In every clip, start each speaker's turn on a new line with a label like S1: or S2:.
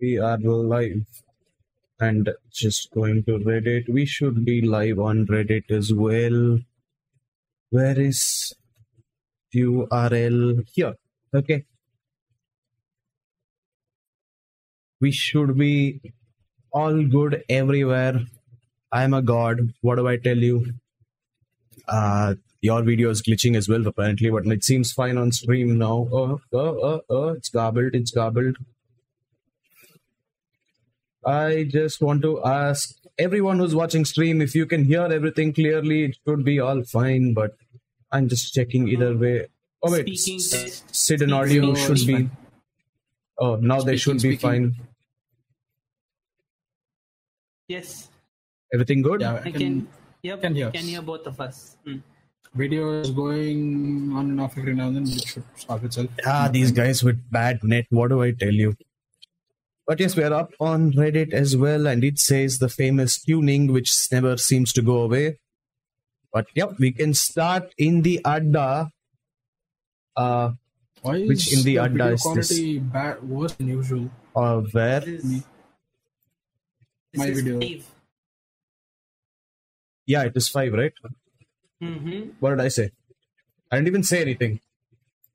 S1: We are live and just going to Reddit. We should be live on Reddit as well. Where is URL? Here. Okay. We should be all good everywhere. I'm a god. What do I tell you? Uh, your video is glitching as well, apparently, but it seems fine on stream now. Uh, uh, uh, uh, it's garbled. It's garbled. I just want to ask everyone who's watching stream if you can hear everything clearly. It should be all fine, but I'm just checking either way. Oh wait,
S2: Speaking,
S1: S- Sid and
S2: speaking
S1: audio
S2: is
S1: should be.
S2: fine.
S1: Oh, now they
S2: Speaking,
S1: should be
S2: speaking.
S1: fine.
S2: Yes,
S1: Everything good?
S3: Yeah,
S2: I can. Yep,
S3: can hear.
S2: can hear both of us. Mm.
S3: Video is going on and off every now and then. It should solve itself.
S1: Ah, these guys with bad net. What do I tell you? But yes, we are up on Reddit as well, and it says the famous tuning, which never seems to go away. But yep, we can start in the Adda. Uh,
S3: Why is
S1: Which in the
S3: the
S1: ad
S3: video
S1: does this?
S3: quality bad, worse than usual?
S1: uh where?
S2: This
S3: Me.
S2: is, this
S3: My
S2: is
S3: video.
S2: Steve.
S1: Yeah, it is five, right?
S2: Mm-hmm.
S1: What did I say? I didn't even say anything.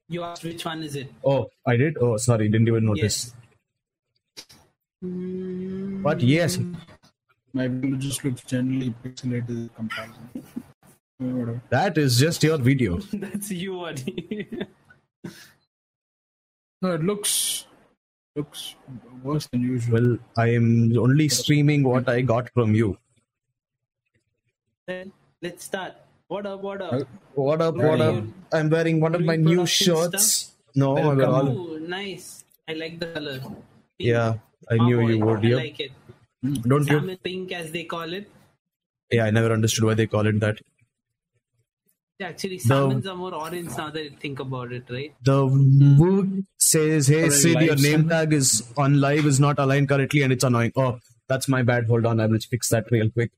S2: You asked which one is it?
S1: Oh, I did. Oh, sorry, didn't even notice.
S2: Yes. Mm,
S1: But yes,
S3: My video just looks generally pixelated in comparison. Whatever.
S1: that is just your video.
S2: that's you, Adi.
S3: No, it looks looks worse than usual.
S1: Well, I am only streaming what I got from you.
S2: then let's start. What up? What up?
S3: Well,
S1: What up? What up? I'm wearing one of my new
S2: Reproduction
S1: shirts. No, I wear all.
S2: Ooh, nice. I like the color. Pink.
S1: Yeah, I
S2: Ah,
S1: knew
S2: boy,
S1: you would.
S2: I
S1: Yeah,
S2: like it.
S1: don't you?
S2: Salmon pink, as they call it.
S1: Yeah, I never understood why they call it that.
S2: Actually, salmons are more orange now that you think about it, right?
S1: The wood says, "Hey,
S3: Or a
S1: Sid, your
S3: live
S1: name
S3: salmon?
S1: tag is on live is not aligned correctly, and it's annoying." Oh, that's my bad. Hold on, I will fix that real quick.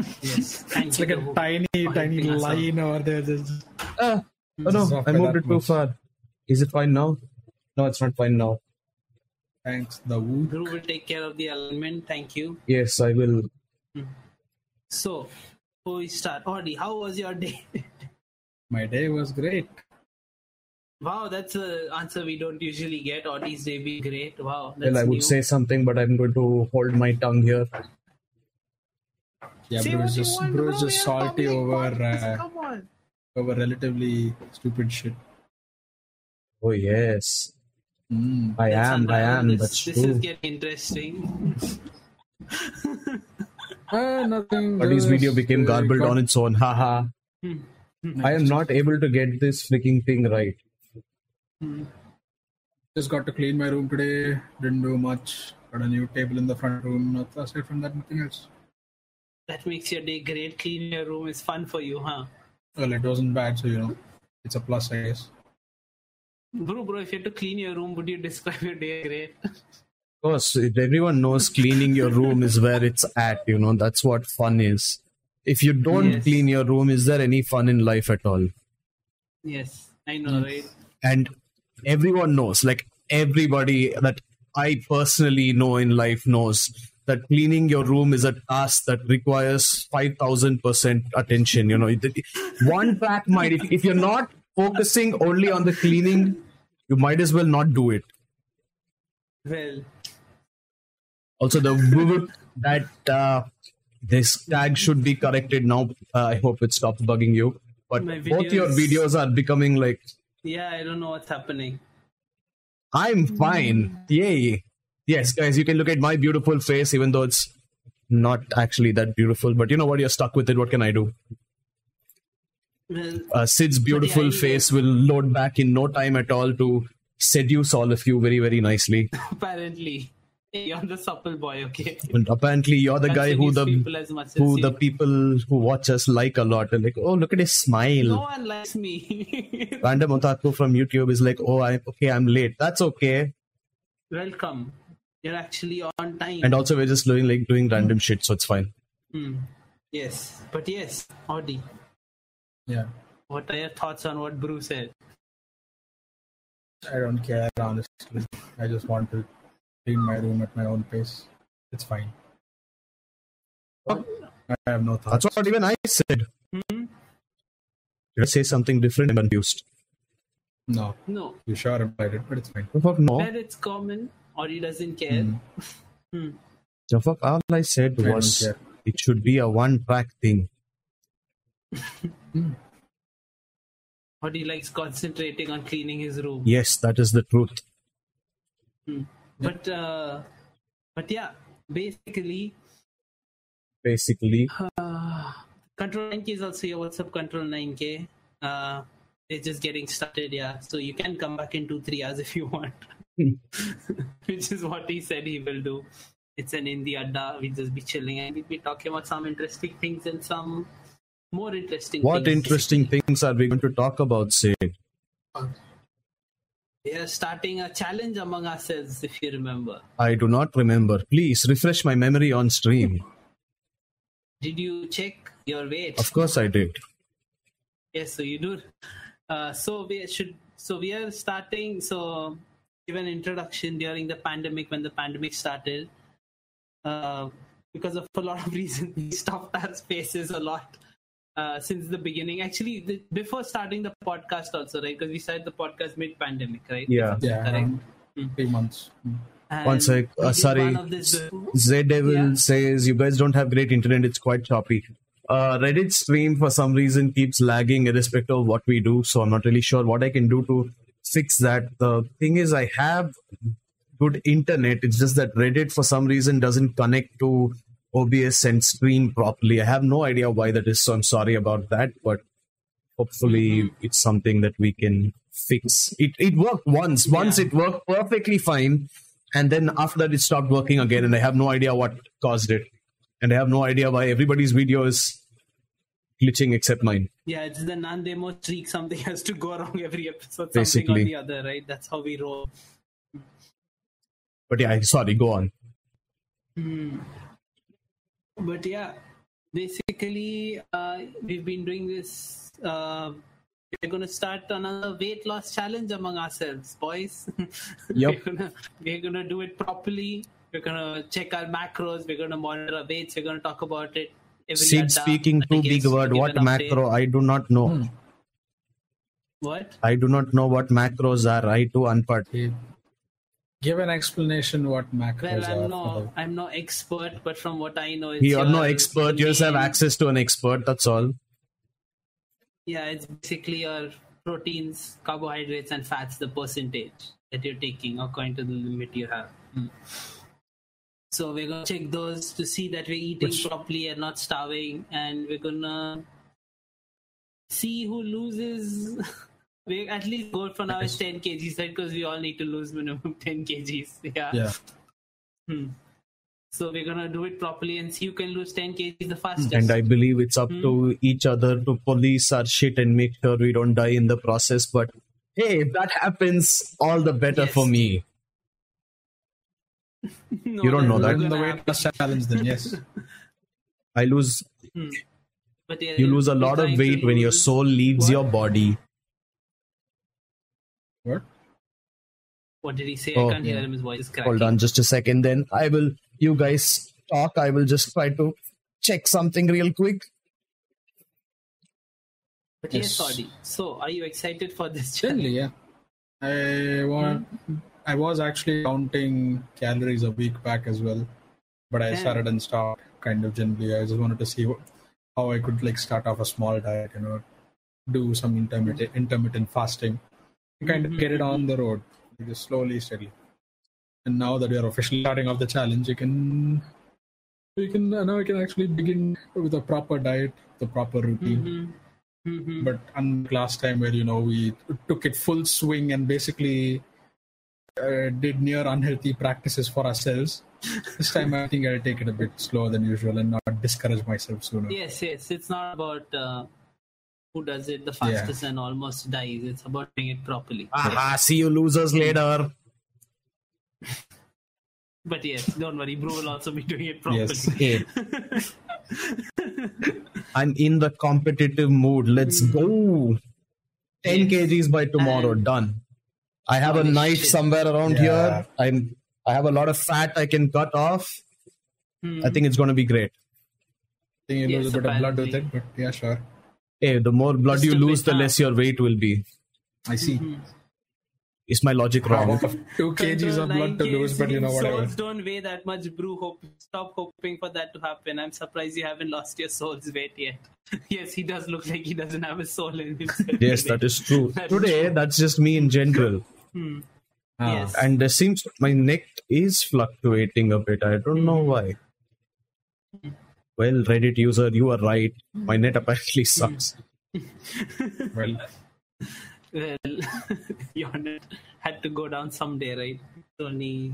S2: Yes. Thank
S3: It's
S2: you.
S3: like a
S2: Prabhu.
S3: tiny, tiny
S2: helping us
S3: line over there. Just,
S1: Ah, oh
S3: This is
S1: no,
S3: not
S1: I
S3: by
S1: moved
S3: that
S1: it too
S3: much.
S1: far. Is it fine now? No, it's not fine now.
S3: thanks, the wood.
S2: Drew will take care of the alignment. Thank you.
S1: Yes, I will.
S2: So, before we start, Audi, how was your day?
S3: My day was great.
S2: wow, that's an answer we don't usually get. Audi's day be great. Wow, that's
S1: Well, I would
S2: new.
S1: say something, but I'm going to hold my tongue here.
S3: Yeah,
S2: Say
S3: bro,
S2: what
S3: is
S2: you
S3: just
S2: want,
S3: bro, is
S2: bro,
S3: just
S2: we are
S3: salty
S2: public
S3: over
S2: bodies,
S3: uh,
S2: Come on.
S3: over relatively stupid shit.
S1: Oh yes,
S3: Mm.
S1: I
S2: Let's
S1: am. I
S2: unravel
S1: am.
S2: This,
S1: That's
S2: this is
S1: true.
S2: getting interesting.
S3: Uh, nothing.
S1: But his
S3: there
S1: video
S3: was-
S1: became
S3: uh,
S1: garbled
S3: got-
S1: on its own. Haha.
S2: Hmm.
S1: I am not able to get this freaking thing right.
S3: Just got to clean my room today. Didn't do much. Got a new table in the front room. Not aside from that, nothing else.
S2: That makes your day great. Clean your room is fun for you, huh?
S3: Well, it wasn't bad, so you know, it's a plus, I guess.
S2: Bro, bro, if you had to clean your room, would you describe your day great?
S1: Of course, if everyone knows cleaning your room is where it's at. You know, that's what fun is. If you don't
S2: Yes.
S1: clean your room, is there any fun in life at all?
S2: yes, I know, right?
S1: and everyone knows like everybody that i personally know in life knows that cleaning your room is a task that requires 5000% attention you know It- one track mind if, if you're not focusing only on the cleaning you might as well not do it
S2: Well,
S1: also the woo-woo that uh, this tag should be corrected now uh, i hope it stops bugging you but
S2: My
S1: both your
S2: videos-
S1: videos are becoming like
S2: yeah, I don't know what's happening.
S1: I'm
S2: Mm-hmm.
S1: fine. Yay. Yes, guys, you can look at my beautiful face, even though it's not actually that beautiful. But you know what? You're stuck with it. What can I do?
S2: Well,
S1: Uh, Sid's beautiful
S2: idea-
S1: face will load back in no time at all to seduce all of you very, very nicely.
S2: apparently, you're the supple boy, okay?
S1: And apparently, you're the
S2: Can't
S1: guy who
S2: seduce
S1: the
S2: people as much as
S1: who
S2: you.
S1: the people who watch us like a lot. And like, oh, look at his smile.
S2: No one likes me.
S1: Random otaku from YouTube is like, oh, I'm okay. I'm late. That's okay.
S2: Welcome. You're actually on time.
S1: And also, we're just doing like doing random shit, so it's fine.
S2: Hmm. Yes. But yes, Audi,
S3: Yeah,
S2: what are your thoughts on what Bruce said?
S3: I don't care honestly. I just want to clean my room at my own pace. It's fine. I have no thoughts.
S1: That's what even I said. Did I say something different? I'm confused.
S3: No,
S2: No,
S3: you sure implied it, but it's fine.
S1: The fuck no.
S2: that it's common or he doesn't care. Hmm.
S1: Hmm.
S3: Mm,
S1: The fuck all I said
S3: I don't
S1: was
S3: care.
S1: it should be a one track thing.
S2: Or he likes concentrating on cleaning his room. Hmm.
S1: Yes, that is the truth.
S2: But uh, but yeah, basically,
S1: Basically,
S2: uh, Control 9K is also here. What's up, Control 9K? Uh, it's just getting started, yeah. So you can come back in two, three hours if you want, which is what he said he will do. It's an indie adda. We'll just be chilling and we'll be talking about some interesting things and some more interesting.
S1: what
S2: things.
S1: interesting things are we going to talk about, Say,
S2: We are starting a challenge among ourselves, if you remember.
S1: I do not remember. Please refresh my memory on stream.
S2: Did you check your weight?
S1: Of course, I did.
S2: Yes, so you do. Uh, so we should. So we are starting. So give an introduction during the pandemic when the pandemic started. Uh, because of a lot of reasons, we stopped our spaces a lot uh, since the beginning. Actually, the, before starting the podcast, also right because we started the podcast mid-pandemic, right?
S1: Yeah.
S3: Yeah,
S2: Correct.
S3: around three months. Mm.
S2: And
S1: One sec.
S2: we
S1: Uh,
S2: did
S1: sorry.
S2: one of this before.
S1: Z Devil
S2: Yeah.
S1: says, You guys don't have great internet. It's quite choppy. Uh, Reddit stream, for some reason, keeps lagging irrespective of what we do. So I'm not really sure what I can do to fix that. The thing is, I have good internet. It's just that Reddit, for some reason, doesn't connect to OBS and stream properly. I have no idea why that is. So I'm sorry about that. But hopefully it's something that we can fix it it worked once once
S2: Yeah.
S1: it worked perfectly fine and then after that it stopped working again and i have no idea what caused it and i have no idea why everybody's video is glitching except mine
S2: Yeah, it's the non-demo streak. Something has to go wrong every episode, something
S1: Basically.
S2: or the other, right? That's how we roll.
S1: but yeah sorry go on
S2: Hmm. but yeah basically uh, we've been doing this uh, we're going to start another weight loss challenge among ourselves boys we're
S1: Yup.
S2: gonna we're gonna do it properly we're gonna check our macros we're gonna monitor our weights we're gonna talk about it every
S1: sid
S2: other-
S1: speaking
S2: I
S1: too
S2: guess
S1: big
S2: we'll
S1: word
S2: give
S1: what
S2: an update. Hmm.
S1: macro i do not know
S2: what
S1: i do not know what macros are i too unpart
S3: Okay. Give an explanation what macros
S2: well i'm
S3: are. for
S2: no
S3: the-
S2: i'm no expert but from what i know it's
S1: you're no
S2: your
S1: expert you just have
S2: main-
S1: access to an expert that's all
S2: Yeah, it's basically your proteins, carbohydrates, and fats, the percentage that you're taking according to the limit you have. Mm. So we're gonna check those to see that we're eating properly and not starving, and we're gonna see who loses. we at least goal for now is 10 kgs, right? Because we all need to lose minimum 10 kgs. Yeah.
S3: Yeah.
S2: Hmm. So we're gonna do it properly and see who can lose 10 kgs the fastest.
S1: Hmm. and I believe it's up to each other to police our shit and make sure we don't die in the process. But hey, if that happens, all the better
S2: Yes.
S1: for me.
S2: No,
S1: you don't know
S2: that's
S1: that.
S2: not
S3: Learn the
S2: gonna
S3: weight
S2: happen.
S3: loss challenge then, yes.
S1: I lose.
S2: Hmm. But yeah,
S1: You lose a
S2: we're
S1: lot
S2: trying
S1: of
S2: to
S1: weight when your
S2: lose-
S1: soul leaves
S2: What?
S1: your body.
S3: what?
S2: What did he say?
S1: Oh,
S2: I can't
S3: yeah.
S2: hear him. His voice is cracking.
S1: Hold on, just a second. Then I will. You guys talk. I will just try to check something real quick.
S2: But yes,
S3: Yes.
S2: sorry. So, are you excited for this challenge?
S3: Generally, yeah. I want. I was actually counting calories a week back as well, but I
S2: Yeah.
S3: started and stopped. Kind of generally, I just wanted to see what, how I could like start off a small diet, you know, do some intermittent intermittent fasting, kind of get it on the road, just slowly, steadily. And now that we are officially starting off the challenge, you can, you can now you can actually begin with a proper diet, the proper routine
S2: Mm-hmm.
S3: but unlike last time where you know we took it full swing and basically uh, did near unhealthy practices for ourselves this time i think i'll take it a bit slower than usual and not discourage myself sooner
S2: Yes, yes. It's not about uh, who does it the fastest and almost dies. It's about doing it properly.
S1: Aha, see you losers later.
S2: But yes, don't worry. Bro will also be doing it properly.
S3: Yes.
S1: Hey. I'm in the competitive mood. Let's go. 10
S2: Yes.
S1: kgs by tomorrow.
S2: And-
S1: Done. I have a
S2: Holy
S1: knife
S2: shit.
S1: somewhere around
S3: Yeah.
S1: here. I'm I have a lot of fat I can cut off.
S2: Hmm.
S1: I think it's going to be great.
S3: I think you lose
S2: Yes,
S3: a bit of blood with
S2: apparently.
S3: it, but yeah, sure.
S1: Hey, the more blood
S2: Just
S1: you
S2: a bit
S1: lose, the
S2: hard.
S1: less your weight will be.
S3: I see.
S2: Mm-hmm.
S1: Is my logic
S3: Wow,
S1: wrong?
S3: Two kgs of
S2: Control
S3: blood to
S2: 9Ks,
S3: lose, but you know
S2: souls
S3: whatever.
S2: don't weigh that much, Brew. Hope stop hoping for that to happen. I'm surprised you haven't lost your soul's weight yet. yes, he does look like he doesn't have a soul in himself.
S1: Yes, that is true.
S2: That is
S1: Today,
S2: true.
S1: that's just me in general.
S3: Ah.
S2: Yes.
S1: And there seems my neck is fluctuating a bit. I don't know why. Well, Reddit user, you are right. My net apparently sucks.
S3: Well,
S2: Well, your net had to go down someday, right? It's only
S3: yeah,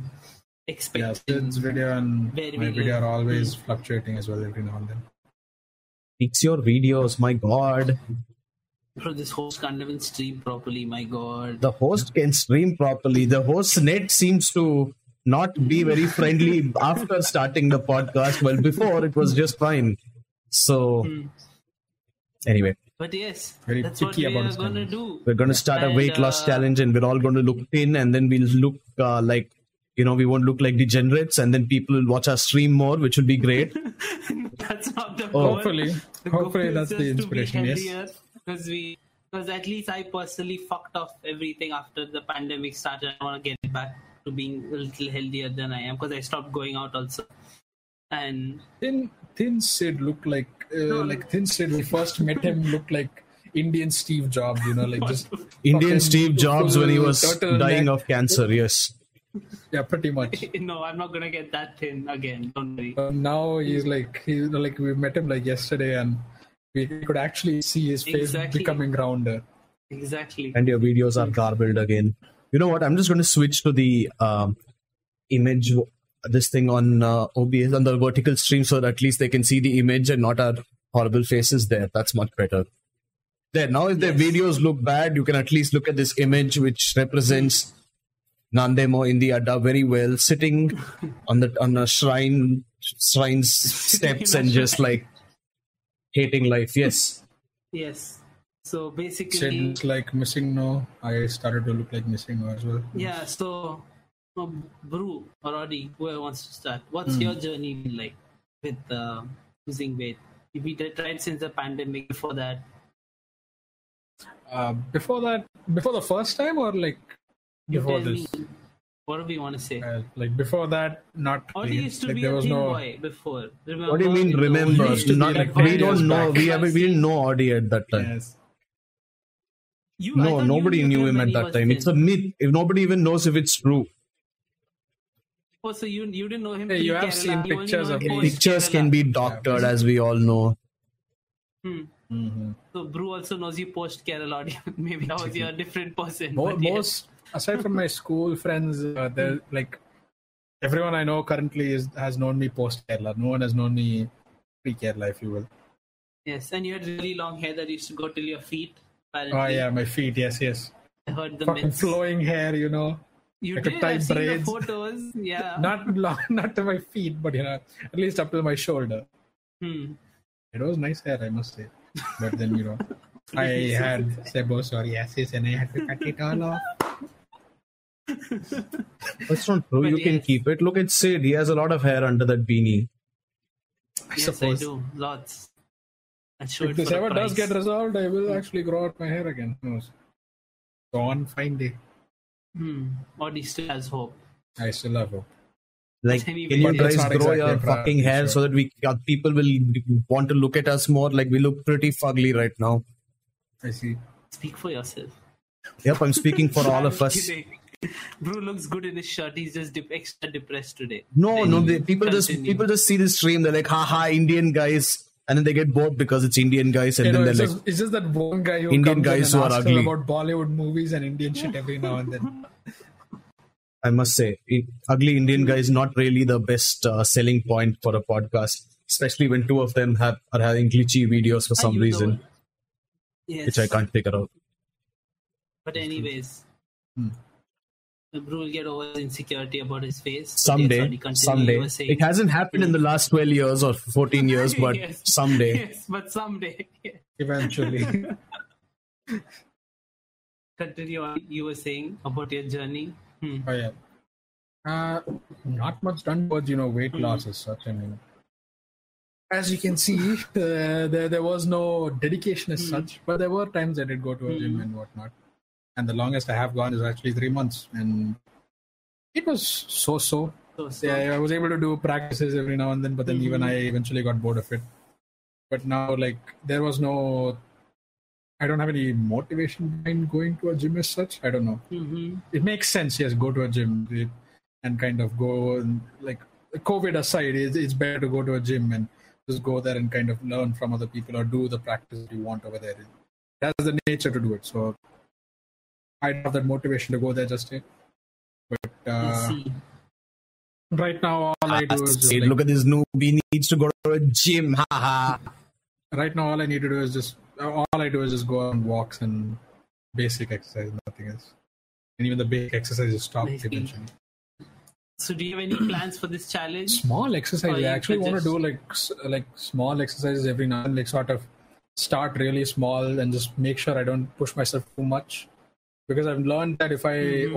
S2: expected.
S3: Sid's video and
S2: Very
S3: my
S2: video.
S3: video are always fluctuating as well every now and then.
S1: Fix your videos, my god.
S2: Bro, this host can't even stream properly. My God.
S1: The host can stream properly. The host net seems to not be very friendly after starting the podcast. Well, before it was just fine. So, anyway,
S2: But yes,
S3: Very
S2: that's what
S3: picky
S2: we
S3: about
S2: are
S3: his
S2: gonna
S3: comments.
S2: do.
S1: we're going to start a
S2: And,
S1: weight loss
S2: uh,
S1: challenge and we're all going to look thin and then we'll look uh, like, you know, we won't look like degenerates and then people will watch our stream more, which will be great.
S2: that's not the
S1: Oh.
S2: goal.
S3: Hopefully,
S2: The goal
S3: hopefully
S2: is
S3: that's
S2: just
S3: the
S2: to be
S3: inspiration. Yes,
S2: healthier, because we, because at least I personally fucked off everything after the pandemic started. I want to get back to being a little healthier than I am because I stopped going out also. And
S3: thin, thin Sid looked like uh,
S2: No,
S3: like thin Sid. We first met him looked like Indian Steve Jobs. You know, like just
S1: Indian
S3: fucking
S1: Steve Jobs when he
S3: full
S1: was
S3: turtleneck.
S1: dying of cancer. Yes.
S3: Yeah, pretty much.
S2: no, I'm not gonna get that thin again. Don't worry.
S3: But now he's like he's like we met him like yesterday and we could actually see his face
S2: Exactly.
S3: becoming rounder.
S2: Exactly.
S1: and your videos are garbled again. You know what? I'm just going to switch to the um, image, this thing on uh, OBS on the vertical stream, so that at least they can see the image and not our horrible faces there. That's much better. There now, if their
S2: Yes.
S1: videos look bad, you can at least look at this image, which represents Nandemo in the Adda very well, sitting on the on a shrine shrine's steps
S2: in a
S1: and just
S2: shrine.
S1: like hating life. Yes.
S2: Yes. So
S3: Sid
S2: basically,
S3: looks like missing no. I started to look like missing no as well.
S1: Hmm.
S2: yeah. So, um, Brew or Audi, whoever wants to start, what's
S1: Hmm.
S2: your journey been like with uh, losing weight? We did try it since the pandemic. Before that,
S3: Uh, before that, before the first time or like
S2: you
S3: before
S2: tell
S3: this,
S2: me whatever you want to say.
S3: Uh, like before that, not
S2: Audi
S3: really.
S2: used to
S3: like
S2: be
S3: there
S2: a
S3: was
S2: thin
S3: no.
S2: boy before. Remember?
S1: What do you mean? Remember?
S3: used to be
S1: Not,
S3: like
S1: we
S3: ten years
S1: don't know.
S3: back.
S1: We have, we didn't know Audi at that time.
S3: Yes.
S2: You- I
S1: No,
S2: thought you
S1: nobody knew him
S2: when
S1: at
S2: he
S1: that
S2: was
S1: time.
S2: thin.
S1: It's a myth. If nobody even knows if it's true,
S2: Oh, so you you didn't know him.
S3: Hey, you have
S2: pre-Kerala,
S3: seen
S2: only know
S3: pictures
S2: him
S3: of him.
S2: post-Kerala.
S1: pictures can be doctored, as we all know.
S2: Hmm.
S3: Mhm.
S2: So Brew also knows you post Kerala. Audi. Maybe that was your different person.
S3: Mo-
S2: but yes.
S3: Most aside from my school friends, uh, they're like everyone I know currently is has known me post Kerala. No one has known me pre Kerala, if you will.
S2: Yes, and you had really long hair that used to go till your feet. Apparently.
S3: Oh yeah, my feet. Yes, yes.
S2: I heard the
S3: Fucking
S2: myths.
S3: flowing hair, you know.
S2: You
S3: like a
S2: did.
S3: tight
S2: I've seen the
S3: braids.
S2: photos. Yeah.
S3: Not long, not to my feet, but you know, at least up to my shoulder.
S2: Hmm.
S3: It was nice hair, I must say. But then you know, I had sebo psoriasis and I had to cut it all off.
S1: That's not true.
S2: But
S1: you can
S2: yes.
S1: keep it. Look at Sid. He has a lot of hair under that beanie.
S3: I
S2: yes,
S3: suppose.
S2: I do. Lots. I showed
S3: If this
S2: for a
S3: ever does
S2: price.
S3: get resolved, I will actually grow out my hair again. Who knows? So on fine day,
S2: Hmm. Audi still has hope.
S3: I still have hope.
S1: Like,
S2: Anyway,
S1: can you
S2: But
S1: guys
S3: that's not
S1: grow
S3: exactly
S1: your
S3: a priority,
S1: fucking hair so
S3: so-
S1: that we uh, people will want to look at us more? Like, we look pretty fugly right now.
S3: I see.
S2: Speak for yourself.
S1: Yep, I'm speaking for all of
S2: I'm
S1: us.
S2: kidding. Brew looks good in his shirt. He's just dip- extra depressed today.
S1: No,
S2: Then
S1: no, they, people just
S2: continue.
S1: people just see this stream. They're like, "Ha ha, Indian guys," and then they get bored because it's Indian guys, and
S3: You know,
S1: then
S3: it's,
S1: they're like,
S3: just, it's just that one guy who
S1: Indian
S3: comes in
S1: guys
S3: and
S1: who are
S3: asks
S1: ugly.
S3: about Bollywood movies and Indian shit every now and then.
S1: I must say, it, ugly Indian guy is not really the best uh, selling point for a podcast, especially when two of them have are having glitchy videos for
S2: Are
S1: some
S2: Ah, you the
S1: reason,
S2: one? Yes.
S1: which I can't figure out.
S2: But anyways,
S1: Hmm.
S2: Brew will get over his insecurity about his face. Yes, Audi,
S1: Someday,
S2: continue.
S1: someday,
S2: You were saying-
S1: it hasn't happened in the last twelve years or fourteen years, but
S2: Yes.
S1: someday.
S2: Yes, but someday.
S3: Eventually,
S2: Continue on. You were saying about your journey. Hmm.
S3: oh yeah. Uh, not much done towards you know weight loss as such. I mean, as you can see, uh, there there was no dedication
S1: Hmm.
S3: as such, but there were times I did go to a gym and whatnot. And the longest I have gone is actually three months, and it was so so.
S2: So, so
S3: Yeah, I was able to do practices every now and then, but then even I eventually got bored of it. But now, like, there was no. I don't have any motivation behind going to a gym as such. I don't know
S2: hmm
S3: it makes sense yes go to a gym it- and kind of go and like covid aside it's, it's better to go to a gym and just go there and kind of learn from other people or do the practice you want over there that's the nature to do it so i don't have that motivation to go there just yet but uh,
S2: see.
S3: right now all i do is just,
S1: Hey,
S3: like,
S1: Ah, look at this newbie needs to go to a gym. Ha ha.
S3: right now all i need to do is just all i do is just go on walks and basic exercise nothing else and even the basic exercise is stopped
S2: Basic.
S3: eventually
S2: So, do you have any plans for this challenge?
S3: small
S2: Or
S3: exercises.
S2: you
S3: I actually
S2: could
S3: want to
S2: Mm-hmm. just-
S3: do like s- like small exercises every now and like sort of start really small and just make sure I don't push myself too much because I've learned that if I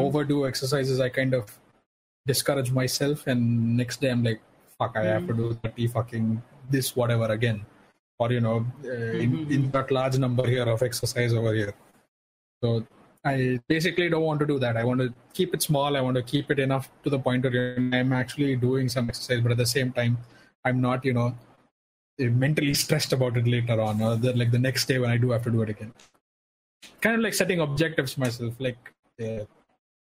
S3: overdo exercises, I kind of discourage myself, and next day I'm like, fuck, I have to do thirty fucking this whatever again, or you know, uh, in, insert large number here of exercise over here. So I basically don't want to do that. I want to keep it small. I want to keep it enough to the point where I'm actually doing some exercise, but at the same time, I'm not, you know, mentally stressed about it later on, or the, like the next day when I do have to do it again. Kind of like setting objectives myself, like uh,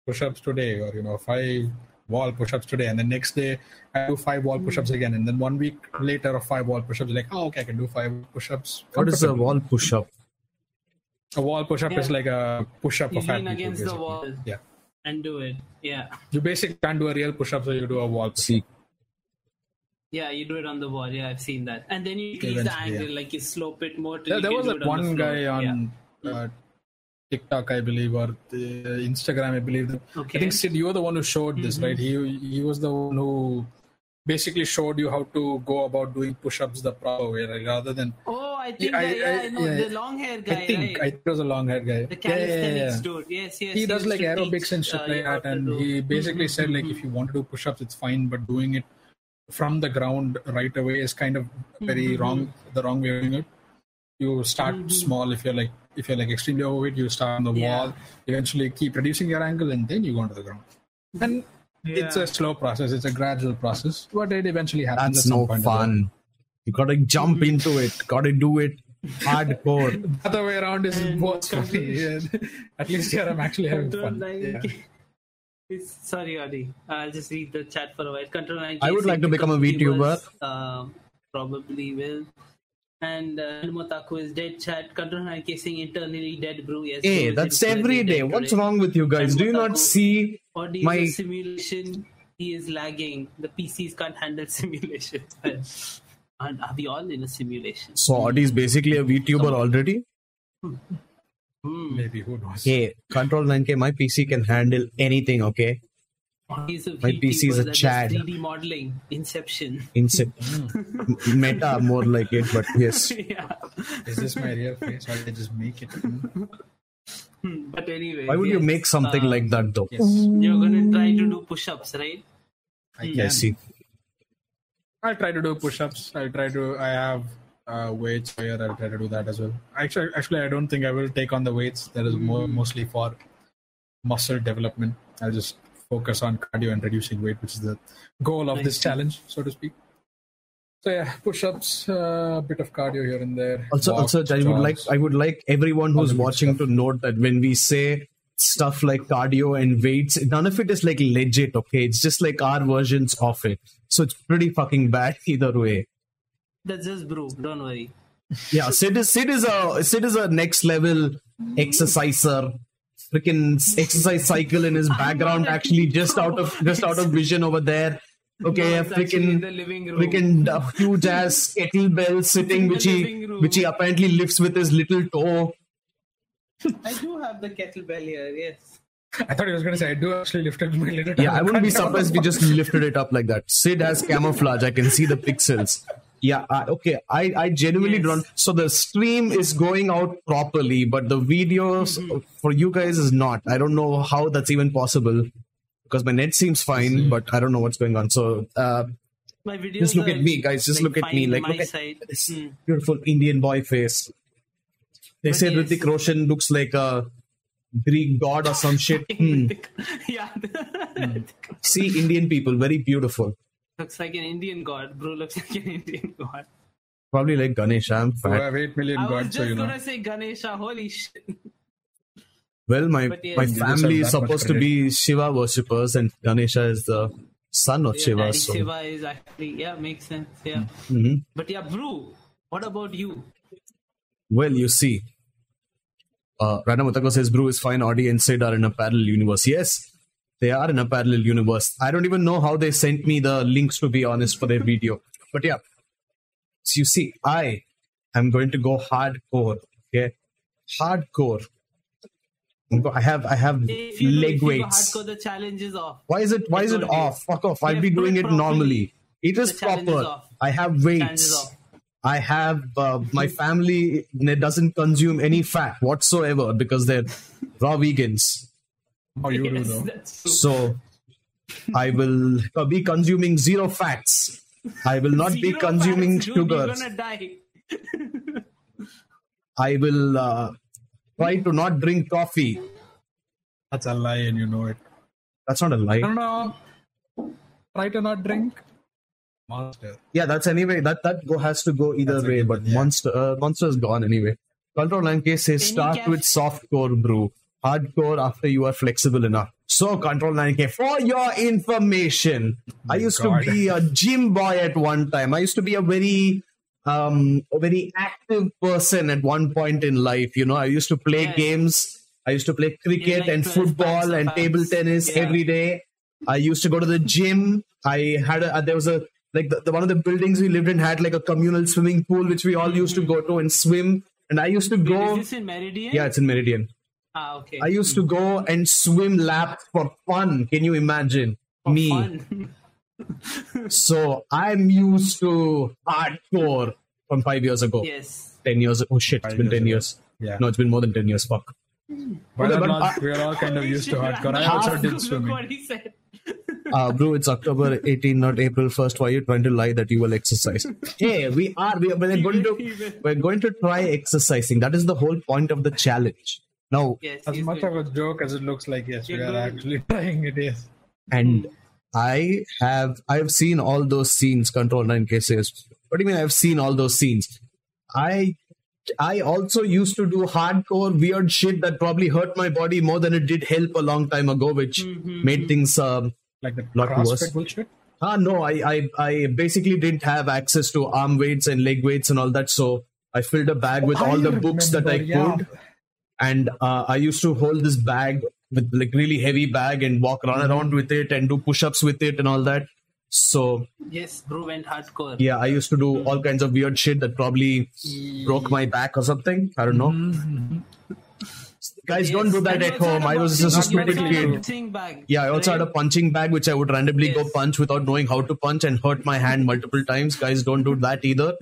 S3: push-ups today, or you know, five wall push-ups today, and the next day I do five
S2: Hmm.
S3: wall push-ups again, and then one week later of five wall push-ups, like oh okay, I can do five push-ups.
S1: What is a
S3: comfortably.
S1: wall push up?
S3: A wall push-up is
S2: Yeah.
S3: like a push-up
S2: You
S3: of fat
S2: lean
S3: people,
S2: against the
S3: basically.
S2: wall
S3: Yeah.
S2: and do it. Yeah.
S3: You basically can't do a real push-up, so you do a wall. push-up.
S1: See,
S2: Yeah, you do it on the wall. Yeah, I've seen that. And then you increase the
S3: Eventually, yeah.
S2: angle, like you slope it more. till
S3: There,
S2: you
S3: there
S2: can
S3: was
S2: do
S3: that
S2: it on the
S3: one
S2: floor.
S3: guy on uh, TikTok, I believe, or the Instagram, I believe. that- I
S2: Okay. Mm-hmm.
S3: think Sid, you were the one who showed this, right? He he was the one who basically showed you how to go about doing push-ups the proper way, right? rather than
S2: Oh, I think
S3: I-
S2: that- yeah,
S3: I-
S2: I know
S3: yeah.
S2: the long hair guy,
S3: I think I
S2: right?
S3: think it was a long hair guy.
S2: the
S3: Yeah, yeah, yeah,
S2: calisthenics
S3: yeah.
S2: dude. Yes, yes.
S3: he does
S2: used
S3: like
S2: to
S3: aerobics
S2: teach,
S3: and shit
S2: uh,
S3: like
S2: you how
S3: that
S2: to
S3: and
S2: do- Mm-hmm,
S3: he basically said like if you want to do push-ups it's fine but doing it from the ground right away is kind of very
S2: Mm-hmm,
S3: wrong the wrong way of doing it you start small if you're like if you're like extremely overweight you start on the
S2: Yeah.
S3: wall eventually keep reducing your angle and then you go onto the ground and it's
S2: Yeah.
S3: a slow process it's a gradual process but it eventually happens
S1: that's
S3: at some
S1: no
S3: point or the other.
S1: fun. Mm-hmm. You gotta jump into it. Gotta do it hardcore.
S3: other way around is
S2: And
S3: worse for me Yeah. at least here i'm actually having
S2: Control
S3: fun
S2: nine
S3: Yeah.
S2: K- It's- Sorry, Adi. I'll just read the chat for a while. Control nine.
S1: I
S2: K
S1: would like to
S2: said
S1: become a
S2: YouTubers, um, probably will. And uh, Motaku is dead. Chat. Control nine K saying internally dead brew. Yes.
S1: Hey,
S2: Brew is
S1: that's
S2: internally
S1: every
S2: dead
S1: day.
S2: today.
S1: What's wrong with you guys? Do you not see
S2: Audio
S1: my?
S2: simulation. He is lagging. The PCs can't handle simulation. and are we all in a simulation?
S1: So Audi is basically a VTuber already.
S2: Hmm.
S3: maybe who knows
S1: Hey, Control 9K. My PC can handle anything. Okay,
S2: He's a
S1: My PC is
S2: VTuber
S1: a
S2: that does
S1: Chad.
S2: 3D modeling. Inception.
S1: Incept, meta more like it, but yes.
S2: yeah.
S3: is this my real face or did i just make it
S2: Hmm, But anyway,
S1: Why would you
S2: yes,
S1: make something
S2: uh,
S1: like that though?
S3: yes
S2: You're gonna try to do push-ups, right?
S3: I
S1: Yeah,
S3: can.
S1: see.
S3: I'll try to do push-ups. I'll try to. I have uh, weights here. I'll try to do that as well. Actually, actually, I don't think I will take on the weights. That is more
S1: Mm.
S3: mostly for muscle development. I'll just focus on cardio and reducing weight, which is the goal of this challenge, so to speak. So yeah, push-ups, uh, a bit of cardio here and there.
S1: also
S3: walks,
S1: also i would like
S3: jogs.
S1: i would like everyone who's
S3: All that
S1: watching
S3: stuff.
S1: to note that when we say stuff like cardio and weights none of it is like legit okay it's just like our versions of it so it's pretty fucking bad either way
S2: That's just brew. Don't worry.
S1: yeah sid is sid is a sid is a next level exerciser freaking exercise cycle in his background actually just out of just out of vision over there okay
S2: No,
S1: a
S2: it's actually in
S1: freaking
S2: the living room.
S1: freaking uh, huge ass kettlebell sitting
S2: in the
S1: which he
S2: living room.
S1: which he apparently lifts with his little toe
S2: I do have the kettlebell here. Yes.
S3: I thought he was going to say I do actually lift up my little.
S1: Yeah, I wouldn't be surprised if we just lifted it up like that. Sid has camouflage. I can see the pixels. Yeah, I, okay. I, I genuinely
S2: Yes.
S1: don't. So the stream is going out
S2: Mm-hmm.
S1: properly, but the videos for you guys is not. I don't know how that's even possible. because my net seems
S2: Mm-hmm.
S1: fine, but I don't know what's going on. So uh,
S2: My videos
S1: just look
S2: are,
S1: at me, guys. Just look at me.
S2: fine
S1: Like
S2: my
S1: look at
S2: side.
S1: this
S2: Hmm.
S1: beautiful Indian boy face. They
S2: But
S1: say
S2: yes.
S1: Ritik Roshan looks like a Greek god or some shit. Hmm.
S2: yeah.
S1: See Indian people, very beautiful.
S2: looks like an Indian god. Bro looks like an Indian god.
S1: Probably like Ganesh. I'm
S3: We
S1: fat.
S3: have 8 million
S2: I was
S3: gods,
S2: just
S3: so you know.
S2: gonna say Ganesha. Holy shit.
S1: Well, my
S2: But yes.
S1: my
S2: You
S3: deserve
S1: family is
S3: that much
S1: supposed to be Shiva worshippers, and Ganesha is the son of
S2: Yeah,
S1: Shiva.
S2: Daddy
S1: So
S2: Shiva is actually yeah makes sense yeah.
S1: Mhm.
S2: But yeah, Bru, what about you?
S1: well, you see. Uh, Radha Mutako says, Brew is fine. Audi and Sid are in a parallel universe. Yes, they are in a parallel universe. I don't even know how they sent me the links, to be honest, for their video. But yeah, so you see, I am going to go hardcore. Okay, hardcore. I'm go- I have I have
S2: If you, do- if
S1: leg
S2: you go
S1: weights.
S2: hardcore, the challenge is off.
S1: Why is it why is it
S2: It's only-
S1: off? Fuck off.
S2: You
S1: I'll
S2: have
S1: be
S2: to do
S1: doing it
S2: it properly.
S1: normally. It is
S2: The challenge is
S1: proper.
S2: off.
S1: I have
S2: Challenge is
S1: weights.
S2: off.
S1: I have uh, my family ne- doesn't consume any fat whatsoever because they're raw vegans.
S3: How you do
S2: Yes,
S3: though.
S2: that's true.
S1: So I will uh, be consuming zero fats. I will not be
S2: Zero
S1: consuming
S2: fats, dude,
S1: sugars.
S2: You're gonna die.
S1: I will uh, try to not drink coffee.
S3: That's a lie and you know it.
S1: That's not a
S3: I
S1: lie.
S3: don't know. Try to not drink. Monster.
S1: Yeah, that's anyway. That that go has to go either
S3: That's a
S1: way.
S3: given,
S1: But
S3: yeah.
S1: monster, uh, monster is gone anyway. Control Lanke says
S2: Any
S1: start
S2: cash-
S1: with softcore brew, hardcore after you are flexible enough. So Control 9K, for your information, I used
S3: Oh God.
S1: to be a gym boy at one time. I used to be a very um a very active person at one point in life. You know, I used to play
S2: Yes.
S1: games. I used to play cricket
S2: like
S1: and
S2: 12 packs
S1: football
S2: of
S1: and
S2: packs.
S1: table tennis
S2: Yeah.
S1: every day. I used to go to the gym. I had a, there was a like the, the one of the buildings we lived in had like a communal swimming pool which we all used to go to and swim. And I used to
S2: Is
S1: go.
S2: this in Meridian?
S1: Yeah, it's in Meridian.
S2: Ah, okay.
S1: I used to go and swim lap for fun. Can you imagine
S2: For
S1: me?
S2: fun.
S1: So I'm used to hardcore from five years ago.
S2: yes.
S1: Ten years. Oh shit! It's
S3: Five
S1: been
S3: years
S1: ten
S3: ago.
S1: years.
S3: Yeah.
S1: No, it's been more than ten years. Fuck.
S3: But,
S1: Okay,
S3: I'm
S1: but
S3: not-
S1: I-
S3: we are all kind of used to hardcore. I also did
S2: Look
S3: swimming.
S2: what he said.
S1: Uh, bro, it's October 18, not April 1st. Why are you trying to lie that you will exercise? hey, we are. We are we're going to. We're going to try exercising. That is the whole point of the challenge. Now,
S2: Yes.
S3: As
S2: he's
S3: much
S2: good.
S3: of a joke as it looks like, yes, we
S2: You're
S3: are
S2: good.
S3: actually trying it. Yes.
S1: and I have I have seen all those scenes. Control nine cases. What do you mean? I've seen all those scenes. I I also used to do hardcore weird shit that probably hurt my body more than it did help a long time ago, which made things um,
S3: Like the
S1: Lot
S3: CrossFit
S1: worse.
S3: bullshit.
S1: Ah, no, I, I, I basically didn't have access to arm weights and leg weights and all that. So I filled a bag with
S3: I
S1: all the books that I
S3: remember, yeah.
S1: could. And uh, I used to hold this bag with like really heavy bag and walk
S3: Mm-hmm.
S1: run around with it and do push ups with it and all that. So
S2: Yes, bro went hardcore.
S1: yeah, I used to do all kinds of weird shit that probably broke my back or something. I don't know.
S3: Mm-hmm.
S1: Guys, don't
S2: Yes,
S1: do that
S2: and
S1: at
S2: also had
S1: home. I was just a
S2: boxing-
S1: stupid
S2: also had a
S1: kid.
S2: boxing bag,
S1: Yeah, I also had a
S2: right?
S1: punching bag which I would randomly go
S2: Yes.
S1: punch without knowing how to punch and hurt my hand multiple times. Guys, don't do that either.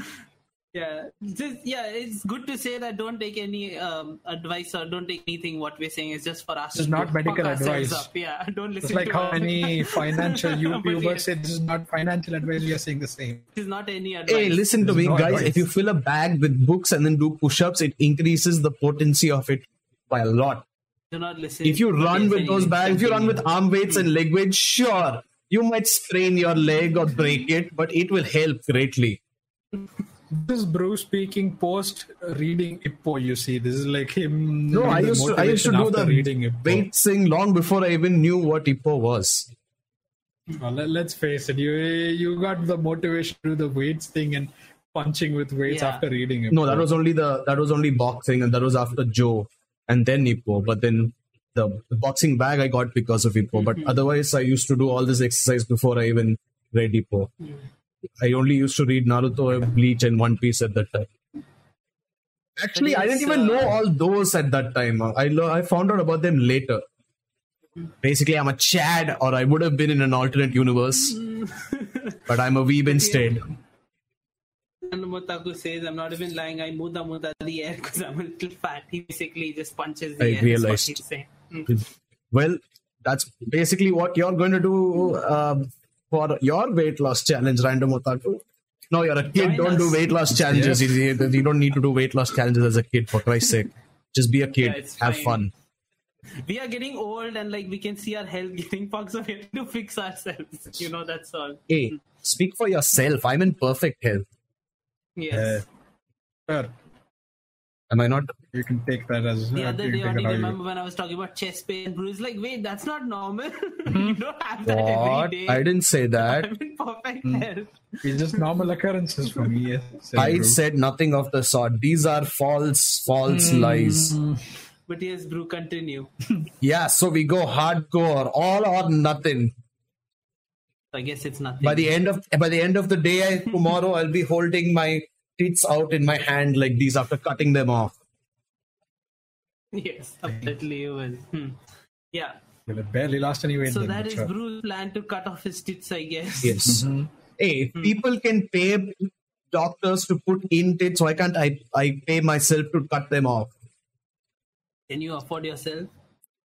S2: Yeah, just, yeah. It's good to say that don't take any um, advice or don't take anything. What we're saying is just for us.
S3: This is
S2: to
S3: not
S2: fuck
S3: medical
S2: ourselves
S3: advice.
S2: Up. Yeah, don't listen.
S3: It's like
S2: to
S3: how
S2: us.
S3: many financial
S2: But
S3: YouTubers
S2: yes,
S3: say this is not financial advice. We are saying the same.
S2: This is not any advice.
S1: Hey, listen to me,
S3: There's no
S1: guys.
S3: advice.
S1: If you fill a bag with books and then do push ups, it increases the potency of it by a lot.
S2: Do not listen.
S1: If you
S2: But
S1: run
S2: yes,
S1: with those
S2: anyway,
S1: bags, if you run
S2: continue.
S1: with arm weights and leg weights, sure, you might sprain your leg or break it, but it will help greatly.
S3: This is Bruce speaking post reading Ippo. You see, this is like him.
S1: No, I
S3: the
S1: used to I used to do
S3: motivation
S1: the
S3: after reading Ippo.
S1: weight thing long before I even knew what IPO was.
S3: Well, let- let's face it. You you got the motivation to do the weights thing and punching with weights
S2: Yeah.
S3: after reading Ippo.
S1: No, that was only the that was only boxing, and that was after Joe, and then Ipo. But then the, the boxing bag I got because of Ipo. But otherwise, I used to do all this exercise before I even read Ipo. I only used to read Naruto, Bleach, and One Piece at that time. Actually, I didn't
S2: Yes,
S1: even
S2: uh,
S1: know all those at that time. I lo- I found out about them later. Basically, I'm a Chad, or I would have been in an alternate universe, but I'm a weeb instead.
S2: And Motaku says, I'm not even lying. I move the muda the air because I'm a little fat. He basically just punches the
S1: I
S2: air. is what
S1: realized.
S2: he's saying. Mm.
S1: Well, that's basically what you're going to do um, for your weight loss challenge, Random Otaku. No, you're a kid.
S2: Join
S1: don't do
S2: us.
S1: weight loss challenges. You, you don't need to do weight loss challenges as a kid, for Christ's sake. Just be a kid.
S2: Yeah, it's
S1: have
S2: fine.
S1: fun.
S2: we are getting old and like we can see our health getting fucked, so we have to fix ourselves. You know, that's all.
S1: Hey, speak for yourself. I'm in perfect health.
S2: Yes.
S3: Sure,
S1: Am I not?
S3: you can take that as uh,
S2: the
S3: you
S2: other
S3: can
S2: day,
S3: take
S2: I
S3: it how you-
S2: remember when I was talking about chest pain and bruise. Like, wait, that's not normal. you don't have that
S1: Hmm? What?
S2: every day.
S1: I Hmm. didn't say that.
S2: I'm in perfect health.
S3: It's just normal occurrences for me. Yes, Same
S1: I
S3: group.
S1: said nothing of the sort. These are false, false
S2: Hmm.
S1: lies.
S2: But yes, Brew, continue.
S1: Yeah, so we go hardcore, all or nothing.
S2: I guess it's nothing.
S1: By the end of by the end of the day, I, tomorrow I'll be holding my tits out in my hand like these after cutting them off.
S2: yes, definitely you will. Hmm. Yeah.
S3: Well, it barely lost any weight.
S2: So
S3: then,
S2: that
S3: but
S2: is
S3: sure.
S2: Brew's plan to cut off his tits, I guess.
S1: Yes. Hey, if people can pay doctors to put in tits, why can't I I pay myself to cut them off?
S2: Can you afford yourself?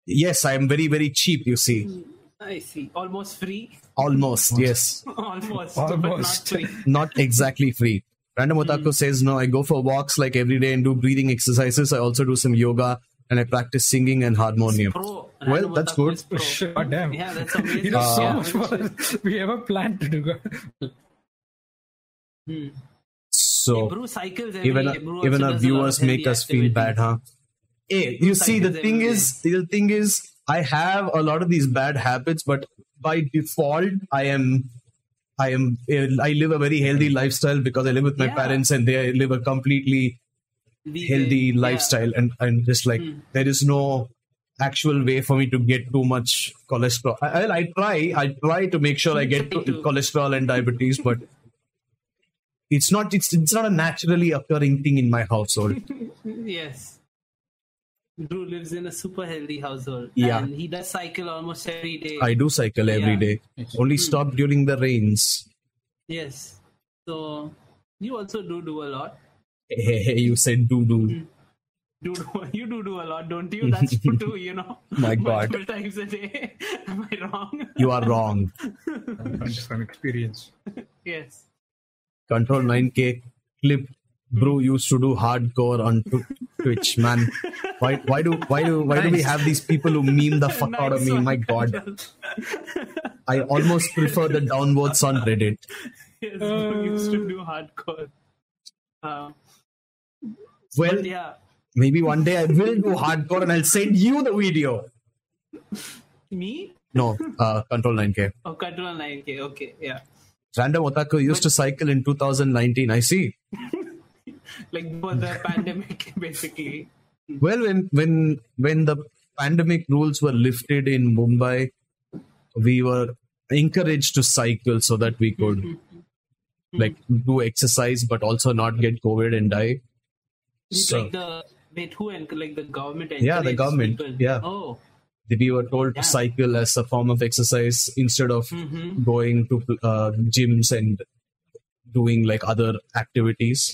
S1: Yes, I am very very cheap. You see,
S2: I see. Almost free.
S1: almost yes.
S2: Almost. But not
S3: Almost.
S2: free.
S1: not exactly free. Random Otaku says, No, I go for walks like every day and do breathing exercises. I also do some yoga and I practice singing and harmonium.
S2: Pro.
S1: Well, that's
S2: Otaku
S1: good.
S2: is pro.
S3: Sure, damn.
S2: Yeah, that's amazing.
S3: You know, so
S2: Yeah.
S1: Ah.
S3: much more we ever planned to do.
S2: Hmm.
S1: So
S2: Brew cycles every
S1: even,
S2: day.
S1: our-
S2: Brew also
S1: even our
S2: does a lot of
S1: viewers
S2: healthy
S1: make us feel bad, huh?
S2: activities.
S1: Hey, you see, the
S2: cycles
S1: thing
S2: every
S1: is, the thing is, I have a lot of these bad habits, but by default, I am. I am. I live a very healthy lifestyle because I live with my
S2: Yeah.
S1: parents, and they live a completely
S2: We-
S1: healthy
S2: yeah. Hmm.
S1: lifestyle and and just like there is no actual way for me to get too much cholesterol I, I, I try i try to make sure i get
S2: Try to.
S1: cholesterol and diabetes but it's not it's, it's not a naturally occurring thing in my household
S2: Yes. Drew lives in a super healthy household.
S1: Yeah.
S2: And he does cycle almost every day.
S1: i do cycle every
S2: Yeah.
S1: day only stop during the rains
S2: Yes. So you also do do a lot. Hmm.
S1: hey, hey, hey, you said doo doo
S2: Do, do you do do a lot, don't you? That's true, you know.
S1: My God.
S2: Multiple times a day. Am I wrong?
S1: you are wrong
S3: It's just an experience.
S2: yes.
S1: control 9k clip bro used to do hardcore on Tw- twitch man why why do why do why do we
S3: Nice.
S1: have these people who meme the fuck out of
S2: Nice
S1: me
S2: one,
S1: my god
S2: Kajal.
S1: i almost prefer the downwards on reddit
S2: yes, Drew used to do hardcore. Uh,
S1: well
S2: but yeah,
S1: maybe one day i will do hardcore and i'll send you the video
S2: me
S1: no uh control 9k
S2: or Control 9K. Okay, yeah.
S1: random otaku used to cycle in 2019 i see
S2: Like before the pandemic, basically.
S1: Well, when when when the pandemic rules were lifted in Mumbai, we were encouraged to cycle so that we could like do exercise, but also not get COVID and die.
S2: It's
S1: So
S2: like the wait, who and like the government?
S1: Yeah, the
S2: encourages
S1: government,
S2: people.
S1: yeah.
S2: Oh,
S1: we were told
S2: Yeah.
S1: to cycle as a form of exercise instead of
S2: mm-hmm.
S1: going to uh, gyms and doing like other activities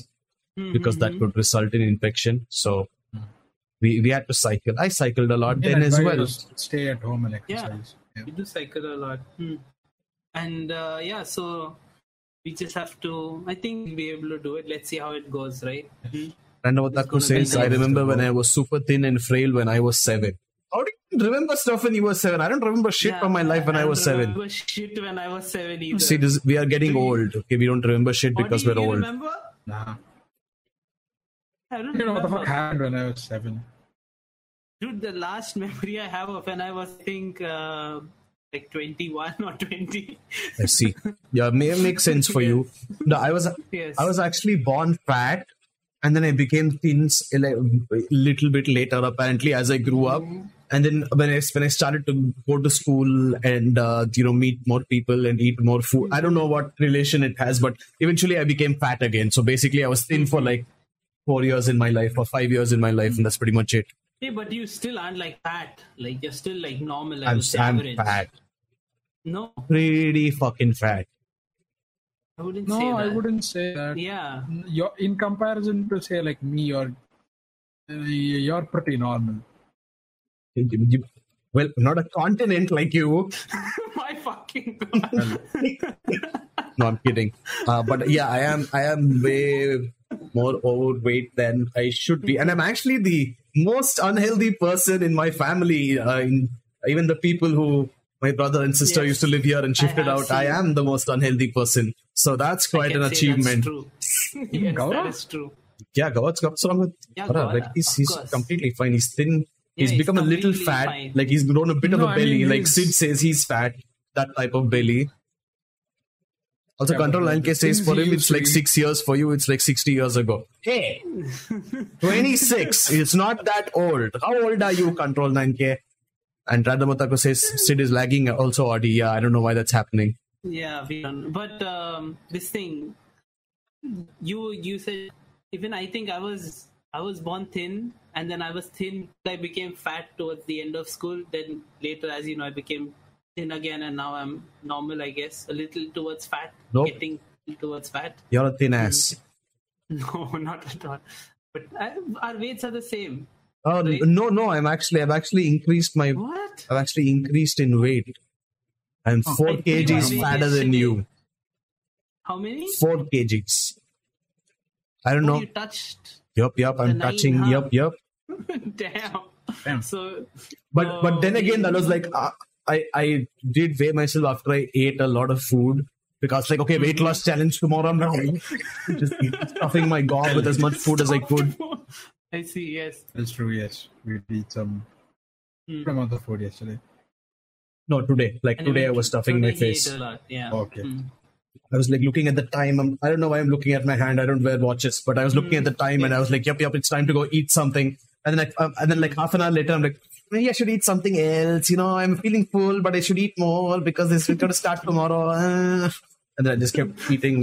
S1: because that could result in infection. So. We, we had to cycle. I cycled a lot then
S3: And
S1: as
S3: why
S1: well.
S3: you Stay at home and exercise. Yeah.
S2: we do cycle a lot. Hmm. And uh, yeah, so we just have to. I think we'll be able to do it. Let's see how it goes, right?
S3: Mm-hmm.
S2: Hmm.
S1: Randavataku
S2: It's gonna be
S1: says, I
S2: nice
S1: remember
S3: to
S1: when
S3: go.
S1: I was super thin and frail when I was seven. How do you remember stuff when you were seven? I don't remember shit
S2: Yeah,
S1: from my life when I,
S2: don't
S1: was seven.
S2: remember Shit, when I was seven either.
S1: See, this, we are getting
S2: Do you-
S1: old. Okay, we don't remember shit
S2: What
S1: because
S2: do
S1: we're
S2: you
S1: old.
S2: Remember?
S3: Nah.
S2: I don't
S3: You know what the
S2: remember.
S3: fuck happened when I was seven?
S2: Dude, the last memory I have of when I was, I think, uh, like 21 or 20.
S1: I see. Yeah, may make sense for you. No, I was
S2: Yes.
S1: I was actually born fat, and then I became thin s- like, a little bit later. Apparently, as I grew up,
S2: Mm-hmm.
S1: and then when I when I started to go to school and uh, you know meet more people and eat more food. I don't know what relation it has, but eventually I became fat again. So basically, I was thin for like four years in my life or five years in my life, and that's pretty much it.
S2: Hey, but you still aren't like fat. Like, you're still like normal. I
S1: I'm
S2: would say,
S1: I'm
S2: average.
S1: fat,
S2: No,
S1: pretty fucking fat.
S2: I wouldn't
S3: No,
S2: say that.
S3: I wouldn't say that.
S2: Yeah.
S3: You're, in comparison to say like me, you're uh, you're pretty normal.
S1: You- you- Well, not a continent like you.
S2: My fucking god.
S1: No, I'm kidding. Uh, but yeah, I am. I am way more overweight than I should be, and I'm actually the most unhealthy person in my family. Uh, in, even the people who my brother and sister
S2: Yes.
S1: used to live here and shifted
S2: have
S1: out, I
S2: seen-
S1: am the most unhealthy person. So that's quite
S2: Can
S1: an
S2: say
S1: achievement.
S2: That's true. yes,
S3: Gaurav?
S2: that is true.
S1: Yeah, Gaurav, what's- what's wrong with
S2: Yeah,
S1: Gaurav?
S2: Gaurav,
S1: like he's,
S2: of
S1: he's
S2: course.
S1: completely fine. He's thin.
S2: Yeah,
S1: he's
S2: he's
S1: become a little
S2: completely
S1: fat.
S2: fine.
S1: Like he's grown a bit of
S3: No,
S1: a
S3: I
S1: belly.
S3: mean,
S1: like
S3: he's-
S1: Sid says, he's fat. That type of belly. Also,
S3: Yeah, but
S1: control
S3: the
S1: N K says
S3: things
S1: for
S3: he
S1: him
S3: used
S1: it's
S3: to
S1: like
S3: eat-
S1: six years. For you, it's like sixty years ago. Hey, twenty six. it's not that old. How old are you, control nine K? And Radhamatako says Sid is lagging. Also, Audi. Yeah, I don't know why that's happening.
S2: Yeah, we don't. But um, this thing, you you said even I think I was I was born thin, and then I was thin. I became fat towards the end of school. Then later, as you know, I became thin again, and now I'm normal. I guess a little towards fat,
S1: Nope.
S2: getting towards fat.
S1: You're a thin
S2: Mm.
S1: ass.
S2: No, not at all. But I, our weights are the same.
S1: Oh
S2: Right.
S1: no, no. I'm actually I've actually increased
S2: Oh.
S1: my
S2: What?
S1: I've actually increased in weight. I'm four
S2: Oh, I think
S1: kgs
S2: I
S1: fatter
S2: made
S1: than
S2: yesterday.
S1: you.
S2: How many?
S1: Four kgs. I don't
S2: Oh,
S1: know.
S2: You touched.
S1: Yup, yup. I'm
S2: nine,
S1: touching.
S2: huh?
S1: Yup, yup.
S2: Damn.
S3: Damn.
S2: So,
S1: But but then
S2: Oh,
S1: again, that was
S2: yeah.
S1: like uh, I I did weigh myself after I ate a lot of food because like okay, weight loss challenge tomorrow. I'm not just stuffing my gob with as much food as I could.
S2: I see. Yes.
S3: That's true. Yes, we did some
S2: Mm.
S3: some other food yesterday.
S1: No, today. Like
S2: And
S1: today, I
S2: even
S1: was stuffing
S2: today
S1: my
S2: he
S1: face.
S2: ate a lot, Yeah.
S3: Okay.
S2: Mm.
S1: I was like looking at the time. I'm, I don't know why I'm looking at my hand. I don't wear watches, but I was looking at
S2: Hmm.
S1: the time and I was like, "Yep, yep, it's time to go eat something." And then, I, um, and then like half an hour later, I'm like, "Maybe I should eat something else." You know, I'm feeling full, but I should eat more because this is going to start tomorrow. Ah. And then I just kept eating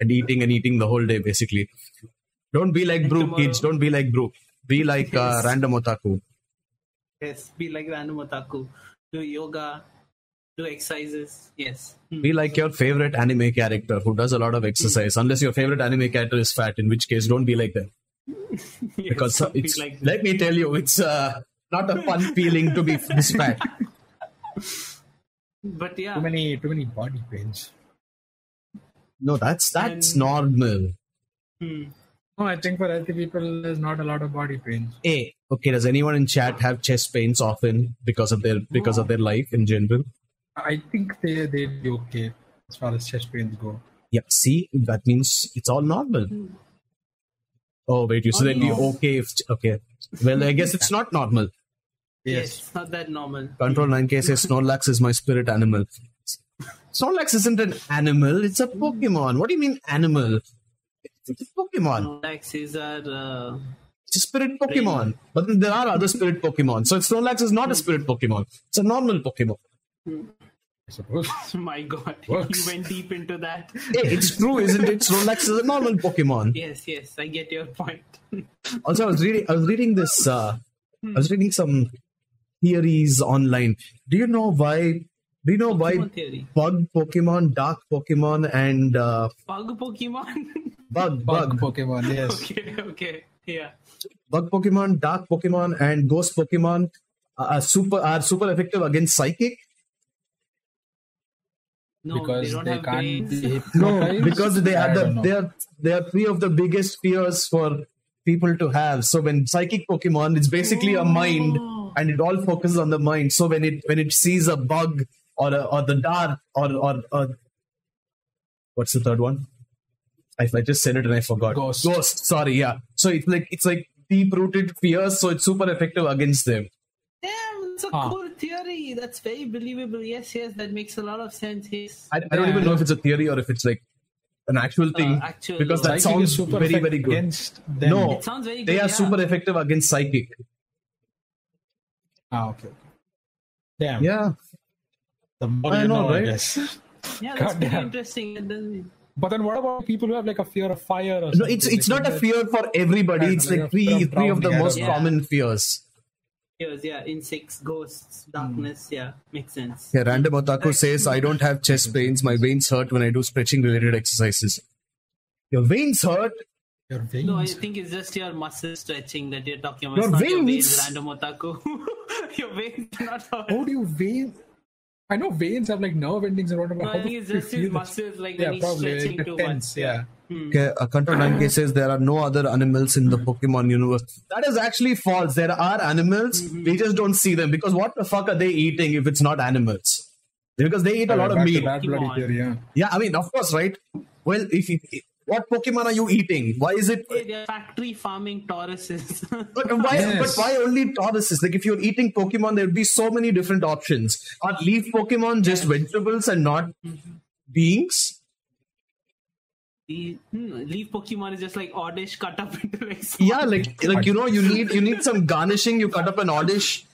S1: and eating and eating the whole day, basically. Don't be like
S2: And
S1: Brew,
S2: tomorrow-
S1: kids. Don't be like Brew. Be like uh,
S2: Yes.
S1: random otaku.
S2: Yes. Be like random otaku. Do yoga. Do exercises. Yes. Mm.
S1: Be like your favorite anime character who does a lot of exercise. Unless your favorite anime character is fat, in which case, don't be like them.
S2: Yes,
S1: because
S2: don't be
S1: it's
S2: like that.
S1: let me tell you it's uh, not a fun feeling to be this fat
S2: But yeah.
S3: Too many too many body pains.
S1: no that's that's
S2: And-
S1: normal
S2: Mm.
S3: No, I think for healthy people, there's not a lot of body pains.
S1: hey okay does anyone in chat have chest pains often because of their because of their life in general
S3: I think they they be okay as far as chest pains go.
S1: yeah see that means it's all normal
S2: Hmm.
S1: oh wait you said it'd be
S2: Oh, no.
S1: okay if okay well i guess it's not normal
S2: Yes. it's Not that normal.
S1: control 9k says snorlax is my spirit animal snorlax isn't an animal it's a pokemon what do you mean animal it's a pokemon
S2: Relax is our. Uh,
S1: It's a spirit Pokemon. But then there are other spirit Pokemon. So Snorlax is not a spirit Pokemon. It's a normal Pokemon.
S3: I suppose.
S2: my God.
S3: Works.
S2: You went deep into that.
S1: Hey, it's true, isn't it? Snorlax is a normal Pokemon.
S2: Yes. Yes. I get your point.
S1: Also, I was reading I was reading this uh, I was reading some theories online. Do you know why do you know why
S2: Pokemon theory.
S1: bug Pokemon, dark Pokemon and uh,
S2: Bug Pokemon.
S1: bug
S3: Bug
S1: bug
S3: Pokemon. Yes.
S2: okay. Okay. Yeah.
S1: bug Pokemon, dark Pokemon, and ghost Pokemon are are super are super effective against psychic?
S2: No,
S3: because
S2: they
S3: they,
S2: don't have
S3: can't
S2: brains.
S3: be
S1: No,
S3: hypnotized.
S1: because they
S3: I
S1: are
S3: don't
S1: the,
S3: know.
S1: they are they are three of the biggest fears for people to have. So when psychic Pokemon, it's basically a mind, and it all focuses on the mind. So when it when it sees a bug or a, or the dark or or, or what's the third one? I, I just said it and I forgot.
S3: Ghost.
S1: Ghost. Sorry. Yeah. So it's like it's like deep rooted fears. So it's super effective against them.
S2: Damn, it's a
S3: Huh.
S2: cool theory. That's very believable. Yes, yes, that makes a lot of sense. Yes.
S1: I, I don't even know if it's a theory or if it's like an actual thing
S2: actual-
S1: because that
S3: Uh, Psychic
S1: sounds
S3: is super
S1: very
S3: effect-
S1: very good.
S3: Against them.
S1: No,
S2: It sounds
S1: they
S2: very good,
S1: are
S2: yeah.
S1: super effective against psychic.
S3: Ah, okay. Damn.
S1: Yeah.
S3: The more
S1: I
S3: you
S1: know,
S3: know, I
S1: right?
S3: guess.
S2: Yeah, that's pretty
S3: Goddamn.
S2: interesting. And then
S3: But then what about people who have like a fear of fire or
S1: No,
S3: something?
S1: it's it's
S3: Like,
S1: not a
S3: that-
S1: fear for everybody.
S3: Kind
S1: It's
S3: of
S1: like
S3: like a
S1: three
S3: brown
S1: three of the
S3: brownie, I
S1: most
S2: don't know.
S1: common fears.
S2: here's yeah, insects, ghosts, darkness. Yeah, makes sense.
S1: Yeah, random otaku says I don't have chest pains. My veins hurt when I do stretching related exercises. Your veins hurt.
S3: Your veins.
S2: No, I think it's just your muscle stretching that you're talking about.
S1: Your
S2: It's not your
S1: veins.
S2: veins, random otaku. Your veins are not how
S3: How do you vein? I know veins have like nerve endings and whatever.
S2: No,
S3: How
S2: I
S3: do
S2: think it's
S3: you
S2: just his
S3: feel that?
S2: muscles, like
S3: Yeah,
S2: when he's
S3: probably.
S2: stretching
S3: Like,
S2: too
S3: it tense,
S2: much.
S3: yeah.
S2: Hmm.
S1: Okay, Akanto Danke says there are no other animals in the Pokemon universe. That is actually false. There are animals,
S2: Mm-hmm.
S1: we just don't see them because what the fuck are they eating if it's not animals? Because they eat a lot of
S3: Back to
S1: meat.
S3: That bloody
S2: Pokemon.
S3: theory, yeah.
S1: Yeah, I mean, of course, right? Well, if you, what Pokemon are you eating? Why is it?
S2: Hey, they're factory farming tauruses.
S1: But why?
S3: Yes.
S1: But why only Tauruses? Like, if you're eating Pokemon, there would be so many different options. Are leaf Pokemon just vegetables and not beings?
S2: The- hmm, leaf Pokemon is just like oddish cut up into like. small-
S1: Yeah, like like you know, you need you need some garnishing. You cut up an oddish,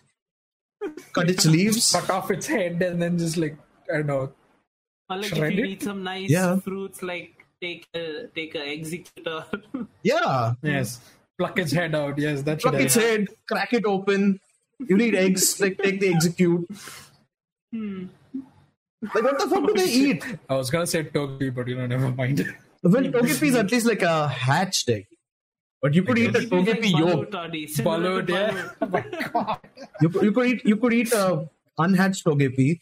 S1: cut its leaves.
S3: Cut off its head and then just like I don't know.
S2: Or like if
S3: shredded?
S2: you eat some nice
S1: Yeah.
S2: fruits, like take a take a executor.
S1: Yeah,
S3: Yes, pluck its head out. Yes, that should
S1: pluck its
S3: help.
S1: head, crack it open. You need eggs. Like take the execute. Like what the fuck do they eat?
S3: I was gonna say Togepi, but you know, never mind.
S1: Well, Togepi is at least like a hatched egg. But you could eat a Togepi yolk.
S3: Followed, yeah.
S2: yeah.
S3: Oh my god.
S1: You could, you could eat you could eat a unhatched Togepi.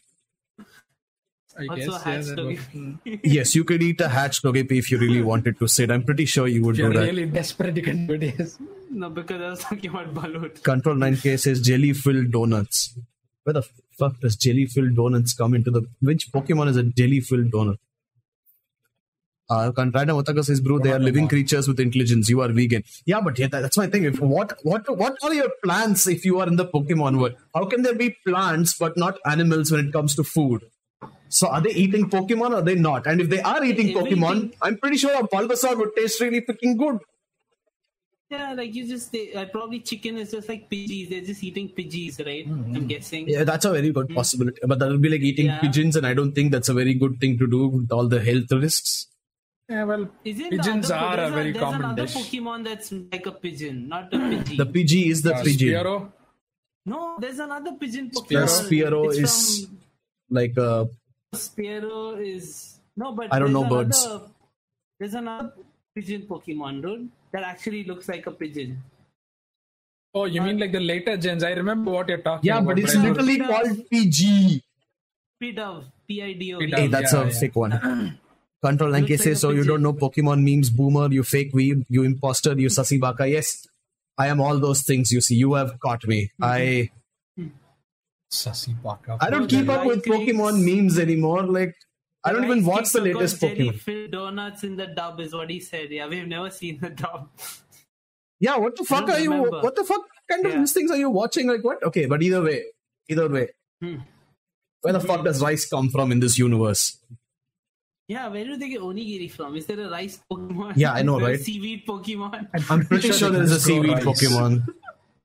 S3: I
S2: Also
S3: guess yeah,
S2: hatched
S3: that
S2: to
S3: was-
S2: be-
S1: Yes, you could eat a hatched Togepi if you really wanted to, Sid. I'm pretty sure you would
S3: if
S1: do
S3: you're
S1: that.
S3: really desperate, you can do it. Yes.
S2: no, because I was talking about balut.
S1: Control 9K says jelly filled donuts. Where the fuck does jelly filled donuts come into the. Which Pokemon is a jelly filled donut? Uh, Contrada Otaka says, bro, they are living creatures with intelligence. You are vegan. Yeah, but yeah, that- that's my thing. If what what what are your plants if you are in the Pokemon world? How can there be plants but not animals when it comes to food? So are they eating Pokemon or are they not? And if they are eating Pokemon,
S2: Everything-
S1: I'm pretty sure a Bulbasaur would taste really freaking good.
S2: Yeah, like you just they, uh, probably chicken is just like pidgeys. They're just eating pidgeys, right?
S3: Mm-hmm.
S2: I'm guessing.
S1: Yeah, that's a very good possibility. But that would be like eating
S2: Hmm. Yeah.
S1: pigeons, and I don't think that's a very good thing to do with all the health risks.
S3: Yeah, well,
S2: Is it
S3: pigeons
S2: the
S3: are
S2: other,
S3: a very
S2: there's
S3: common
S2: another
S3: dish.
S2: Pokemon that's like a pigeon, not a pidgey.
S1: The PG is the
S3: Uh,
S1: pigeon.
S3: Spearow?
S2: no, there's another pigeon Pokemon.
S1: The
S3: Spearow?
S1: Spearow
S2: It's
S1: is like uh, a.
S2: from Spearow is no, but
S1: I don't know
S2: there's
S1: birds.
S2: another- There's another pigeon Pokemon, dude, that actually looks like a pigeon.
S3: Oh, you mean like the later gens? I remember what you're talking
S1: Yeah,
S3: about.
S1: but it's
S3: I don't-
S1: literally called PG.
S2: Pidove, P I D O.
S3: Pidove.
S1: Hey,
S3: Yeah,
S1: that's a
S3: yeah.
S1: fake one. Control
S2: Looks
S1: Lanky
S2: like
S1: says,
S2: a
S1: so you don't
S2: pigeon.
S1: know Pokemon memes, boomer, you fake weeb, you imposter, you sussy baka. Yes, I am all those things you see. You have caught me.
S2: Mm-hmm.
S1: I
S3: Sussy baka.
S1: I don't
S2: Well, the
S1: keep up with
S2: likely-
S1: Pokemon memes anymore. Like, I don't even
S2: Rice
S1: watch the
S2: cakes are
S1: latest
S2: called
S1: Pokemon.
S2: Jelly-filled donuts in the dub is what he said. Yeah, we've never seen the dub.
S1: Yeah, what the fuck
S2: don't
S1: are you?
S2: remember.
S1: What the fuck kind of
S2: Yeah.
S1: these things are you watching? Like what? Okay, but either way, either way,
S2: Hmm.
S1: where the fuck does rice come from in this universe?
S2: Yeah, where do they get onigiri from? Is there a rice Pokemon?
S1: Yeah, I know,
S2: Is there a
S1: right?
S2: Seaweed Pokemon.
S1: I'm pretty sure
S3: they
S1: there is a
S3: just grow
S1: seaweed
S3: rice.
S1: Pokemon.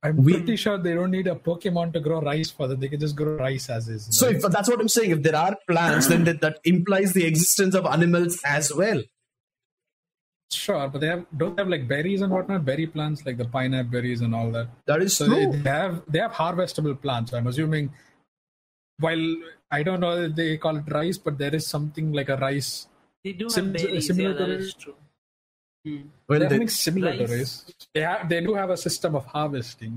S3: I'm
S1: We-
S3: pretty sure they don't need a Pokemon to grow rice for that. They can just grow rice as is.
S1: So
S3: right?
S1: if that's what I'm saying, if there are plants, then that, that implies the existence of animals as well.
S3: sure, but they have don't they have like berries and whatnot, berry plants like the pineapple berries and all that.
S1: That is
S3: So they,
S1: true.
S3: they have they have harvestable plants. I'm assuming. While I don't know if they call it rice, but there is something like a rice.
S2: They do
S3: Sim-
S2: have berries. Yeah,
S3: similar
S2: that
S3: to-
S2: is true. Hmm.
S1: Well,
S3: Something
S1: they,
S3: similar to
S2: rice.
S3: rice. They have they do have a system of harvesting.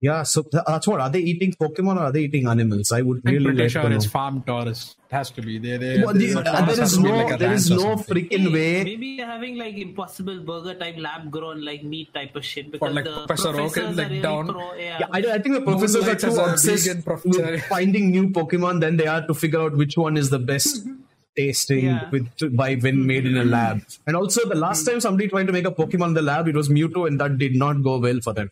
S1: yeah. So th- that's what are they eating Pokemon or are they eating animals? I would
S3: I'm
S1: really
S3: pretty
S1: like
S3: sure
S1: to know.
S3: it's farm tourist. It has to be. They, they,
S1: Well,
S3: they-
S1: the-
S3: must-
S1: uh,
S3: must
S1: there
S3: have
S1: is
S3: to be
S1: no,
S3: like a
S1: there is
S3: ranch or
S1: no
S3: something.
S1: freaking way.
S2: Maybe they're having like impossible burger type lab grown like meat type of shit because
S3: Or like
S2: the
S3: Professor Oak
S2: professors
S3: is, like,
S2: are really
S3: down.
S2: pro. Yeah,
S1: Yeah, I, don't- I think the professors are
S3: Moonlight
S1: too
S3: as a
S1: obsessed
S3: vegan professor.
S1: with finding new Pokemon than they are to figure out which one is the best tasting
S2: Yeah.
S1: with by when made in a lab. And also, the last time somebody tried to make a Pokemon in the lab, it was Mewtwo, and that did not go well for them.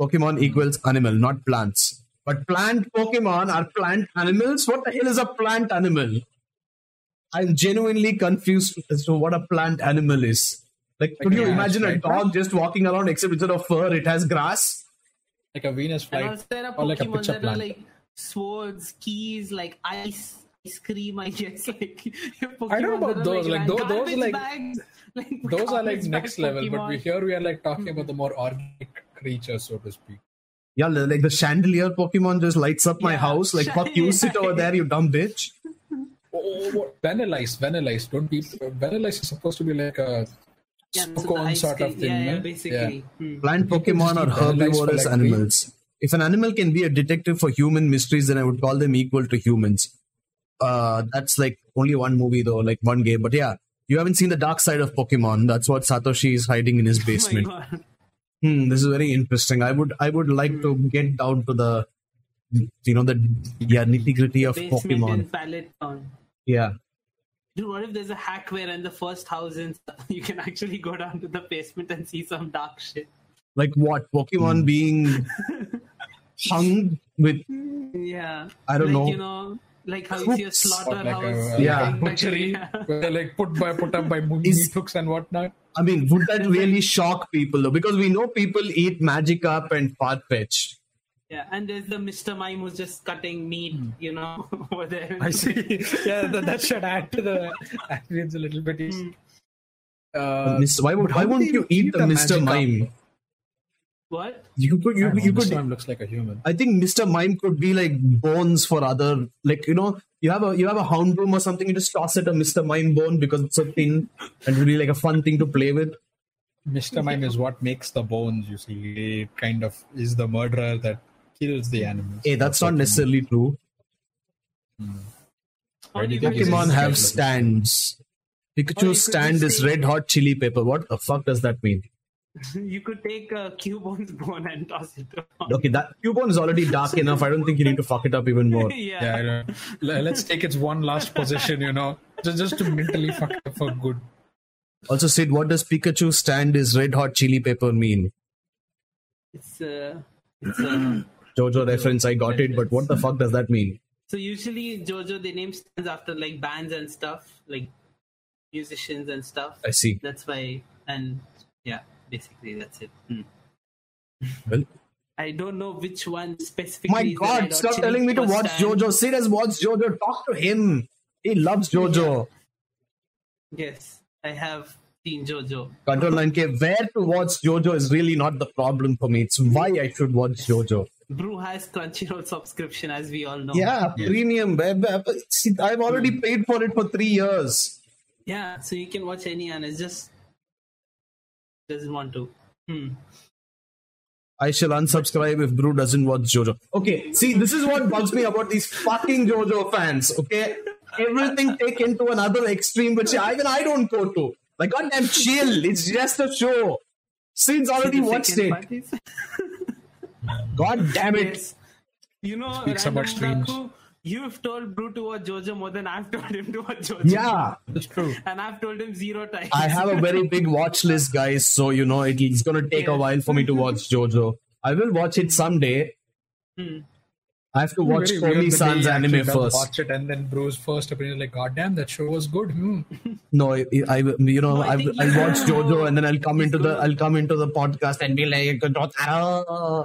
S1: Pokemon equals animal, not plants. But plant Pokemon are plant animals. What the hell is a plant animal? I'm genuinely confused as to what a plant animal is. Like, could you
S3: Yeah,
S1: imagine a
S3: right.
S1: dog just walking around, except instead of fur, it has grass?
S3: like a Venus
S2: and
S3: flight
S2: also there are
S3: or like a
S2: Pokemon
S3: picture
S2: that are
S3: plant.
S2: like swords, keys, like ice. Ice cream, I guess. Like
S3: I don't know
S2: Pokemon
S3: about
S2: that are, ran-
S3: those, like, tho- those are,
S2: garbage
S3: like-
S2: bags, like
S3: Those are like
S2: garbage
S3: next
S2: bag
S3: level, but we
S2: Pokemon.
S3: here we are like talking about the more organic creatures, so to speak. Oh,
S1: Yeah, li- like the chandelier Pokemon just lights up my
S2: Yeah.
S1: house. Like, fuck you, sit over there, you dumb bitch.
S3: Oh, oh, oh, Vanilla ice, vanilla ice. Don't be vanilla ice is supposed to be like a
S2: Yeah, so the
S3: cone
S2: ice
S3: sort of
S2: cream-
S3: thing.
S2: Yeah, yeah
S3: right?
S2: basically. Hmm.
S1: Plant Pokemon
S3: just
S1: are
S3: eat vanilla ice for
S1: herbivorous
S3: like
S1: animals. if an animal can be a detective for human mysteries, then I would call them equal to humans. Uh, that's like only one movie though, like one game. But yeah, you haven't seen the dark side of Pokemon. That's what Satoshi is hiding in his basement.
S2: Oh my God.
S1: Hmm, this is very interesting. I would I would like to
S2: Hmm.
S1: get down to the you know the yeah nitty gritty of
S2: Basement
S1: Pokemon.
S2: in Pallet Town.
S1: Yeah.
S2: Dude, what if there's a hack where in the first house and you can actually go down to the basement and see some dark shit?
S1: Like what? Pokemon
S3: Hmm.
S1: being hung with
S2: Yeah.
S1: I don't
S2: like,
S1: know.
S2: You know, like how you see a
S1: Hooks.
S2: slaughterhouse.
S3: Or like uh, a-
S1: Yeah.
S2: like-
S3: butchery
S2: yeah.
S3: where they like put by put up by mo-
S1: Is-
S3: meat hooks and whatnot.
S1: I mean, would that really shock people though? Because we know people eat Magikarp and Farfetch.
S2: Yeah, and there's the Mr. Mime who's just cutting meat,
S1: Hmm.
S2: you know, over there.
S3: I see. yeah, that, that should add to the ambience a little bit.
S2: Hmm.
S3: Uh,
S1: Miss- why would why
S3: How
S1: won't
S3: do
S1: you eat the Mr.
S3: Magikarp?
S1: Mime?
S2: What?
S1: You could you,
S3: I don't know,
S1: you
S3: Mr.
S1: could
S3: Mime looks like a human.
S1: I think Mr. Mime could be like bones for other like you know you have a you have a hound broom or something you just toss it a Mr. Mime bone because it's so thin and really like a fun thing to play with.
S3: Mr. Mime is what makes the bones, you see. It kind of is the murderer that kills the animals.
S1: Hey, that's not
S3: what-
S1: necessarily true.
S3: Why do you think he's
S1: Pokemon
S3: inside
S1: have
S3: like this?
S1: stands.
S2: Or you could
S1: Pikachu's stand
S2: just
S1: is
S2: say-
S1: red hot chili pepper. What the fuck does that mean?
S2: You could take a Cubone's bone and toss it around.
S1: Okay, that Cubone is already dark enough. I don't think you need to fuck it up even more.
S3: Yeah, I
S2: yeah.
S3: don't, le- let's take its one last possession, you know, just, just to mentally fuck it up for good.
S1: Also, Sid, what does Pikachu stand is red hot chili pepper mean?
S2: It's, uh, it's, uh,
S1: Jojo reference, I got it, but what the fuck does that mean?
S2: so usually JoJo, they name stands after like bands and stuff, like musicians and stuff.
S1: I see.
S2: That's why, and yeah, basically that's it. Hmm.
S1: Well,
S2: I don't know which one specifically.
S1: my
S2: is the Red
S1: god,
S2: Hot
S1: stop
S2: Chili
S1: telling me to
S2: Pepper
S1: watch
S2: stand.
S1: Jojo. Sid has watched Jojo. Talk to him. He loves Jojo.
S2: Yes, I have seen JoJo.
S1: Control 9K, where to watch Jojo is really not the problem for me. It's why I should watch Jojo.
S2: Brew has Crunchyroll subscription, as we all know.
S1: Yeah,
S3: Yeah.
S1: premium. babe. See, I've already paid for it for three years.
S2: Yeah, so you can watch any and it's just doesn't want to. Hmm.
S1: I shall unsubscribe if Brew doesn't watch JoJo. Okay, see, this is what bugs me about these fucking JoJo fans. Okay, everything taken to another extreme, which I even I don't go to. Like, goddamn, chill. It's just a show. Sid's already
S2: The
S1: watched
S2: second
S1: it.
S2: part is-
S1: God damn it.
S2: yes. You know,
S3: Speaks
S2: Random
S3: about streams.
S2: Raku, you've told Brew to watch JoJo more than I've told him to watch JoJo.
S1: Yeah,
S3: That's true.
S2: And I've told him zero times.
S1: I have a very big watch list, guys. So you know, it, it's gonna take a
S2: Yeah.
S1: while for me to watch JoJo. I will watch it someday.
S2: Hmm.
S1: I have to watch
S3: Very weird
S1: Komi
S3: that
S1: San's
S3: he actually
S1: anime
S3: does
S1: first.
S3: Watch it and then Bruce first opinion like, God damn, that show was good. Hmm.
S1: No, I, I you know,
S2: No, I
S1: I,
S2: think
S1: I'll
S2: he's
S1: watch
S2: gonna-
S1: JoJo and then I'll come
S2: he's
S1: into the
S2: gonna-
S1: I'll come into the podcast and be like, "Ah."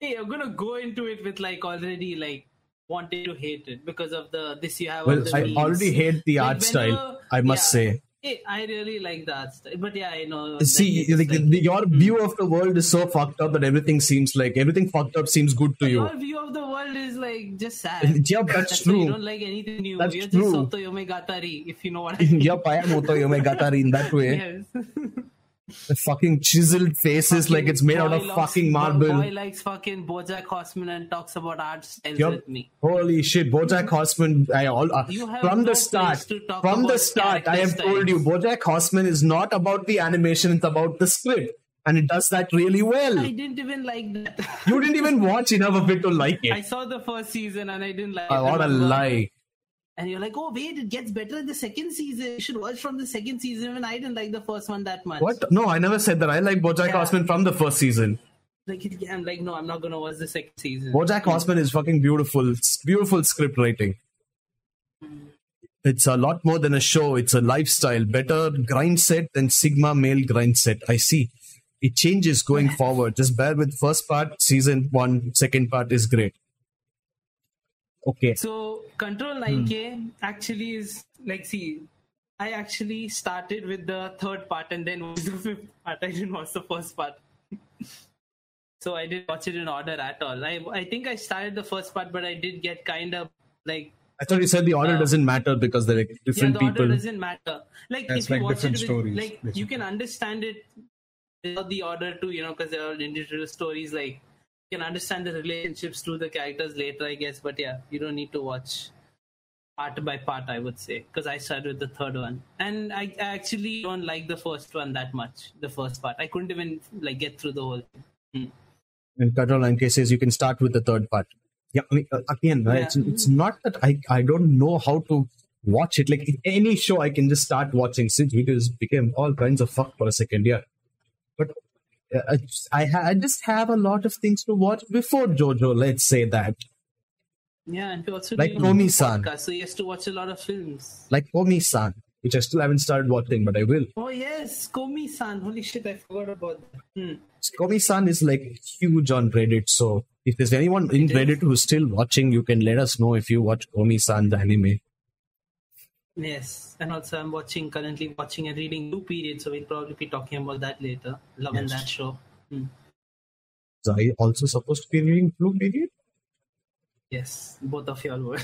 S2: Hey, you're gonna go into it with like already like wanting to hate it because of the this you have. all
S1: well,
S2: the
S1: I
S2: memes.
S1: already hate the
S2: Like,
S1: art
S2: whenever-
S1: style. I must
S2: yeah.
S1: say.
S2: Hey, I really like the art style, but yeah, I know.
S1: See,
S2: that it's mm.
S1: like, the- your view of the world is so fucked up that everything seems like everything fucked up seems good to you.
S2: Your view of the world is like just sad.
S1: Yep, that's
S2: why
S1: true.
S2: You don't like anything new.
S1: That's
S2: You're
S1: true.
S2: just Sotoyome Gatari, if you know what I mean.
S1: yep, I am Otoyome Gatari in that way.
S2: Yes.
S1: The fucking chiseled faces, like it's made out
S2: Boy
S1: of
S2: loves-
S1: fucking
S2: Boy
S1: marble.
S2: likes fucking Bojack Horseman and talks about art styles
S1: Yep.
S2: with me.
S1: Holy shit, Bojack Horseman! I all uh,
S2: You have
S1: from
S2: no
S1: the start,
S2: place to talk
S1: from the
S2: about
S1: start, I have
S2: character
S1: told you, Bojack Horseman is not about the animation; it's about the script, and it does that really well.
S2: I didn't even like that.
S1: You didn't even watch enough of it to like
S2: I
S1: it.
S2: saw the first season and I didn't like
S1: Oh,
S2: it.
S1: what a
S2: Remember?
S1: lie!
S2: And you're like, oh wait, it gets better in the second season. You should watch from the second season. Even I didn't like the first one that much.
S1: What? No, I never said that. I like Bojack
S2: Yeah.
S1: Horseman from the first season.
S2: Like it- I'm like, no, I'm not gonna watch the second season.
S1: Bojack Horseman is fucking beautiful. It's beautiful script writing. It's a lot more than a show. It's a lifestyle. Better grind set than Sigma male grind set. I see. It changes going forward. Just bear with first part, season one, second part is great. Okay.
S2: So Control 9K actually is like, see, I actually started with the third part and then watched the fifth part. I didn't watch the first part. so I didn't watch it in order at all. I, I think I started the first part, but I did get kind of like,
S1: I thought you said the order doesn't matter because they're like
S2: Uh, yeah,
S1: different
S2: the order
S1: people.
S2: doesn't matter. Like,
S3: That's
S2: if you
S3: like
S2: watch it
S3: different
S2: with,
S3: stories,
S2: like, you
S3: basically.
S2: can understand it you know, the order too, you know, because they're all individual stories. Like you can understand the relationships through the characters later, I guess. But yeah, you don't need to watch part by part, I would say, because I started with the third one, and I, I actually don't like the first one that much. The first part, I couldn't even like get through the whole. Thing. Hmm.
S1: And Carol Anke says you can start with the third part. Yeah, I mean, uh, again, right, it's,
S2: Yeah.
S1: it's not that I, I don't know how to watch it. Like in any show, I can just start watching since videos became all kinds of fuck for a second. Yeah, but uh, I just, I, ha- I just have a lot of things to watch before JoJo. Let's say that,
S2: Yeah, and we also
S1: Like
S2: do
S1: Tomi-san.
S2: podcast, so he has to watch a lot of films.
S1: like Komi-san, which I still haven't started watching, but I will.
S2: Oh yes, Komi-san. Holy shit, I forgot about that. Hmm.
S1: Komi-san is like huge on Reddit, so if there's anyone in
S2: It is.
S1: Reddit who's still watching, you can let us know if you watch Komi-san the anime.
S2: Yes, and also I'm watching currently watching and reading New Period, so we'll probably be talking about that later. Loving
S1: Yes.
S2: that show. Hmm.
S1: So I also supposed to be reading Blue Period.
S2: Yes, both of y'all were.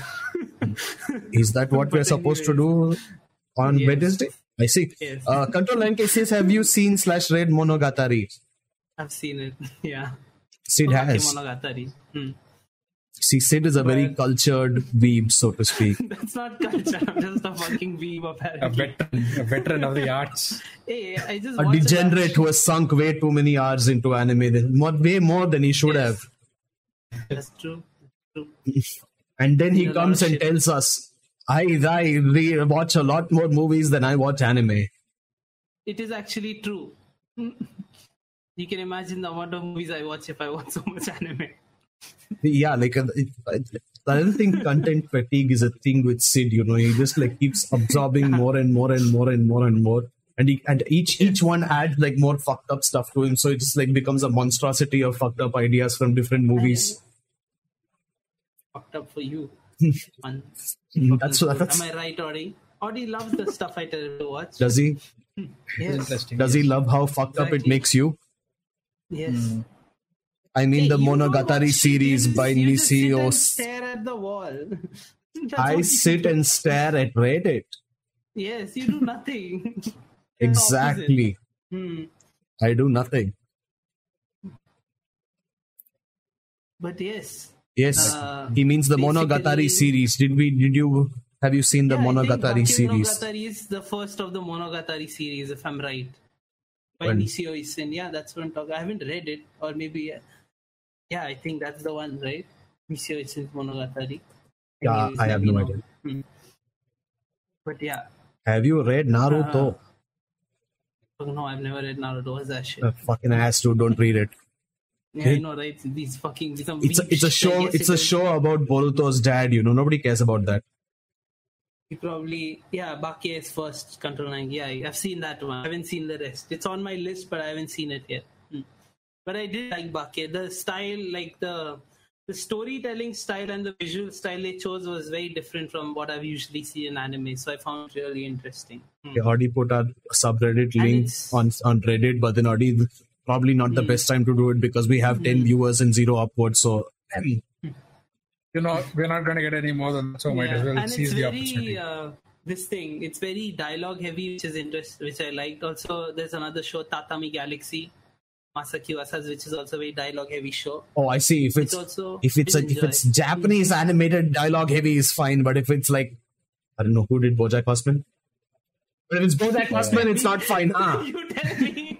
S1: Is that what we're
S2: But
S1: supposed to do on
S2: Yes.
S1: Wednesday? I see.
S2: Yes.
S1: Uh, Control Line says, "Have you seen slash read Monogatari?"
S2: I've seen it. Yeah.
S1: Sid has.
S2: Monogatari. Hmm.
S1: See, Sid is a very
S2: Well-
S1: cultured weeb, so to speak.
S2: That's not culture. I'm just a fucking weeb
S3: A
S2: apparently.
S3: veteran, a veteran of the arts.
S2: Hey, I just
S1: A
S2: watched it
S1: degenerate
S2: last-
S1: who has sunk way too many hours into anime, than- more, way more than he should
S2: Yes.
S1: have.
S2: That's true. True.
S1: And then he
S2: Seen a lot
S1: comes
S2: of
S1: and
S2: shit.
S1: tells us, "I I re- watch a lot more movies than I watch anime."
S2: It is actually true. you can imagine the amount of movies I watch if I watch so much anime.
S1: Yeah, like uh, it- I don't think content fatigue is a thing with Sid. You know, he just like keeps absorbing more and more and more and more and more, and he, and each each one adds like more fucked up stuff to him. So it just like becomes a monstrosity of fucked up ideas from different movies.
S2: Fucked up for you. Man.
S1: Mm, That's that's
S2: Am I right, Ori? Ori loves the stuff I tell him to watch.
S1: does he
S2: yes.
S3: Interesting.
S1: does he love how fucked up it
S2: Exactly.
S1: makes you?
S2: Yes.
S1: I mean,
S2: Hey,
S1: Mm. the
S2: you don't
S1: Monogatari
S2: watch shit,
S1: series
S2: you just-
S1: by
S2: you just sit
S1: Nisio.
S2: and
S1: S-
S2: Stare at the wall. That's
S1: I
S2: all you
S1: sit
S2: do.
S1: and stare at Reddit.
S2: Yes, you do nothing.
S1: Exactly.
S2: Hmm.
S1: I do nothing.
S2: But yes,
S1: Yes,
S2: Uh,
S1: he means the
S2: basically-
S1: Monogatari series. Did we? Did you? Have you seen the
S2: Yeah, I think
S1: Monogatari
S2: Bakemonogatari
S1: series?
S2: is the first of the Monogatari series, if I'm right. By
S1: Well-
S2: Nisio Isen. Yeah, that's what I'm talking. I haven't read it, or maybe yeah, yeah I think that's the one, right? Nisio Isen's Monogatari.
S1: Yeah,
S2: Anyways,
S1: I
S2: let
S1: have
S2: me
S1: no
S2: know.
S1: idea.
S2: Hmm. But yeah,
S1: Have you read Naruto?
S2: Uh, no, I've never read Naruto. What's that shit?
S1: Uh, fucking ass, dude! Don't read it.
S2: yeah, I
S1: it-
S2: know, right? These fucking these are
S1: It's a,
S2: weak
S1: it's a
S2: shit, I
S1: show.
S2: guess
S1: It's
S2: it
S1: a
S2: is.
S1: show about Boruto's dad. You know, nobody cares about that.
S2: You probably yeah, Bakia is first control line. Yeah, I've seen that one. I haven't seen the rest. It's on my list, but I haven't seen it yet. Hmm. But I did like Bakia. The style, like the the storytelling style and the visual style they chose was very different from what I've usually seen in anime. So I found it really interesting. Hmm.
S1: I already put our subreddit
S2: And
S1: link
S2: it's- Hmm.
S1: on on Reddit, but then already probably not the best time to do it because we have ten viewers and zero upwards. So
S3: You know, we're not going to get any more than that, so might
S2: Yeah,
S3: as well
S2: and
S3: seize
S2: it's
S3: the
S2: very
S3: opportunity.
S2: uh, this thing. It's very dialogue heavy, which is interest, which I liked. Also, there's another show, Tatami Galaxy, Masaki Wasa's, which is also a very dialogue heavy show.
S1: oh, I see. If it's,
S2: also-
S1: if it's a,
S2: it's
S1: if it's
S2: enjoy.
S1: Japanese animated dialogue heavy is fine, but if it's like I don't know who did BoJack Horseman. But if it's BoJack Horseman, it's not fine. Ah,
S2: you tell me.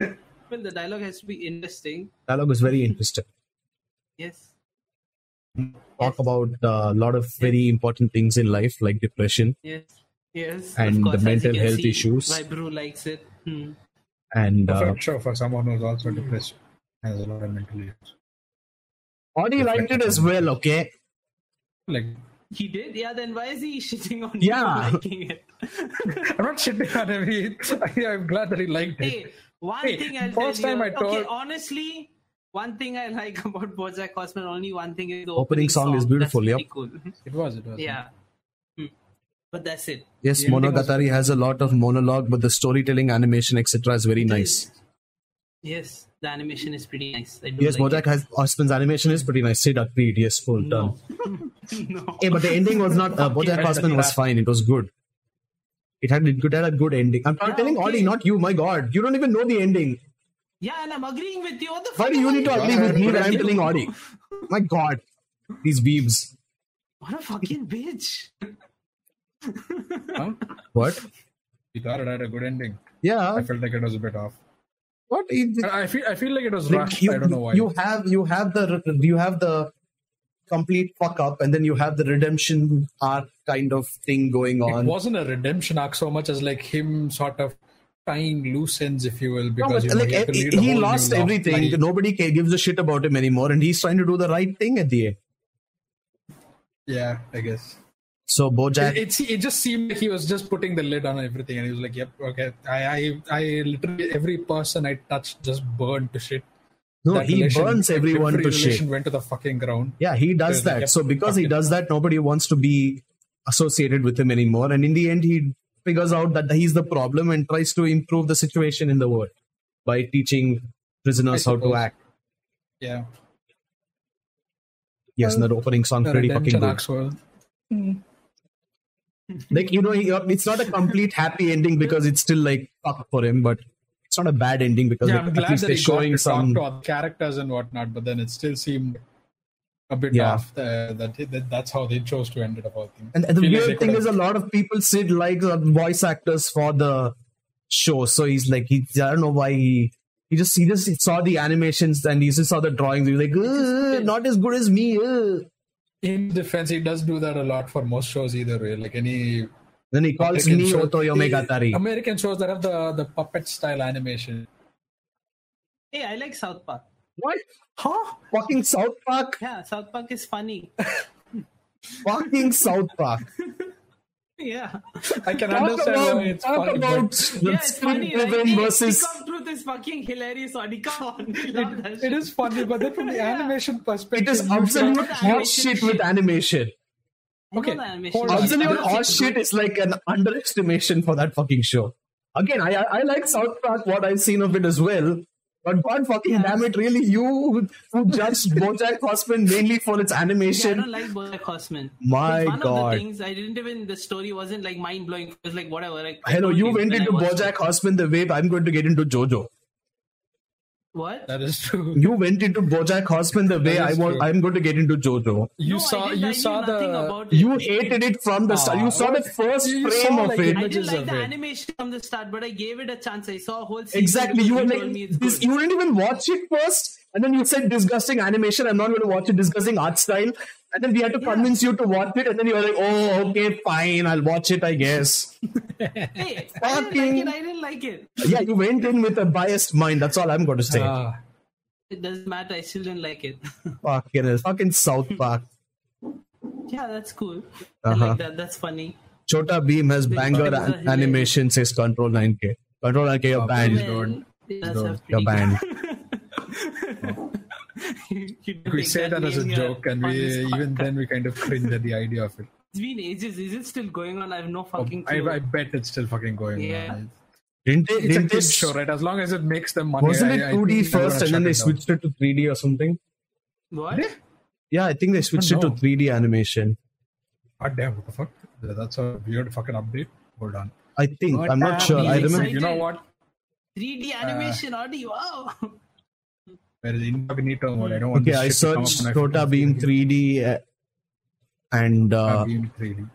S2: well, the dialogue has to be interesting.
S1: dialogue is very interesting.
S2: Yes.
S1: Talk about a lot of very important things in life, like depression
S2: Yes. Yes.
S1: And the
S2: of course, as you
S1: mental
S2: can
S1: health
S2: see,
S1: issues.
S2: Why Brew likes it. Hmm.
S1: and uh,
S3: Perfect show for someone who's also depressed has a lot of mental issues.
S1: Audi liked it as well. Okay,
S3: Like,
S2: He did? Yeah, then why is he shitting on
S1: Yeah.
S2: you for liking it?
S3: I'm not shitting on him. He- I'm glad that he liked it.
S2: hey, one
S3: Hey,
S2: thing I'll
S3: first
S2: tell
S3: time
S2: you.
S3: I told-
S2: Okay, honestly, one thing I like about Bojack Horseman, only one thing is the
S1: Opening
S2: opening,
S1: song is beautiful,
S2: That's
S1: yep.
S2: pretty cool. Mm-hmm.
S3: It was, it was.
S2: Yeah. Hmm. But that's it.
S1: yes,
S3: Yeah.
S1: Monogatari has a lot of monologue, but the storytelling, animation, etc., is very nice.
S2: Yes, the animation is pretty nice. I do
S1: Yes,
S2: like
S1: Bojack has Osman's animation is pretty nice. Sid agreed. Yes, full done.
S2: it. No.
S1: Hey, but the ending was not. Uh, Bojack Horseman was fine. It was good. It had it could had a good ending. I'm, I'm
S2: Yeah,
S1: telling
S2: okay.
S1: Ollie, not you. My God, you don't even know the ending.
S2: Yeah, and I'm agreeing with you. What the
S1: Why
S2: fuck
S1: do
S2: am
S1: you
S2: I
S1: need to
S2: doing?
S1: agree with me when I'm telling Ollie? My God, these beebs.
S2: What a fucking bitch.
S3: Huh?
S1: What?
S3: You thought it had a good ending. I
S1: Yeah.
S3: felt like it was a bit off.
S1: What? It-
S3: I I feel I feel like it was
S1: Like,
S3: rushed.
S1: you,
S3: I don't know why.
S1: you have you have the you have the complete fuck up, and then you have the redemption arc kind of thing going
S3: it
S1: on.
S3: wasn't a redemption arc so much as like him sort of tying loose ends, if you will,
S1: No, but
S3: because you know,
S1: like eh,
S3: you have to
S1: he,
S3: lead a whole new
S1: lost
S3: life.
S1: everything.
S3: Like,
S1: Nobody ca- gives a shit about him anymore, and he's trying to do the right thing at the end.
S3: yeah, I guess.
S1: So Bojack,
S3: It, it se- it just seemed like he was just putting the lid on everything, and he was like, "Yep, okay." I I, I literally every person I touched just burned to shit.
S1: no,
S3: That
S1: he
S3: relation-
S1: burns everyone
S3: every
S1: to
S3: relation
S1: shit.
S3: Went to the fucking ground.
S1: Yeah, he does
S3: Because he
S1: that.
S3: kept
S1: So because he
S3: fucking-
S1: does that, nobody wants to be associated with him anymore. And in the end, he figures out that he's the problem and tries to improve the situation in the world by teaching prisoners
S3: I
S1: how to
S3: suppose.
S1: act.
S3: Yeah,
S1: Yes, and that opening song
S3: the
S1: pretty fucking
S3: redemption
S1: good.
S3: arcs were
S1: Like you know, he, uh, it's not a complete happy ending because it's still like fuck for him, but it's not a bad ending because
S3: yeah,
S1: like,
S3: I'm
S1: at
S3: glad
S1: least
S3: that
S1: they're
S3: they
S1: showing
S3: got to
S1: some.
S3: talk to other characters and whatnot, but then it still seemed a bit
S1: Yeah.
S3: off uh, that, that that's how they chose to end it. About thing.
S1: And the
S3: Feel like
S1: weird
S3: they
S1: thing
S3: could've-
S1: is, a lot of people said like uh, voice actors for the show. So he's like, he, I don't know why he he just he just saw the animations and he just saw the drawings. He was like, "Uh, not as good as me. uh."
S3: in defense, he does do that a lot for most shows either way. Like any
S1: Then he calls
S3: American
S1: me
S3: show-
S1: Otoyome
S3: the
S1: Gatari.
S3: American shows that have the the puppet style animation.
S2: Hey, I like South Park.
S1: What?
S3: Huh?
S1: Fucking South Park.
S2: Yeah, South Park is funny.
S1: Fucking South Park.
S2: yeah.
S3: I can
S1: Talk
S3: understand why
S1: about
S3: it's
S1: talk
S3: funny,
S1: about
S3: but
S2: Yeah, it's funny. Right?
S1: Eleven
S2: Hey,
S1: versus.
S2: Stick of Truth is fucking hilarious, Audi. Come on. We love that
S3: it
S2: shit.
S3: is funny. But then from the
S2: Yeah.
S3: animation
S1: It
S3: perspective,
S1: is
S3: you
S1: absolute
S3: can't-
S1: hot shit with animation.
S2: I know
S3: okay,
S2: the animation.
S3: hold on.
S1: Absolute
S3: Absolute
S1: hot shit is like an underestimation for that fucking show. Again, I I I like South Park, what I've seen of it as well. But God fucking damn it, really, you who- who judged BoJack Horseman mainly for its
S2: Yeah, I don't
S1: animation?
S2: like Bojack Horseman.
S1: My
S2: It's one of
S1: God.
S2: the things I didn't even the story wasn't like mind blowing. It was like whatever. Like, I
S1: Hello,
S2: told
S1: you
S2: when
S1: went
S2: I
S1: into
S2: watched
S1: BoJack
S2: it.
S1: Horseman the way I'm going to get into JoJo.
S2: What?
S3: That is true.
S1: You went into BoJack Horseman the way
S3: That
S1: I
S3: is
S1: want.
S3: true.
S1: I'm going to get into JoJo.
S2: No,
S3: You
S2: I
S3: saw
S2: didn't. I
S3: you
S2: knew
S3: saw the
S2: nothing about it.
S1: You hated it from the start. You saw the first
S3: You
S1: frame
S3: saw,
S1: of
S3: like,
S1: it.
S2: I didn't
S3: images
S2: like
S3: of
S2: the
S3: it.
S2: animation from the start, but I gave it a chance. I saw a whole season
S1: Exactly. You were
S2: because told me it's
S1: like, this,
S2: good.
S1: you didn't even watch it first, and then you said disgusting animation. I'm not going to watch it. Disgusting art style, and then we had to convince you to watch it, and then you were like, oh, okay, fine, I'll watch it, I guess.
S2: Hey, I didn't like it. I didn't like it.
S1: yeah, you went in with a biased mind. That's all I'm going to say.
S3: Ah,
S2: It doesn't matter. I still didn't like it.
S1: fucking hell. fucking South Park.
S2: yeah, that's cool. I
S1: Uh-huh.
S2: like that. That's funny.
S1: Chota Beam has banger
S2: Those are
S1: an-
S2: hilarious.
S1: animation. Says Control 9K. Control 9K, you're banned.
S2: Well,
S3: don't-
S2: it does
S3: don't.
S2: have
S1: You're
S2: pretty-
S1: banned.
S2: You- you don't
S3: we
S2: take
S3: say that as a
S2: name, uh,
S3: joke, and
S2: on
S3: we
S2: this
S3: even
S2: podcast.
S3: then we kind of cringe at the idea of it.
S2: It's been ages. Is it still going on? I have no fucking
S3: Oh, I,
S2: clue.
S3: I bet it's still fucking going
S2: Yeah.
S3: on.
S1: Didn't they?
S3: It's a
S1: Didn't they
S3: kid's show, right? As long as it makes them money.
S1: Wasn't
S3: I-
S1: it
S3: I
S1: 2D
S3: think they're
S1: first,
S3: gonna
S1: and then
S3: shut
S1: they
S3: it down.
S1: switched it to 3D or something?
S2: what?
S1: Yeah, I think they switched it to
S3: know.
S1: 3D animation.
S3: God damn, what the fuck? That's a weird fucking update. Hold on.
S1: I think.
S3: What
S1: I'm not
S3: happened?
S1: sure. I
S2: It's
S1: remember.
S2: like-
S3: You know what? Uh,
S2: 3D animation audio. Wow.
S3: There is incognito mode. I don't want
S1: Okay,
S3: this
S1: I
S3: shit to come
S1: searched
S3: up on my
S1: Tota Beam 3D uh, and
S3: Tota
S1: uh,
S3: Beam 3D.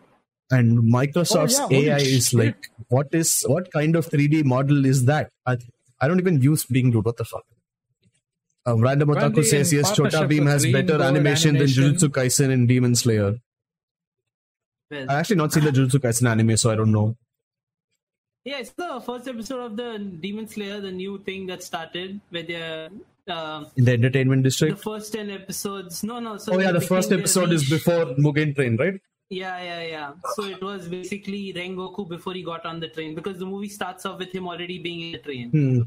S1: and Microsoft's
S3: Oh, yeah, holy
S1: AI is
S3: shit.
S1: like, what is what kind of 3D model is that? I, I don't even use Bing Dude. What the fuck? Uh, Random
S3: Well,
S1: Otaku
S3: they-
S1: says
S3: in
S1: yes. Chota
S3: partnership
S1: Beam
S3: with
S1: has
S3: Green
S1: better
S3: Bird
S1: animation than
S3: Animation.
S1: Jujutsu Kaisen and Demon Slayer.
S2: Well,
S1: I've actually not seen the Jujutsu Kaisen anime, so I don't know.
S2: yeah, it's the first episode of the Demon Slayer, the new thing that started where they're. Uh,
S1: In the entertainment
S2: the
S1: district.
S2: first 10 episodes. No, no. So
S1: Oh yeah,
S2: they
S1: the first
S2: became
S1: episode
S2: their
S1: is
S2: niche.
S1: before Mugen Train, right?
S2: Yeah, yeah, yeah. So it was basically Rengoku before he got on the train because the movie starts off with him already being in the train.
S1: Hmm.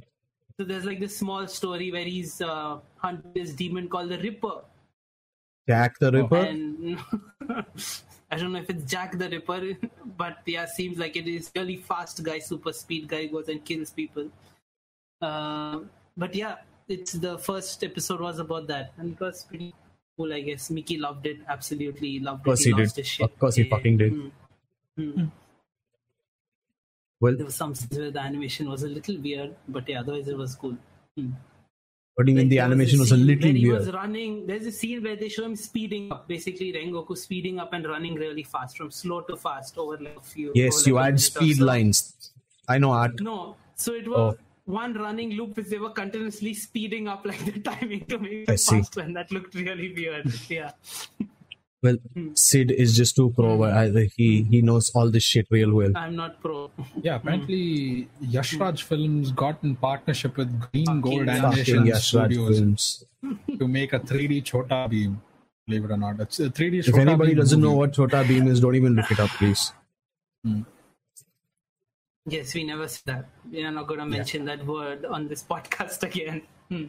S2: So there's like this small story where he's uh, hunting this demon called the Ripper.
S1: Jack the
S3: Oh,
S1: Ripper.
S2: And I don't know if it's Jack the Ripper, but yeah, seems like it is really fast guy, super speed guy goes and kills people. Uh, but yeah, it's the first episode was about that, and it was pretty cool, I guess. Mickey loved it, absolutely loved
S1: Of course
S2: it.
S1: he did.
S2: lost his shit. Hmm.
S1: Of course he
S2: Yeah.
S1: fucking did.
S2: Mm. Mm.
S1: Well,
S2: There was some scenes where the animation was a little weird, but yeah, otherwise it was cool. Hmm.
S1: what do you mean the
S2: Like, there
S1: animation was a
S2: scene
S1: little
S2: where he
S1: weird?
S2: was running. There's a scene where they show him speeding up, basically Rengoku speeding up and running really fast, from slow to fast over like a few.
S1: Yes,
S2: over
S1: you
S2: like a
S1: add
S2: minute or
S1: speed
S2: so.
S1: lines. I know art.
S2: No, so it was
S1: Oh.
S2: one running loop which they were continuously speeding up like the timing to make
S1: I
S2: it
S1: see.
S2: faster, and that looked really weird. Yeah, Hmm.
S1: Well, Sid is just too pro. I- He he knows all this shit real well.
S2: I'm not pro.
S3: Yeah, apparently Yashraj Films got in partnership with Green Gold
S2: Yashraj
S3: Animation
S1: Fucking Yash Raj
S3: Studios
S1: films.
S3: to make a 3D Chota Beam. Believe it or not, it's a 3D.
S1: If
S3: Chota
S1: anybody
S3: Bheem
S1: doesn't know
S3: movie.
S1: what Chota Beam is, don't even look it up, please.
S2: Yes, we never said that. We are not going to mention that word on this podcast again. Hmm.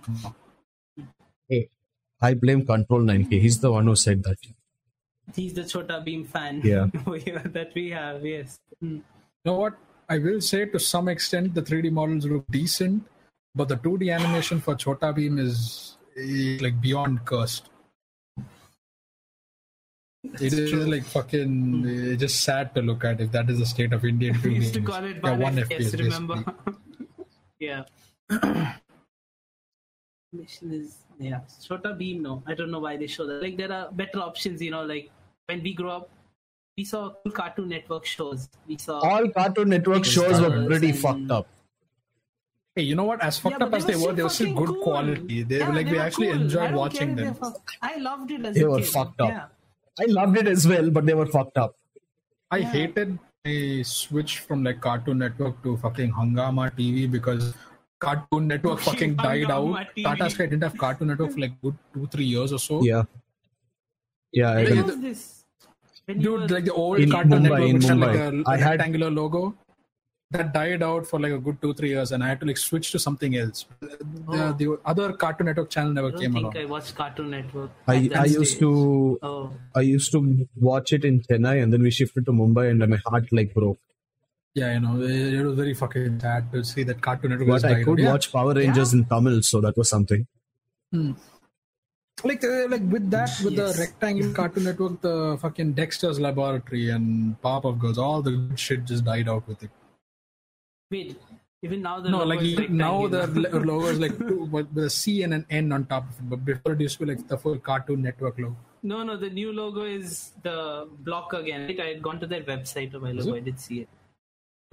S1: Hey, I blame Control 9K. He's the one who said that.
S2: He's the Chota Beam fan
S1: Yeah.
S2: over here that we have. Yes. Hmm.
S3: you know what i will say to some extent the 3d models look decent but the 2d animation for chota beam is eh, like beyond cursed it is like fucking eh, just sad to look at if that is the state of indian 2d
S2: We Hmm. used to
S3: animation.
S2: call it
S3: yeah,
S2: one,
S3: one
S2: FPS,
S3: FPS,
S2: remember?
S3: basically.
S2: yeah. Mission is yeah. Shota beam, no. I don't know why they show that. Like there are better options, you know, like when we grew up we saw cool Cartoon Network shows. We saw
S1: All Cartoon Network shows were pretty fucked up.
S3: hey you know what as fucked
S2: Yeah,
S3: up
S2: but
S3: as they were they were
S2: still
S3: still
S2: fucking
S3: good
S2: cool.
S3: quality they
S2: Yeah,
S3: like we
S2: were
S3: actually
S2: cool. I
S3: enjoyed
S2: don't
S3: watching
S2: care if
S3: them
S2: they're fuck- I loved it as
S1: They
S2: a
S1: were
S2: kid.
S1: fucked up.
S2: Yeah.
S1: I loved it as well, but they were fucked up.
S3: I hated the switch from like Cartoon Network to fucking Hangama TV because Cartoon Network fucking died
S2: Hangama
S3: out.
S2: TV.
S3: Tata Sky didn't have Cartoon Network for like good two, three years or so.
S1: Yeah. Yeah, I
S2: When
S1: agree.
S2: was this? When you
S3: Dude,
S2: were-
S3: like the old
S1: In
S3: Cartoon
S1: Mumbai,
S3: Network
S1: in
S3: which had like
S1: Mumbai.
S3: a
S1: I had-
S3: rectangular logo. That died out for like a good two, three years, and I had to like switch to something else. The, the other Cartoon Network channel never
S2: Oh. I
S3: came
S2: don't think
S3: along.
S2: I watched Cartoon Network.
S1: I,
S2: at that
S1: I used
S2: stage.
S1: to
S2: Oh,
S1: I used to watch it in Chennai and then we shifted to Mumbai and my heart like broke.
S3: Yeah, you know, it, it was very fucking sad to see that Cartoon Network was
S1: But I
S3: died
S1: could
S3: out. Yeah.
S1: watch Power Rangers in Tamil, so that was something.
S3: like uh, like with that with
S2: Hmm. Yes.
S3: the rectangle cartoon network the fucking dexter's laboratory and pop of girls all the good shit just died out with it
S2: wait. Even now the
S3: no
S2: logo
S3: like
S2: is
S3: now the
S2: rectangular.
S3: l- logo is like two, with the c and an n on top of it but before it used to be like the full cartoon network logo
S2: No, no, the new logo is the block again. right? I had gone to their website a while ago. I did see it.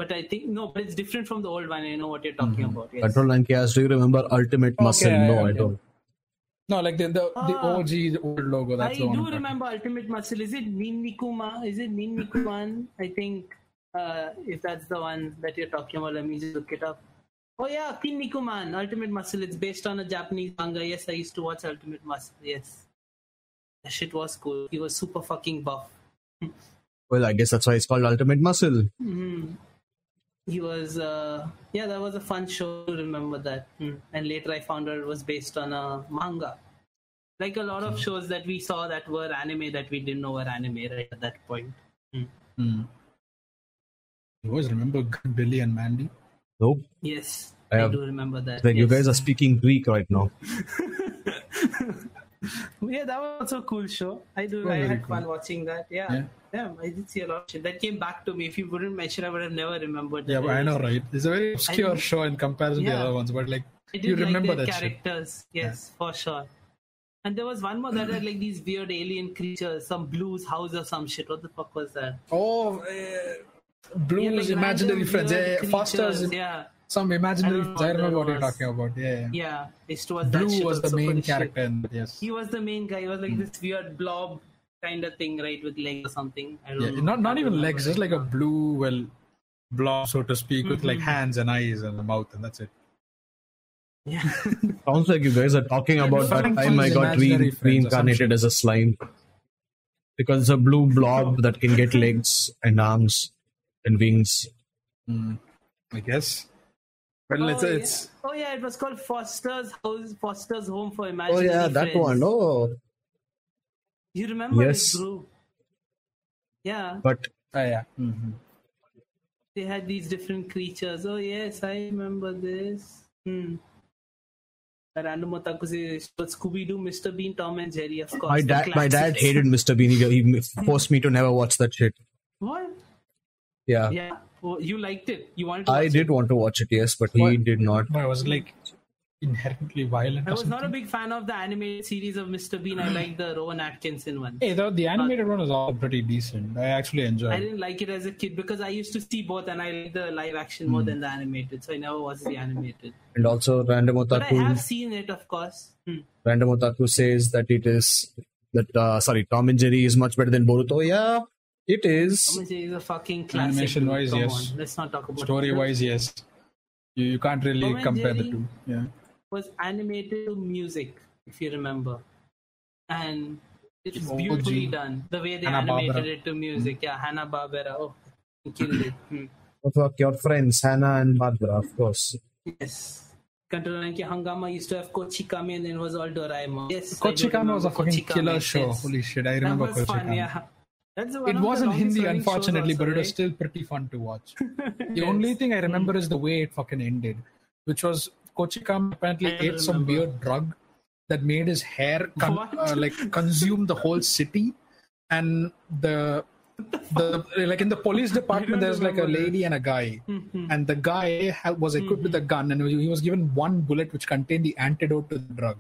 S2: But I think, no, but it's different from the old one. I know what you're
S1: Mm-hmm.
S2: talking about. Yes.
S1: Control 9K asked, do you remember Ultimate Muscle?
S3: yeah,
S1: no,
S3: yeah,
S1: I
S3: yeah.
S1: don't.
S3: no like the the, the
S2: Ah.
S3: og the old logo
S2: I
S3: that's the one I'm
S2: do
S3: talking-
S2: remember Ultimate Muscle. Is it Ninnikuma? Is it Ninnikuman? I think uh, if that's the one that you're talking about, let me just look it up. Oh, yeah, Kinnikuman, Ultimate Muscle. It's based on a Japanese manga. Yes, I used to watch Ultimate Muscle. Yes. That shit was cool. He was super fucking buff.
S1: Well, I guess that's why it's called Ultimate Muscle.
S2: Mm-hmm. he was uh, yeah that was a fun show to remember that Hmm. and later i found out it was based on a manga like a lot of shows that we saw that were anime that we didn't know were anime right at that point
S3: Hmm. you always remember billy and mandy
S1: Nope.
S2: yes
S1: I
S2: i,
S1: have-
S2: do remember that
S1: Like, you
S2: yes.
S1: guys are speaking Greek right now.
S2: yeah that was also a cool show i do i
S3: very
S2: had
S3: cool.
S2: fun watching that yeah. yeah
S3: Yeah.
S2: i did see a lot of shit that came back to me if you wouldn't mention i would have never remembered
S3: yeah
S2: that.
S3: but i know right it's a very obscure
S2: didn't-
S3: show in comparison to
S2: Yeah.
S3: the other ones but like
S2: I
S3: you
S2: did
S3: remember
S2: like their
S3: that shit
S2: characters, yes, for sure. And there was one more that had like these weird alien creatures, some blues house or some shit. What the fuck was that?
S3: Oh, uh, Blue's
S2: Yeah, like
S3: imaginary
S2: random
S3: friends.
S2: weird
S3: Yeah, yeah, Foster's
S2: creatures, Yeah,
S3: some imaginary
S2: I don't know
S3: friends. I remember
S2: what
S3: what you're
S2: that was.
S3: talking about. Yeah, yeah.
S2: yeah. It was that
S3: Blue
S2: shit
S3: was the
S2: also
S3: main
S2: funny shit.
S3: character. In, that, yes.
S2: He was the main guy. He was like this weird blob kind of thing, right, with legs or something. I don't
S3: Yeah,
S2: know.
S3: not not
S2: I
S3: even
S2: don't
S3: legs, just like a blue, well, blob, so to speak, with
S2: Mm-hmm.
S3: like hands and eyes and a mouth, and that's it.
S2: remember. Yeah.
S1: Sounds like you guys are talking about that
S3: Friends,
S1: time I got re-
S3: imaginary friends or
S1: reincarnated as a slime. Because it's a blue blob that can get legs and arms and wings.
S3: I guess. Well, it's,
S2: oh, yeah.
S3: it's
S2: oh yeah, it was called Foster's House, Foster's Home for
S1: Oh,
S2: Imaginary
S1: yeah, that
S2: Friends.
S1: one. Oh.
S2: You remember
S1: Yes.
S2: this group? Yeah.
S1: But
S3: oh, yeah. Mhm.
S2: they had these different creatures. Oh yes, I remember this. Hmm. A Random otaku says, but Scooby Doo, Mr. Bean, Tom and Jerry, of course.
S1: my
S2: the
S1: dad, my dad
S2: classics.
S1: hated Mr. Bean. He he forced me to never watch that shit.
S2: What?
S1: Yeah.
S2: Yeah, Oh, you liked it. You wanted to
S1: I
S2: watch
S1: did want to watch it, yes, but he
S3: What?
S1: did not.
S3: But I was like inherently violent.
S2: I
S3: or
S2: was not a
S3: something.
S2: big fan of the animated series of Mr. Bean. I liked the Rowan Atkinson one.
S3: Hey, though the animated one was all pretty decent. I actually enjoyed.
S2: I
S3: it.
S2: didn't like it as a kid because I used to see both and I liked the live action
S1: Hmm.
S2: more than the animated, so I never watched the animated.
S1: And also, Random
S2: But I have
S1: Otaku,
S2: seen it, of course. Hmm.
S1: Random Otaku says that it is that uh, sorry, Tom and Jerry is much better than Boruto. Yeah, it is.
S2: Amazon is a fucking classic.
S3: Animation
S2: dude.
S3: wise,
S2: Come
S3: yes.
S2: on, let's not talk about
S3: Story wise, yes. You, you can't really
S2: Tom and
S3: compare the
S2: Jerry.
S3: two. Yeah.
S2: It was animated to music, if you remember, and it's
S3: OG.
S2: beautifully done. The way they
S3: Hanna-Barbera.
S2: animated it to music, yeah, Hanna Barbera. Oh, you killed it. Hmm.
S1: Oh, fuck your friends, Hannah and Barbara, of course.
S3: Hmm.
S2: Yes. Controlling ki Hangama used to have Kochikame and then it was all Doraemon. Yes. I do
S3: Kochikama was
S2: remember
S3: a fucking
S2: Kochikame,
S3: killer
S2: yes.
S3: show. Holy shit, I
S2: that
S3: remember
S2: was fun,
S3: Kochikama.
S2: yeah. That's one
S3: It
S2: of the
S3: wasn't
S2: longest
S3: Hindi,
S2: running shows
S3: unfortunately,
S2: also,
S3: but it was
S2: right? Mm-hmm.
S3: still pretty fun to watch. The only thing I remember is the way it fucking ended, which was Kochikam apparently
S2: I
S3: ate some
S2: remember.
S3: weird drug that made his hair con-
S2: What?
S3: uh, like consume the whole city, and the the like in the police department there's like a
S2: remember Mm-hmm. that.
S3: lady and a guy, and the guy ha- was equipped
S2: Mm-hmm.
S3: with a gun and he was given one bullet which contained the antidote to the drug,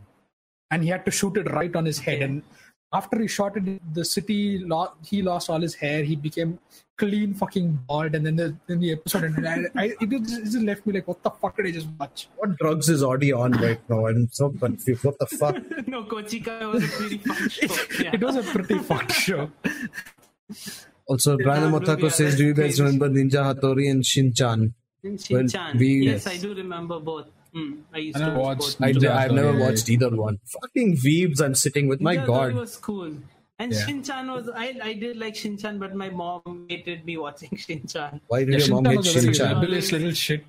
S3: and he had to shoot it right on his head
S2: Okay.
S3: and. After he shot it, the city lo- he lost all his hair. He became clean fucking bald, and then the then the episode ended. I, I, it, just, it just left me like, what the fuck did I just watch?
S1: What drugs is Audi on right now? I'm so confused. What the fuck?
S2: no, Kochikame was a pretty fun show. Yeah.
S3: It was a pretty fucked show.
S1: Also, Random
S2: Random
S1: Otaku
S2: Otaku,
S1: says,
S2: yeah,
S1: "Do you
S2: that's
S1: guys
S2: crazy.
S1: remember Ninja Hattori and Shin-chan?"
S2: In
S1: Well,
S2: Shin-chan.
S1: we-
S2: yes,
S1: yes.
S2: I do remember both. Mm, I used
S3: I
S2: to
S3: never
S2: watch
S3: watched
S2: both.
S1: I,
S3: Ninja
S1: have never
S3: Hattori.
S1: watched either one. Fucking weebs! I'm sitting with. My
S2: Ninja
S1: God,
S2: Theory was cool. And
S3: Yeah.
S2: Shin-chan was I, I did like Shin-chan, but my mom hated me watching Shin-chan.
S1: why did your mom
S3: Shintan
S1: hate
S3: was a very
S1: Shin-chan?
S3: rebellious little shit,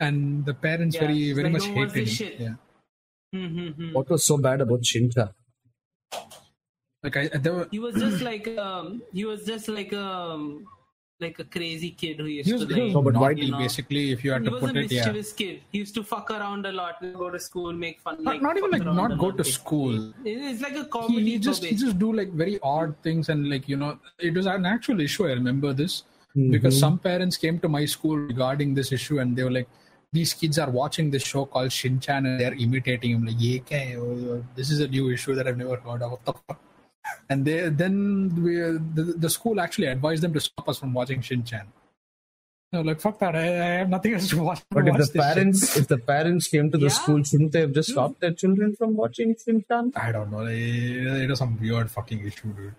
S3: and the parents
S2: Yeah,
S3: very very
S2: like,
S3: much
S2: don't watch
S3: hated him.
S2: this shit.
S3: Yeah,
S2: Mm-hmm.
S1: What was so bad about Shinta?
S3: like I, there were,
S2: he was just like um he was just like um like a crazy kid who used
S3: he was,
S2: to
S3: he was
S2: like
S1: No, but why-
S3: naughty,
S2: you know.
S3: basically. If you had
S2: he
S3: to
S2: was a
S3: put it, yeah,
S2: mischievous kid he used to fuck around a lot go to school make fun
S3: not,
S2: like
S3: not even
S2: fuck
S3: like
S2: around a
S3: not go
S2: lot,
S3: to
S2: basically.
S3: school.
S2: It- it's like a
S3: He,
S2: comedy
S3: he just he
S2: probation.
S3: just do like very odd things and like you know it was an actual issue. I remember this because some parents came to my school regarding this issue and they were like. These kids are watching this show called Shinchan and they're imitating him. Like, "Ye kya hai? Oh, this is a new issue that I've never heard of. What the fuck? and they then we, the, the school actually advised them to stop us from watching Shinchan. No, like fuck that! I, I have nothing else to watch.
S1: But if
S3: watch
S1: the
S3: this
S1: parents, if the parents came to the
S2: Yeah.
S1: school, shouldn't they have just stopped their children from watching Shintan?
S3: shit. I don't know. It, it was some weird fucking issue, dude.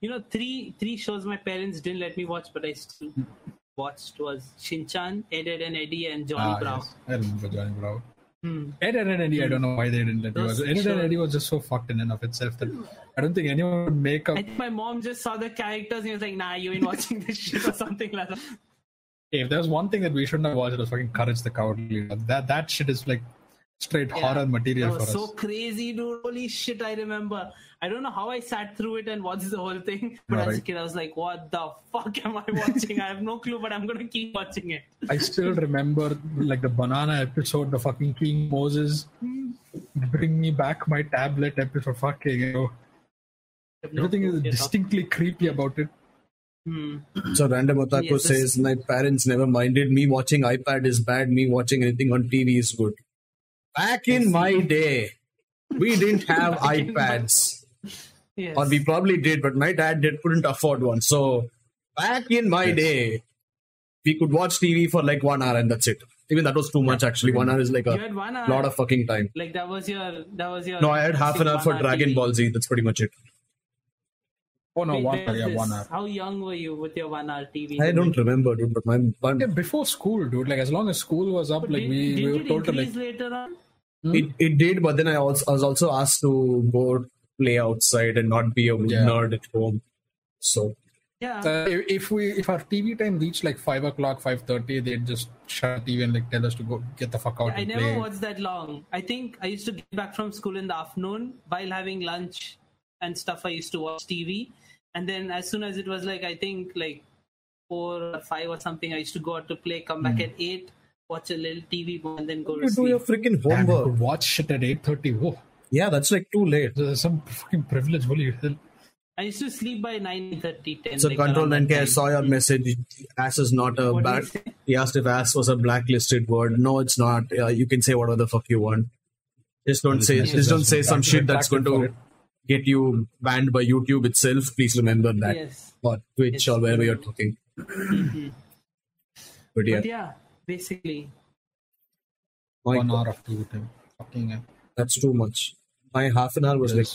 S2: you know three three shows my parents didn't let me watch but i still watched was shinchan ed Ed and eddie and johnny
S3: Ah,
S2: brown
S3: yes. I remember Johnny Bravo.
S2: Hmm.
S3: Ed, Ed and Eddie, I don't know why they didn't let me watch.
S2: Those-
S3: it. Ed, Ed and
S2: sure.
S3: Eddie was just so fucked in and of itself that I don't think anyone would make up.
S2: I think my mom just saw the characters and was like, nah, you ain't watching this shit or something like that.
S3: Hey, if there was one thing that we shouldn't have watched, it was fucking Courage the Cowardly. Dog. That that shit is like straight
S2: Yeah.
S3: horror material
S2: That
S3: for
S2: was
S3: us.
S2: so crazy, dude. Holy shit, I remember. I don't know how I sat through it and watched the whole thing. But as a
S3: Alright.
S2: kid, I was like, what the fuck am I watching? I have no clue, but I'm going to keep watching it.
S3: I still remember like the banana episode, the fucking King Moses. Bring me back my tablet episode. Fucking you know.
S2: I have no
S3: Everything
S2: clue,
S3: is
S2: you know.
S3: distinctly creepy about it.
S2: Hmm.
S1: So Random Otaku
S2: Yes, this-
S1: says, my parents never minded me watching iPad is bad. Me watching anything on TV is good. Back in my day, we didn't have iPads,
S2: Yes.
S1: or we probably did, but my dad did couldn't afford one. So back in my day, we could watch TV for like one hour and that's it. Even that was too much actually. One hour is like
S2: you
S1: a
S2: had one hour.
S1: lot of fucking time.
S2: Like, that was your. That was your
S1: No, I had half an hour for
S2: one
S1: Dragon
S2: TV.
S1: Ball Z. That's pretty much it.
S3: Oh no,
S2: Wait,
S3: one hour,
S2: there's
S3: yeah,
S2: this.
S3: one hour.
S2: How young were you with your one hour TV?
S1: I don't remember, dude. But my but
S3: Yeah, before school, dude. Like as long as school was up, like
S2: Did,
S3: we,
S2: did
S3: we were
S2: it
S3: told to like
S2: increase later on?
S1: it, it did. But then I also I was also asked to go play outside and not be a
S3: Yeah.
S1: nerd at home. So
S2: Yeah.
S3: uh, if if we if our TV time reached like five o'clock, five thirty, they'd just shut the TV and like tell us to go get the fuck out
S2: I
S3: and
S2: never
S3: play.
S2: watched that long. I think I used to get back from school in the afternoon while having lunch and stuff. I used to watch TV, and then as soon as it was like I think like four or five or something, I used to go out to play, come back
S3: Hmm.
S2: at eight, watch a little TV, and then go
S1: you
S2: to
S1: do your
S2: sleep.
S1: freaking
S3: Damn, you
S1: homework.
S3: could watch shit at eight thirty. Whoa,
S1: Yeah, that's like too late.
S3: there's some fucking privilege. Holy hell!
S2: I used to sleep by 9 10.
S1: So
S2: like
S1: control
S2: around that
S1: NK, I
S2: time.
S1: saw your message. Ass is not a
S2: What did
S1: black.
S2: you say?
S1: He asked if ass was a blacklisted word. No, it's not. Uh, you can say whatever the fuck you want. Just don't say.
S3: message
S1: Just don't
S3: us
S1: say some
S3: back-
S1: shit that's going
S3: back for
S1: to
S3: it.
S1: get you banned by YouTube itself. Please remember that.
S2: Yes.
S1: Or Twitch
S2: Yes. Mm-hmm.
S1: or wherever you're talking. But yeah,
S2: But yeah, basically.
S1: my
S3: one
S1: God,
S3: hour of TV time. Fucking hell.
S1: that's too much. My half an hour was like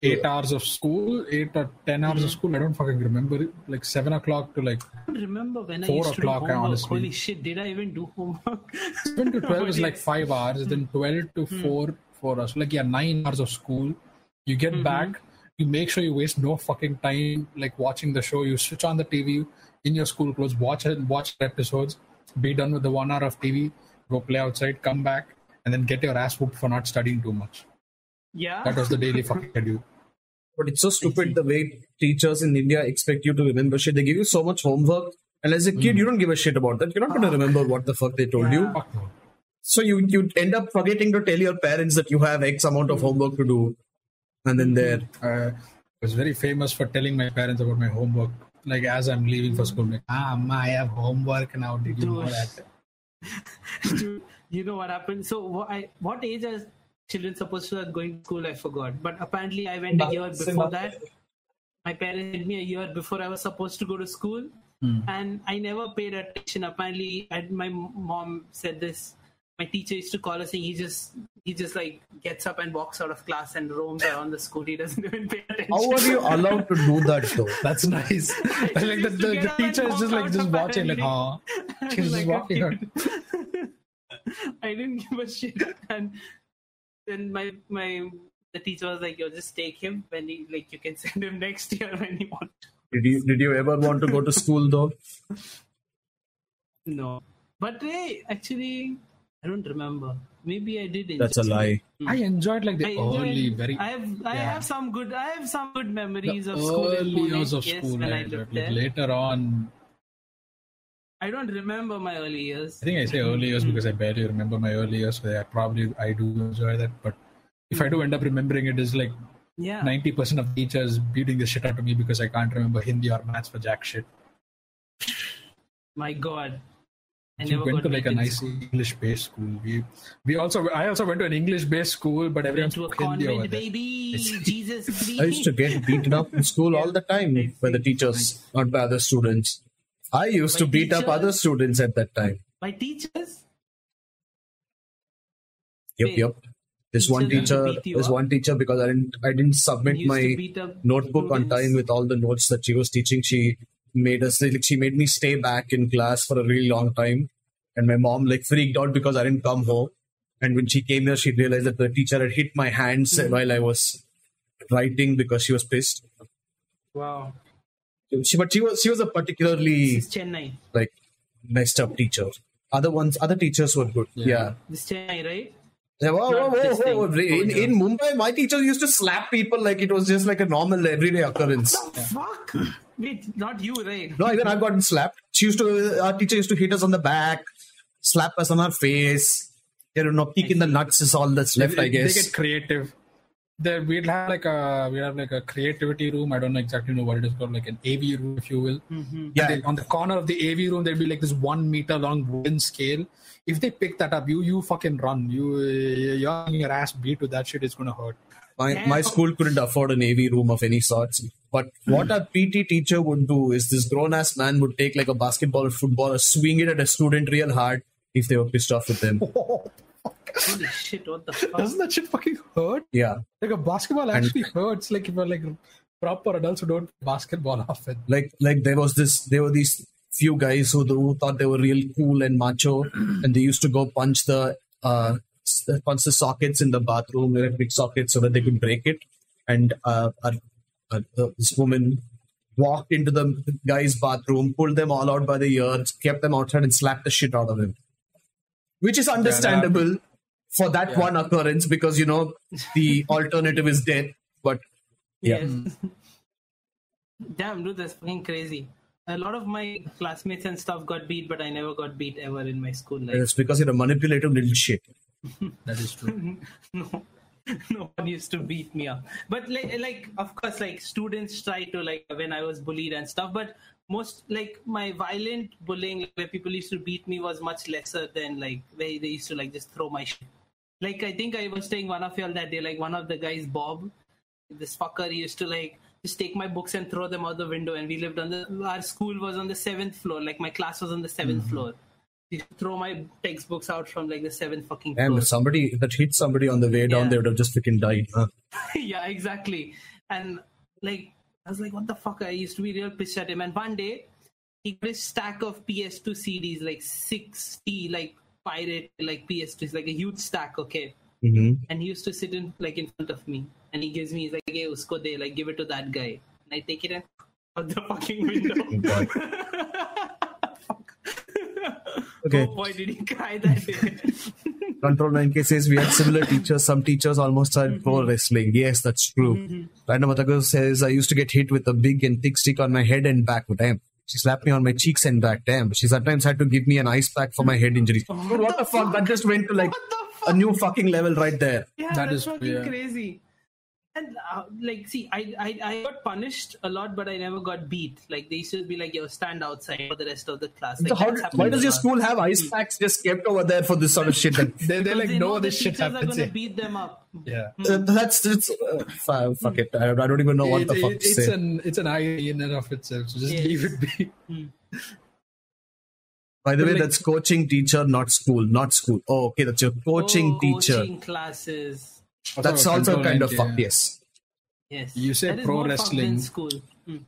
S3: Yes. Eight hours of school, eight or ten hours
S1: Mm-hmm.
S3: of school. I don't fucking remember it. Like seven o'clock to like
S2: I don't remember when I
S3: Four
S2: used to do
S3: o'clock,
S2: homework.
S3: honestly.
S2: Holy shit, did I even do homework?
S3: seven to twelve
S2: What
S3: is
S2: do
S3: like
S2: you-
S3: five hours. Then twelve to four for us. Like yeah, nine hours of school. You get back. You make sure you waste no fucking time like watching the show. You switch on the TV in your school clothes. Watch it. Watch episodes. Be done with the one hour of TV. Go play outside. Come back and then get your ass whooped for not studying too much.
S2: Yeah.
S3: That was the daily fucking schedule.
S1: But it's so stupid the way teachers in India expect you to remember shit. They give you so much homework, and as a kid, you don't give a shit about that. You're not going to remember what the fuck they told you.
S3: Fuck no.
S1: So you you end up forgetting to tell your parents that you have X amount of homework to do, and then there.
S3: uh, was very famous for telling my parents about my homework. Like as I'm leaving for school, like, ah, ma, I have homework now. Did you know that?
S2: Dude, you know what happened? So, wh- I, what age are children supposed to are going to school? I forgot. But apparently, I went a year before that. My parents sent me a year before I was supposed to go to school,
S1: Hmm.
S2: and I never paid attention. Apparently, I, my m- mom said this. My teacher used to call us, and he just he just like gets up and walks out of class and roams around the school. He doesn't even pay attention.
S1: How are you allowed to do that though?
S3: That's nice. And, like the,
S2: Just to
S3: the,
S2: get
S3: the
S2: up and
S3: teacher is just
S2: walk
S3: like
S2: out
S3: just
S2: of
S3: watching, like,
S2: the
S3: ah, she's just
S2: Like,
S3: walking out.
S2: I didn't give a shit. And then my my the teacher was like, "You just take him when he like you can send him next year when you want." to."
S1: Did you did you ever want to go to school though?
S2: No, but hey, actually, I don't remember. Maybe I did. enjoy
S1: That's a
S2: it.
S1: lie.
S3: I enjoyed like
S2: Hmm. I
S3: the
S2: enjoyed-
S3: early, very
S2: I have I
S3: yeah.
S2: have some good I have some good memories
S3: the
S2: of school. in
S3: early
S2: Pune.
S3: years of
S2: yes,
S3: school.
S2: when I
S3: I
S2: lived
S3: enjoyed.
S2: there.
S3: Like, later on,
S2: I don't remember my early years.
S3: I think I say early years because I barely remember my early years. So yeah, probably I do enjoy that. But if I do end up remembering it, is like
S2: Yeah.
S3: ninety percent of teachers beating the shit out of me because I can't remember Hindi or maths for jack shit.
S2: My God. I
S3: We
S2: never
S3: went
S2: got
S3: to like a
S2: beaten.
S3: nice English based school. We we also I also went to an English based school, but
S2: Went
S3: everyone's
S2: to a
S3: Hindi over
S2: convent,
S3: there.
S2: baby. Jesus
S1: I used to
S2: Christ.
S1: get beaten up in school all the time by the teachers, not by other students. I used to
S2: By
S1: beat up
S2: teachers?
S1: other students at that time.
S2: My teachers.
S1: Yep,
S2: Wait.
S1: yep. This one
S2: Teacher
S1: teacher,
S2: used to beat you
S1: this
S2: up?
S1: one teacher, because I didn't, I didn't submit
S2: Used to
S1: my
S2: beat up
S1: notebook on
S2: students.
S1: time with all the notes that she was teaching. She made us, like, she made me stay back in class for a really long time, and my mom like freaked out because I didn't come home. And when she came here, she realized that the teacher had hit my hands
S2: Hmm.
S1: while I was writing because she was pissed.
S2: Wow.
S1: She, but she was, she was a particularly
S2: This is Chennai.
S1: like messed up teacher. Other ones, other teachers were good. yeah.
S2: This is Chennai, right?
S1: Yeah, whoa, whoa,
S2: Not
S1: whoa,
S2: this
S1: whoa.
S2: thing. Oh,
S1: In, in Mumbai, my teachers used to slap people like it was just like a normal everyday occurrence.
S2: Fuck. Wait, not you, right?
S1: No, even I've gotten slapped. She used to, our teacher used to hit us on the back, slap us on our face. You don't know, kick in the nuts is all that's left, I
S3: They- They
S1: guess.
S3: get creative. There we'd have like a we'd have like a creativity room. I don't know exactly know what it is called, like an AV room, if you will.
S2: Mm-hmm.
S3: And
S1: Yeah.
S3: they- on the corner of the AV room, there'd be like this one meter long wooden scale. If they pick that up, you you fucking run. You you're getting your ass beat with that shit. It's gonna hurt.
S1: My, my school couldn't afford an AV room of any sorts. But
S2: Hmm.
S1: what a PT teacher would do is this grown ass man would take like a basketball or football or swing it at a student real hard if they were pissed off with him.
S2: Holy shit, what the fuck?
S3: Doesn't that shit fucking hurt?
S1: Yeah.
S3: Like a basketball
S1: And-
S3: actually hurts. Like if you're like proper adults who don't basketball often.
S1: like like there was this there were these few guys who, who thought they were real cool and macho and they used to go punch the uh s- punch the sockets in the bathroom electric sockets so that they could break it and uh, uh, uh, this woman walked into the guy's bathroom pulled them all out by the ears kept them outside and slapped the shit out of him which is understandable for that one occurrence because you know the alternative is death but yeah.
S2: Yes. Damn, dude, that's fucking crazy. A lot of my classmates and stuff got beat, but I never got beat ever in my school life.
S1: it's because you're a manipulative little shit
S3: That is true.
S2: no. no one used to beat me up. But like, like of course, like students try to like when I was bullied and stuff. But most like my violent bullying like, where people used to beat me was much lesser than like they they used to like just throw my shit. Like I think I was telling one of y'all that day, like one of the guys, Bob, this fucker used to like just take my books and throw them out the window. And we lived on the our school was on the seventh floor. Like my class was on the 7th floor. He used to throw my textbooks out from like the seventh fucking floor.
S1: Damn, if somebody that hit somebody on the way down,
S2: Yeah.
S1: they would have just freaking died. huh?
S2: yeah, exactly. And like, I was like, what the fuck? I used to be real pissed at him. And one day, he got a stack of PS2 CDs, like 60, like pirate, like PS2s, like a huge stack, okay?
S1: Mhm.
S2: And he used to sit in, like, in front of me. And he gives me, he's like, hey, usko de, like, give it to that guy. And I take it and out the fucking window.
S1: Oh God.
S2: Fuck.
S1: Okay.
S2: Oh boy, did he cry that day.
S1: Control 9K says we had similar teachers. Some teachers almost had pro wrestling. Yes, that's true. Random Otaku says I used to get hit with a big and thick stick on my head and back. Damn. She slapped me on my cheeks and back. Damn. She sometimes had to give me an ice pack for my head injuries. Dude, what the fuck? That just went to like
S2: What
S1: a
S2: the
S1: new fucking level right there.
S2: Yeah,
S3: That
S2: that's
S3: is-
S2: fucking
S3: yeah.
S2: crazy. And uh, like, see, I, I I got punished a lot, but I never got beat. Like they used to be like, "Yo, stand outside for the rest of the class." Like,
S1: So how,
S2: that's happened
S1: why
S2: to
S1: does your
S2: us.
S1: school have ice packs just kept over there for this sort of shit? That,
S3: They they
S2: Because
S3: like
S2: they
S3: know
S2: the
S3: this shit
S2: teachers are
S3: happens.
S2: gonna
S3: Yeah.
S2: beat them up.
S3: yeah.
S1: Uh, that's it's uh, fu- fuck it. I, I don't even know what
S3: It-
S1: the fuck
S3: it-
S1: to
S3: it's
S1: say.
S3: an it's an irony in and of itself. So just
S2: Yes.
S3: leave it be.
S1: By the way,
S3: like-
S1: that's coaching teacher, not school, not school. Oh, okay, that's your coaching
S2: Oh,
S1: teacher.
S2: coaching classes.
S1: That's also
S3: Control
S1: kind of
S3: 9K,
S1: fucked.
S3: yeah.
S1: Yes.
S2: Yes,
S3: You say
S2: That is
S3: pro
S2: more fucked than
S3: wrestling.
S2: school. Mm.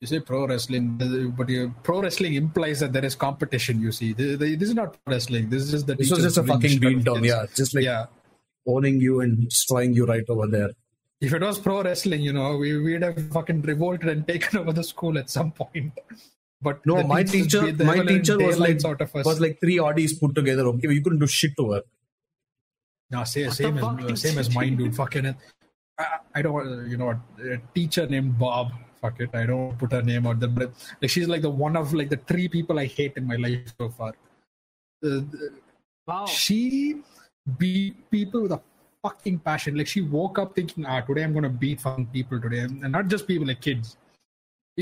S3: You say pro wrestling, but you, pro wrestling implies that there is competition. You see, Th- th- this is not pro wrestling. This is just the
S1: This was
S3: teachers
S1: just a
S3: doing
S1: fucking
S3: shit on
S1: beat down.
S3: kids.
S1: Yeah, just like
S3: yeah.
S1: owning you and destroying you right over there.
S3: If it was pro wrestling, you know, we, we'd have fucking revolted and taken over the school at some point. But
S1: No,
S3: the
S1: my
S3: teachers
S1: teacher,
S3: beat the
S1: my
S3: hell and
S1: teacher was like
S3: daylights out of us.
S1: was like three oddies put together. Okay, you couldn't do shit to her.
S3: No, same,
S2: What
S3: same
S2: the fuck
S3: as
S2: is-
S3: same as mine, dude. Fucking, it. I, I don't want you know what, a teacher named Bob. Fuck it, I don't put her name out there, but like she's like the one of like the three people I hate in my life so far. Uh,
S2: Wow.
S3: She beat people with a fucking passion. Like she woke up thinking, ah, today I'm gonna beat fucking people today, and not just people like kids.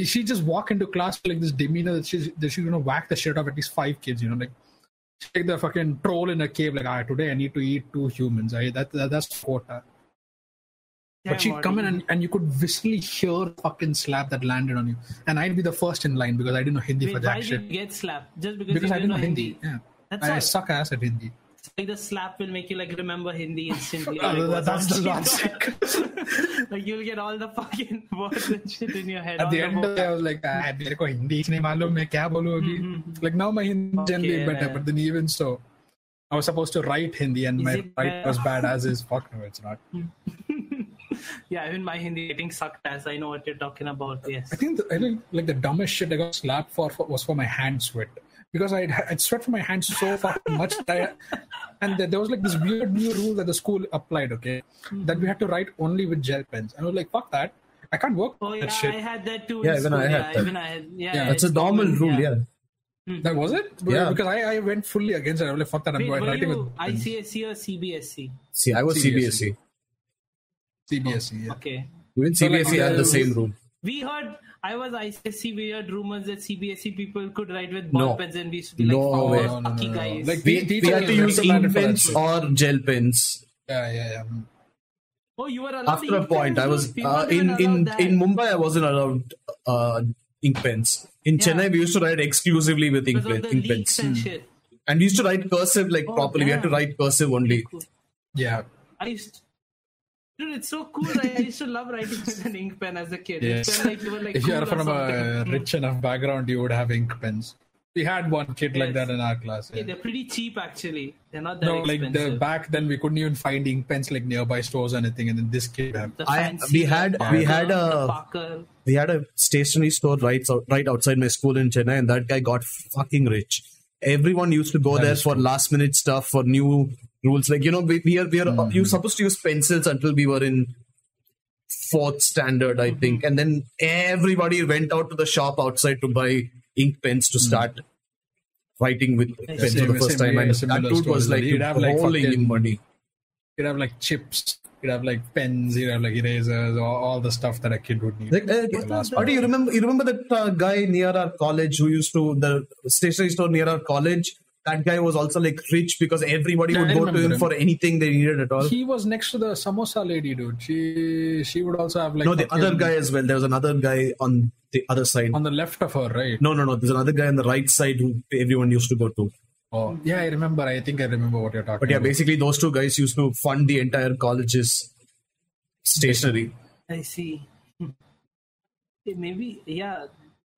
S3: She just walk into class with, like this demeanor that she's that she's gonna whack the shit out of at least five kids. You know, like she's like the fucking troll in a cave. Like ah, today I need to eat two humans. I that, that that's quota.
S2: Damn,
S3: But she'd come in
S2: Audie.
S3: and, and you could viscerally hear fucking slap that landed on you. And I'd be the first in line because I didn't know Hindi for
S2: Wait,
S3: that
S2: why did
S3: shit.
S2: you get slapped? Just because,
S3: Because
S2: you
S3: I didn't know Hindi.
S2: Hindi.
S3: Yeah.
S2: That's
S3: I, I
S2: all.
S3: suck ass at Hindi.
S2: Like the slap will make you like remember Hindi instantly.
S3: Uh,
S2: Like,
S3: that- that's the
S2: logic. like you'll get all the fucking words and shit in your head.
S3: at
S2: all
S3: the end
S2: whole-
S3: of the day, I was like, ah, मेरे को हिंदी नहीं मालूम मैं क्या बोलूँ अभी like now my Hindi is generally
S2: Okay,
S3: better
S2: yeah.
S3: but then even so I was supposed to write Hindi and
S2: Is
S3: my
S2: it
S3: write
S2: better?
S3: was bad as is fuck no it's not
S2: yeah, even my Hindi getting sucked as I know what you're talking about. Yes.
S3: I think the, I think like the dumbest shit I got slapped for, for was for my hand sweat because I'd, I'd sweat from my hands so fucking much that I, and there- there was like this weird new rule that the school applied okay
S2: Mm-hmm.
S3: that we had to write only with gel pens and I was like fuck that I can't work
S2: Oh
S3: with
S2: yeah,
S3: that shit
S2: I had that too.
S1: Yeah,
S2: in
S1: even
S2: school.
S1: I had
S2: yeah,
S1: that.
S2: Even I had, yeah,
S3: Yeah,
S1: That's
S2: it's
S1: a normal
S2: common,
S1: rule. Yeah.
S3: that was it
S1: Yeah.
S3: because I, I went fully against it I was like fuck that I'm
S2: Wait,
S3: going
S2: were
S3: writing
S2: you
S3: with pens.
S2: ICSC or CBSC?
S1: See, I was CBSE.
S3: CBSE. CBSE E, yeah.
S2: Okay.
S1: E. Even
S3: So, like,
S1: CBSE E had the
S3: uh,
S1: same rule.
S2: We heard I was ICSC. We heard rumors that CBSC people could write with
S1: No.
S2: ball pens, and we used to be like,
S1: No
S2: "Fuck
S1: way.
S2: off,
S3: No, no, no,
S2: fucky
S3: no.
S2: guys."
S3: Like,
S1: We,
S3: Teacher
S1: we had to
S3: is
S1: use
S3: reprimanded
S1: ink
S3: for that
S1: pens
S3: shit.
S1: or gel pens.
S3: yeah yeah yeah Mm.
S2: oh, you were allowed
S1: After
S2: to
S1: a
S2: use
S1: point,
S2: pens,
S1: I was
S2: dude. People
S1: uh, in
S2: didn't allow
S1: in
S2: that.
S1: in Mumbai. I wasn't allowed uh, ink pens. In
S2: Yeah.
S1: Chennai, we used to write exclusively with ink,
S2: because of
S1: pen,
S2: the
S1: ink
S2: leaks
S1: pens,
S2: and shit.
S1: and we used to write cursive like
S2: Oh,
S1: properly. We had to
S2: damn.
S1: write cursive only.
S2: Cool.
S3: yeah
S2: I used Dude, it's so cool. I used to love writing with an ink pen as a kid. It
S3: Yes.
S2: felt like you were like
S3: if you
S2: cool
S3: are
S2: or
S3: from a uh,
S2: something. Mm.
S3: rich enough background, you would have ink pens. We had one kid
S2: Yes.
S3: like that in our class.
S2: Yeah,
S3: yeah.
S2: they're pretty cheap actually. They're not that
S3: No, like
S2: expensive.
S3: the, back then we couldn't even find ink pens like nearby stores or anything, and then this kid had.
S2: The
S1: I-
S2: fancy
S1: we had-
S2: the
S1: we had
S2: Parker, the
S1: a-
S2: Parker.
S1: we had a stationery store right, out, right outside my school in Chennai, and that guy got fucking rich. Everyone used to go there
S3: is
S1: for last minute stuff, for new rules. Like, you know, we, we are, we are uh,
S3: Hmm.
S1: you supposed to use pencils until we were in fourth standard, I
S3: Hmm.
S1: think. And then everybody went out to the shop outside to buy ink pens to start writing with pens for
S3: same-
S1: the first
S3: Hmm. same-
S1: time.
S3: yeah,
S1: And
S3: similar
S1: that dude
S3: stories.
S1: was like
S3: He'd have, like,
S1: rolling in
S3: fucking-
S1: money.
S3: You'd have like chips. You'd have like pens. You'd have like erasers. All, all the stuff that a kid would need.
S1: Like, uh,
S3: The last
S1: or do you
S3: part.
S1: remember? You remember that uh, guy near our college who used to the stationery store near our college. That guy was also like rich because everybody
S3: Yeah,
S1: would
S3: I
S1: go to
S3: remember
S1: him,
S3: him.
S1: for anything they needed at all.
S3: He was next to the samosa lady, dude. She she would also have like
S1: no, the
S3: fucking-
S1: other guy as well. There was another guy on the other side.
S3: on the left of her, right?
S1: No, no, no. There's another guy on the right side who everyone used to go to.
S3: Oh, yeah, I remember. I think I remember what you're talking.
S1: But yeah,
S3: about.
S1: basically those two guys used to fund the entire college's stationery.
S2: I see. Hmm. Eh, Maybe yeah.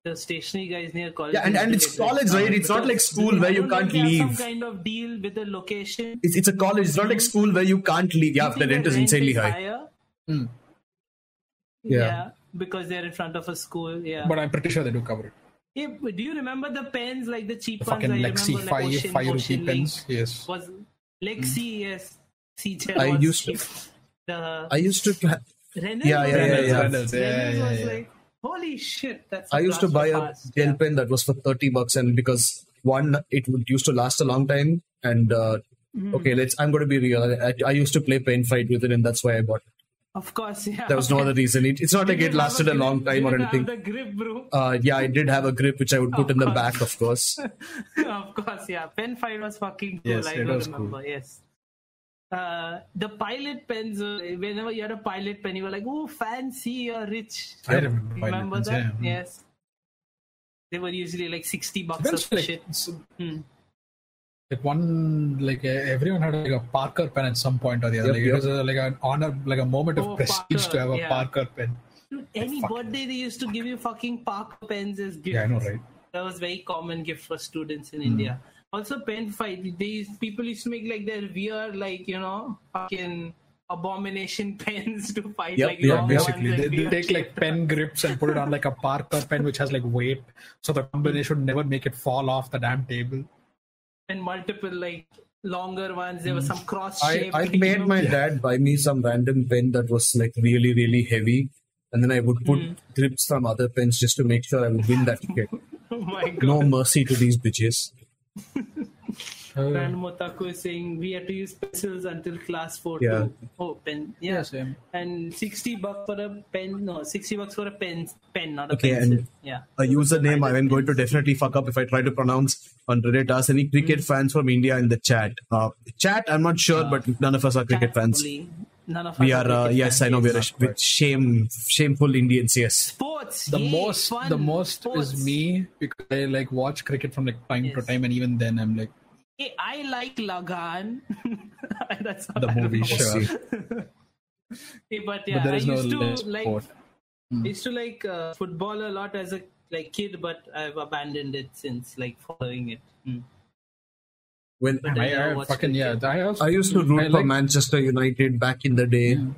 S2: The stationary guys near college.
S1: Yeah, and- and it's college, right? It's not like school where you can't
S2: Some
S1: leave.
S2: kind of deal with the location.
S1: It's, it's a college. It's not like school where you can't leave. Yeah,
S2: You
S1: the
S2: think
S1: rent is insanely high.
S2: higher?
S3: Hmm.
S1: Yeah.
S2: Yeah. because they're in front of a school. Yeah.
S3: But I'm pretty sure they do cover it.
S2: Yeah, but do you remember the pens, like the cheap
S3: The
S2: ones?
S3: fucking
S2: I
S3: Lexi
S2: remember,
S3: five
S2: like Ocean,
S3: five rupee
S2: Ocean
S3: pens. Yes.
S2: Link Was Lexi, yes. CJ
S1: Hmm. I
S2: was
S1: used to-
S2: cheap. The
S1: I used to. Tra-
S2: Reynolds
S1: Yeah,
S2: was
S1: yeah, yeah,
S2: like-
S1: yeah.
S3: Reynolds, yeah,
S2: Reynolds
S3: yeah,
S2: was
S3: yeah.
S2: like, holy shit, that's.
S1: I used to buy a
S2: fast.
S1: gel pen that was for thirty bucks, and because one, it would used to last a long time, and uh,
S2: Mm-hmm.
S1: okay, let's. I'm going to be real. I, I used to play pen fight with it, and that's why I bought. it.
S2: Of course, yeah.
S1: There was no
S2: okay.
S1: other reason. It, it's not like it
S2: Did you have
S1: lasted a
S2: grip-
S1: long time or
S2: did you have
S1: anything.
S2: The grip, bro.
S1: Uh, yeah, I did have a grip which I would put
S2: Of
S1: in the
S2: course.
S1: back, of course.
S2: of course, yeah. Pen fight was fucking cool.
S3: Yes,
S2: I
S3: it
S2: don't
S3: was cool.
S2: remember. Yes. Uh, the pilot pens. uh, Whenever you had a pilot pen, you were like, "Oh, fancy! You're rich."
S3: I remember. Violet
S2: Remember
S3: Pens,
S2: that?
S3: yeah.
S2: Yes. They were usually like sixty bucks
S3: Well,
S2: of
S3: like,
S2: shit.
S3: s-
S2: Hmm.
S3: like one like eh, everyone had like a Parker pen at some point or the other.
S1: Yep,
S3: like
S1: yep.
S3: it was a, like an honor, like a moment of
S2: Oh,
S3: prestige to
S2: Parker,
S3: have a
S2: yeah.
S3: Parker pen.
S2: Dude, Any
S3: Fuck.
S2: birthday, they used to give you fucking Parker pens as gifts.
S3: Yeah, I know, right? Hmm.
S2: That was very common gift for students in India. Also, pen fight. These people used to make like their weird, like you know, fucking abomination pens to fight.
S1: Yep,
S2: like
S1: yeah,
S2: long
S3: Basically,
S2: ones
S3: they,
S2: and
S3: they
S2: weird
S3: take like
S2: shit.
S3: pen grips and put it on like a Parker pen, which has like weight, so the combination would never make it fall off the damn table.
S2: and multiple like longer ones. There was some cross
S1: I,
S2: shape.
S1: I made my dad buy me some random pen that was like really, really heavy. And then I would put
S2: Mm.
S1: grips from other pens just to make sure I would win that kid.
S2: Oh my god!
S1: No mercy to these bitches.
S3: Uh,
S2: Grand Motaku is saying we had to use pencils until class four
S1: Yeah.
S2: to open. Yeah.
S3: Yeah, same.
S2: And sixty bucks for a pen. No, sixty bucks for a pen. Pen, not a
S1: Okay,
S2: pencil.
S1: and-
S2: yeah.
S1: A username I'm going to definitely fuck up if I try to pronounce on Reddit. Ask any cricket
S2: Hmm.
S1: fans from India in the chat. Uh, chat, I'm not
S2: Ah.
S1: sure, but none of us are cricket fans.
S2: Thankfully, None of
S1: We
S2: us
S1: are, uh,
S2: cricket
S1: yes, I know,
S2: fans.
S1: we are a sh- with shame, shameful Indians, yes.
S2: Sports.
S3: the
S2: yay,
S3: most
S2: fun,
S3: the most
S2: sports.
S3: is me because i like watch cricket from like time to
S2: Yes.
S3: time and even then i'm like
S2: Hey, I like Lagan. That's all
S3: the
S2: I
S3: movie
S2: remember.
S3: sure
S2: Hey, but yeah,
S3: but there
S2: I
S3: is no
S2: used
S3: less
S2: to like
S3: sport Hmm.
S2: I used to like uh, football a lot as a like kid, but I've abandoned it since like following it. Mm.
S1: Well,
S2: But
S3: i,
S2: I now
S3: I
S2: watch
S3: fucking yeah
S2: cricket.
S3: i also
S1: I used to root
S3: I
S1: for
S3: like-
S1: Manchester United back in the day. 2000,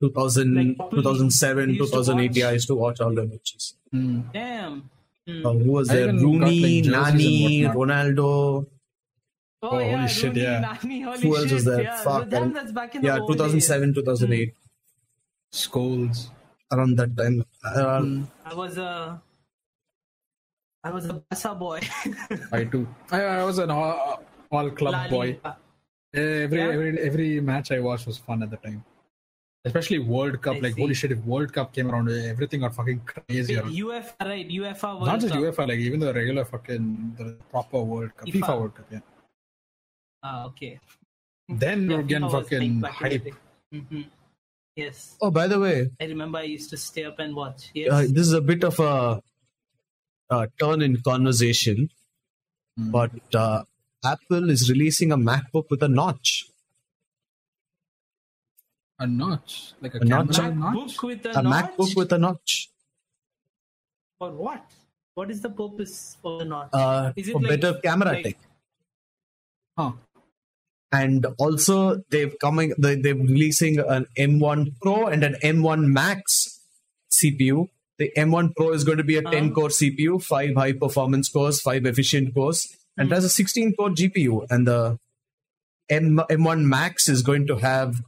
S2: Hmm. Like, popularly,
S1: 2007,
S2: we used to
S1: 2008,
S2: watch-
S1: I used to watch all the matches.
S2: Damn. Mm.
S1: Uh, who was
S3: I
S1: there?
S3: even got, like,
S1: Rooney,
S3: jerseys and
S1: Nani,
S3: whatnot.
S1: Ronaldo.
S2: Oh,
S3: holy
S2: yeah,
S3: shit,
S2: Rooney,
S3: yeah.
S2: Nani, holy
S1: Who else
S2: shit,
S1: was there?
S2: Yeah,
S1: Fuck.
S2: Damn,
S1: I-
S2: that's back in the
S1: yeah,
S2: old
S1: 2007, 2008,
S3: schools
S1: around that time. Uh,
S2: days. I was a, I was a Basa boy.
S3: i too i, I was an all, all club
S2: La
S3: boy
S2: Liga.
S3: every
S2: Yeah.
S3: every every match i watched was fun at the time especially world cup
S2: I
S3: like
S2: see.
S3: holy shit if world cup came around everything got fucking crazy
S2: Wait, UEFA, right? UEFA World
S3: not just
S2: Cup.
S3: uefa like even the regular fucking the proper world cup
S2: FIFA.
S3: fifa world cup yeah
S2: Ah, okay.
S3: then
S2: Yeah,
S3: we're getting
S2: FIFA was
S3: fucking
S2: big back in the
S3: hype
S2: day. Mhm. Yes,
S1: oh, by the way,
S2: I remember I used to stay up and watch. Yes.
S1: uh, this is a bit of a, uh turn in conversation, but uh, Apple is releasing a MacBook with a notch.
S3: A notch, like a,
S1: A notch.
S3: camera notch.
S2: MacBook with a,
S1: A
S2: notch?
S1: MacBook with a notch.
S2: for what? What is the purpose of the notch?
S1: Uh,
S2: Is it
S1: for
S2: like-
S1: better camera
S2: like-
S1: tech.
S3: Huh.
S1: and also they've coming they, they're releasing an m1 pro and an m1 max cpu the m1 pro is going to be a 10 core cpu 5 high performance cores 5 efficient cores and it has a 16 core gpu and the M, m1 max is going to have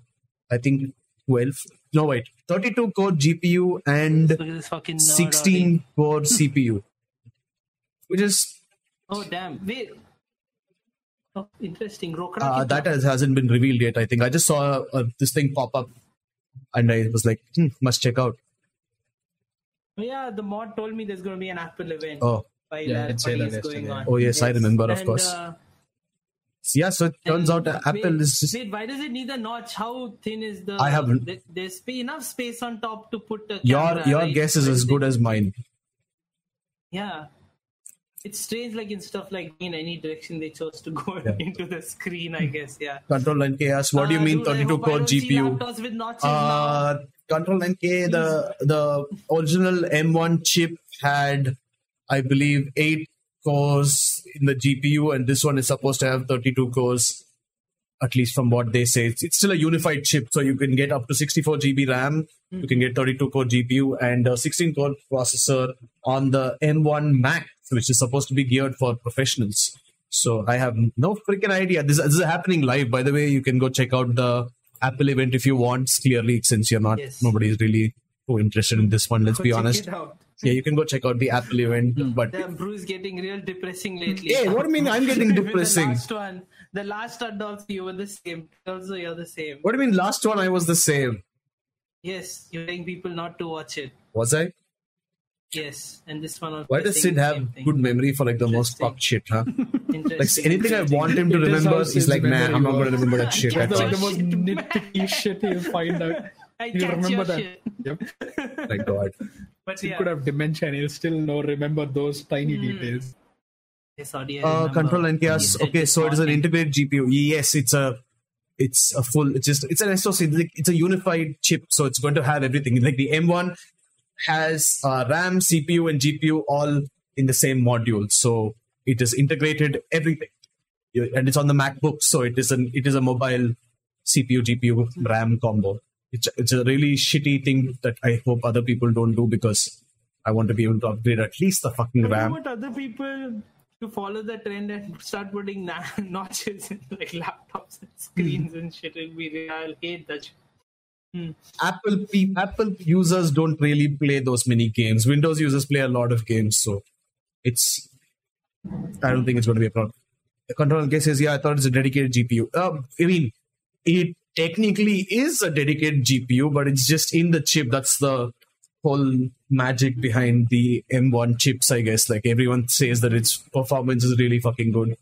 S1: i think 12 no wait 32 core gpu and
S2: Look at this fucking nerd
S1: 16 core cpu which is
S2: already. Oh damn! Wait, Oh, interesting. Rokra.
S1: Uh,
S2: can
S1: that
S2: talk.
S1: has, hasn't been revealed yet, I think. I just saw uh, this thing pop up and I was like, hmm, must check out.
S2: Yeah, the mod told me there's going to be an Apple event.
S1: Oh,
S2: while
S3: Yeah,
S2: that
S3: it's Halo
S2: party is
S3: Nation,
S2: going
S3: yeah.
S2: on.
S1: oh yes, I remember, of
S2: And,
S1: course.
S2: uh,
S1: yeah, so it turns out
S2: and
S1: uh, Apple
S2: wait,
S1: is. Just,
S2: Wait, why does it need a notch? How thin is the?
S1: I haven't-
S2: th- There's sp- enough space on top to put a.
S1: your
S2: camera,
S1: your
S2: right?
S1: guess is
S2: Why
S1: as
S2: does
S1: good
S2: it-
S1: as mine.
S2: Yeah. It's strange, like in stuff like in any direction they chose to go into the screen. I guess, yeah.
S1: Control 9K asks, what do you
S2: Uh,
S1: mean
S2: dude, I
S1: 32
S2: hope I
S1: core
S2: don't see
S1: GPU?
S2: laptops with notches now.
S1: Uh, Control 9K, the the original M1 chip had, I believe, eight cores in the GPU, and this one is supposed to have 32 cores, at least from what they say. It's, it's still a unified chip, so you can get up to 64 GB RAM,
S2: Hmm.
S1: you can get 32 core GPU, and a 16 core processor on the M1 Max, which is supposed to be geared for professionals. So I have no freaking idea. This, this is happening live, by the way. You can go check out the Apple event if you want. Clearly, since you're not,
S2: Yes.
S1: nobody's really too interested in this one. Let's
S2: Go
S1: be
S2: check
S1: honest.
S2: it out. Hmm.
S1: Yeah, you can go check out the Apple event. But
S2: The Bruce getting real depressing lately.
S1: Hey, what do you mean I'm getting
S2: With
S1: depressing?
S2: The last one, the last one also you were the same. Also you're the same.
S1: what do you mean? Last one, I was the same.
S2: Yes, you're telling people not to watch it.
S1: Was I?
S2: Yes, and this one. also
S1: Why does Sid
S2: saying the
S1: have
S2: same thing.
S1: good memory for like the most
S2: Interesting.
S1: pop shit, huh?
S2: Interesting.
S1: Like anything I want him to
S3: It is
S1: remember,
S3: how
S1: he's
S3: Sid's
S1: like, nah,
S3: memory
S1: I'm not gonna
S3: works.
S1: remember that shit.
S3: That's
S1: That's
S3: like the
S1: all.
S3: most
S2: Shit.
S3: nitpicky shit he'll find out.
S2: I
S3: He'll
S2: catch
S3: remember
S2: your
S3: that.
S2: shit.
S3: Yep.
S1: My God.
S2: But
S3: He
S2: yeah, Hmm.
S3: could have dementia and he'll still know remember those tiny details.
S2: yes, audio.
S1: Uh, control and chaos. Okay, so it is an integrated GPU. Yes, it's a it's a full. It's just it's an SoC. It's like- It's a unified chip, so it's going to have everything. Like the M1 has uh, RAM, CPU, and GPU all in the same module. So it is integrated everything, You- and it's on the MacBook. So it is an it is a mobile CPU GPU RAM combo. It's it's a really shitty thing that I hope other people don't do because I want to be able to upgrade at least the fucking
S2: I
S1: RAM.
S2: want other people to follow the trend and start putting na- notches in like laptops and screens and shit. It'll be real. I'll hate that. Shit.
S1: Apple pe- Apple users don't really play those many games. Windows users play a lot of games, so it's I don't think it's going to be a problem. The control case says, "Yeah, I thought it's a dedicated GPU." Um, I mean, it technically is a dedicated GPU, but it's just in the chip. That's the whole magic behind the M1 chips, I guess. Like everyone says that its performance is really fucking good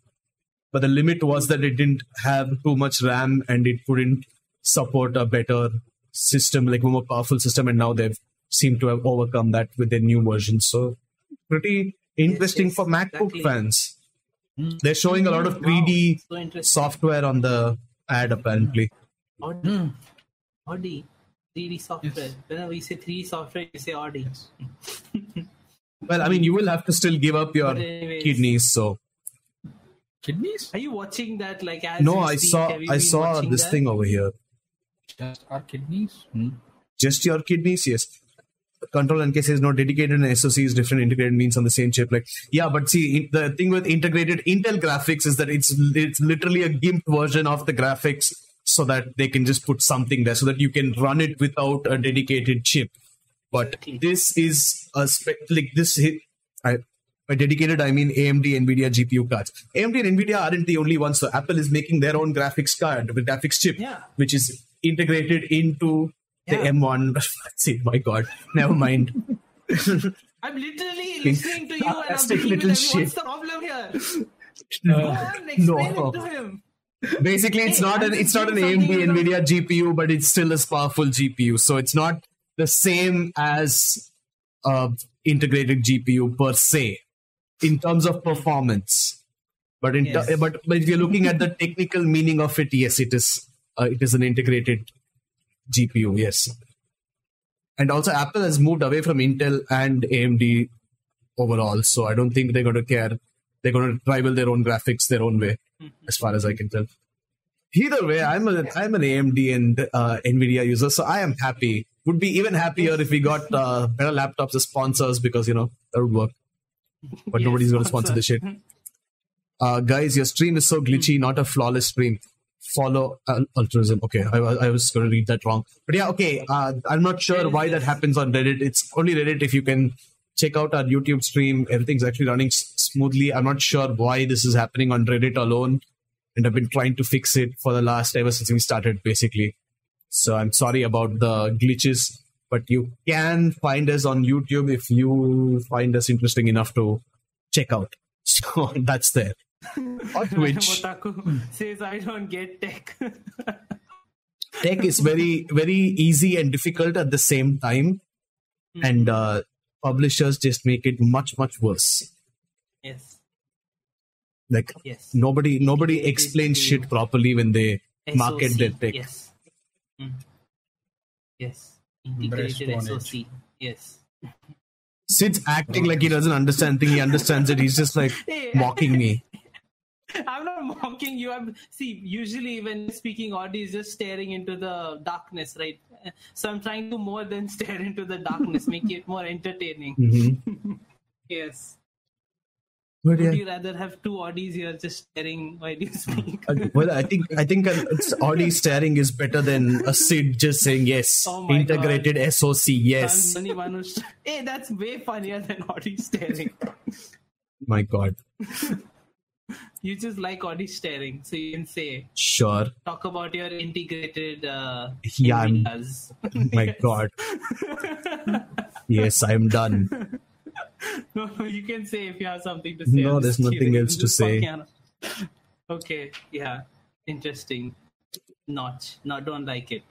S1: but the limit was that it didn't have too much RAM and it couldn't support a better system, like a more powerful system. And now they've seemed to have overcome that with their new version. So pretty interesting
S2: yes,
S1: for MacBook
S2: exactly. Hmm.
S1: fans. They're showing a lot of 3D
S2: So interesting.
S1: software on the ad apparently.
S2: Audi. Audi. 3D software.
S3: Hmm. Yes.
S2: Whenever you say 3D software, you say Audi.
S1: Well, I mean, you will have to still give up your
S2: But anyways.
S1: kidneys. So
S3: Kidneys?
S2: Are you watching that? Like as
S1: no,
S2: we
S1: I
S2: speak?
S1: saw
S2: Have you
S1: I
S2: been
S1: saw
S2: watching
S1: this
S2: that?
S1: thing over here.
S3: Just our kidneys? Hmm.
S1: just your kidneys yes control and case is not dedicated and soc is different integrated means on the same chip like yeah but see in, the thing with integrated intel graphics is that it's it's literally a gimp version of the graphics so that they can just put something there so that you can run it without a dedicated chip but
S2: Exactly.
S1: this is a spec like this hi- I, by dedicated i mean amd nvidia gpu cards amd and nvidia aren't the only ones so apple is making their own graphics card with graphics chip
S2: Yeah.
S1: which is integrated into the
S2: Yeah.
S1: M1. See, my God, never mind.
S2: I'm literally listening to you and I'm
S1: Sarcastic
S2: thinking
S1: little
S2: with him,
S1: shit.
S2: what's the problem here? Go
S3: Uh,
S1: no,
S2: on, explain it to him.
S1: Basically, it's
S2: Hey,
S1: not
S2: I'm
S1: an it's not an
S2: doing
S1: AMD
S2: something wrong.
S1: Nvidia GPU, but it's still a powerful GPU. So it's not the same as uh, integrated GPU per se in terms of performance. But in
S2: Yes.
S1: ter- but, but if you're looking at the technical meaning of it, yes, it is uh, it is an integrated GPU. Yes, and also Apple has moved away from Intel and AMD overall. So I don't think they're going to care. They're going to rival their own graphics their own way,
S2: Hmm.
S1: as far as I can tell. Either way, I'm a I'm an AMD and uh, Nvidia user, so I am happy. Would be even happier if we got uh, better laptops as sponsors because you know that would work. But
S2: Yes,
S1: nobody's going to sponsor the shit. Uh, guys, your stream is so glitchy, not a flawless stream. Follow al- altruism. Okay, I, was- I was going to read that wrong, but yeah, okay. Uh, I'm not sure why that happens on Reddit. It's only Reddit. If you can check out our YouTube stream, everything's actually running s- smoothly. I'm not sure why this is happening on Reddit alone. and I've been trying to fix it for the last ever since we started, basically. So I'm sorry about the glitches, but you can find us on YouTube if you find us interesting enough to check out. So that's there. On Twitch,
S3: Hmm.
S2: Otaku says I don't get tech.
S1: tech is very, very easy and difficult at the same time,
S2: Hmm.
S1: and uh, publishers just make it much, much worse.
S2: yes,
S1: Like
S2: yes.
S1: nobody, nobody explains shit properly when they market
S2: SOC,
S1: their tech.
S2: Yes. Mm. Yes.
S3: Breast
S2: Integrated
S3: on
S2: SOC. Yes.
S1: Sid's acting like he doesn't understand thing. He understands it. He's just like
S2: Hey.
S1: mocking me.
S2: I'm not mocking you. I'm see. Usually, when speaking, Audi is just staring into the darkness, right? So I'm trying to more than stare into the darkness, make it more entertaining.
S1: Mhm.
S2: Yes.
S1: But
S2: Would
S1: yeah,
S2: you rather have two Audis here just staring while you speak?
S1: uh, well, I think I think an- it's Audi staring is better than a Sid just saying yes.
S2: Oh my
S1: Integrated SOC, yes.
S2: I'm only one who's- Hey, that's way funnier than Audi staring.
S1: my God,
S2: You just like Audi staring, so you can say
S1: sure.
S2: talk about your integrated uh,
S1: Yeah, I'm-
S2: NVIDIAs.
S1: My God, yes, I'm done.
S2: no, no, you can say if you have something to say.
S1: No,
S2: I'm
S1: there's
S2: just
S1: nothing
S2: kidding.
S1: else to
S2: Just
S1: say.
S2: fucking- Okay, yeah, interesting. Notch, no, don't like it.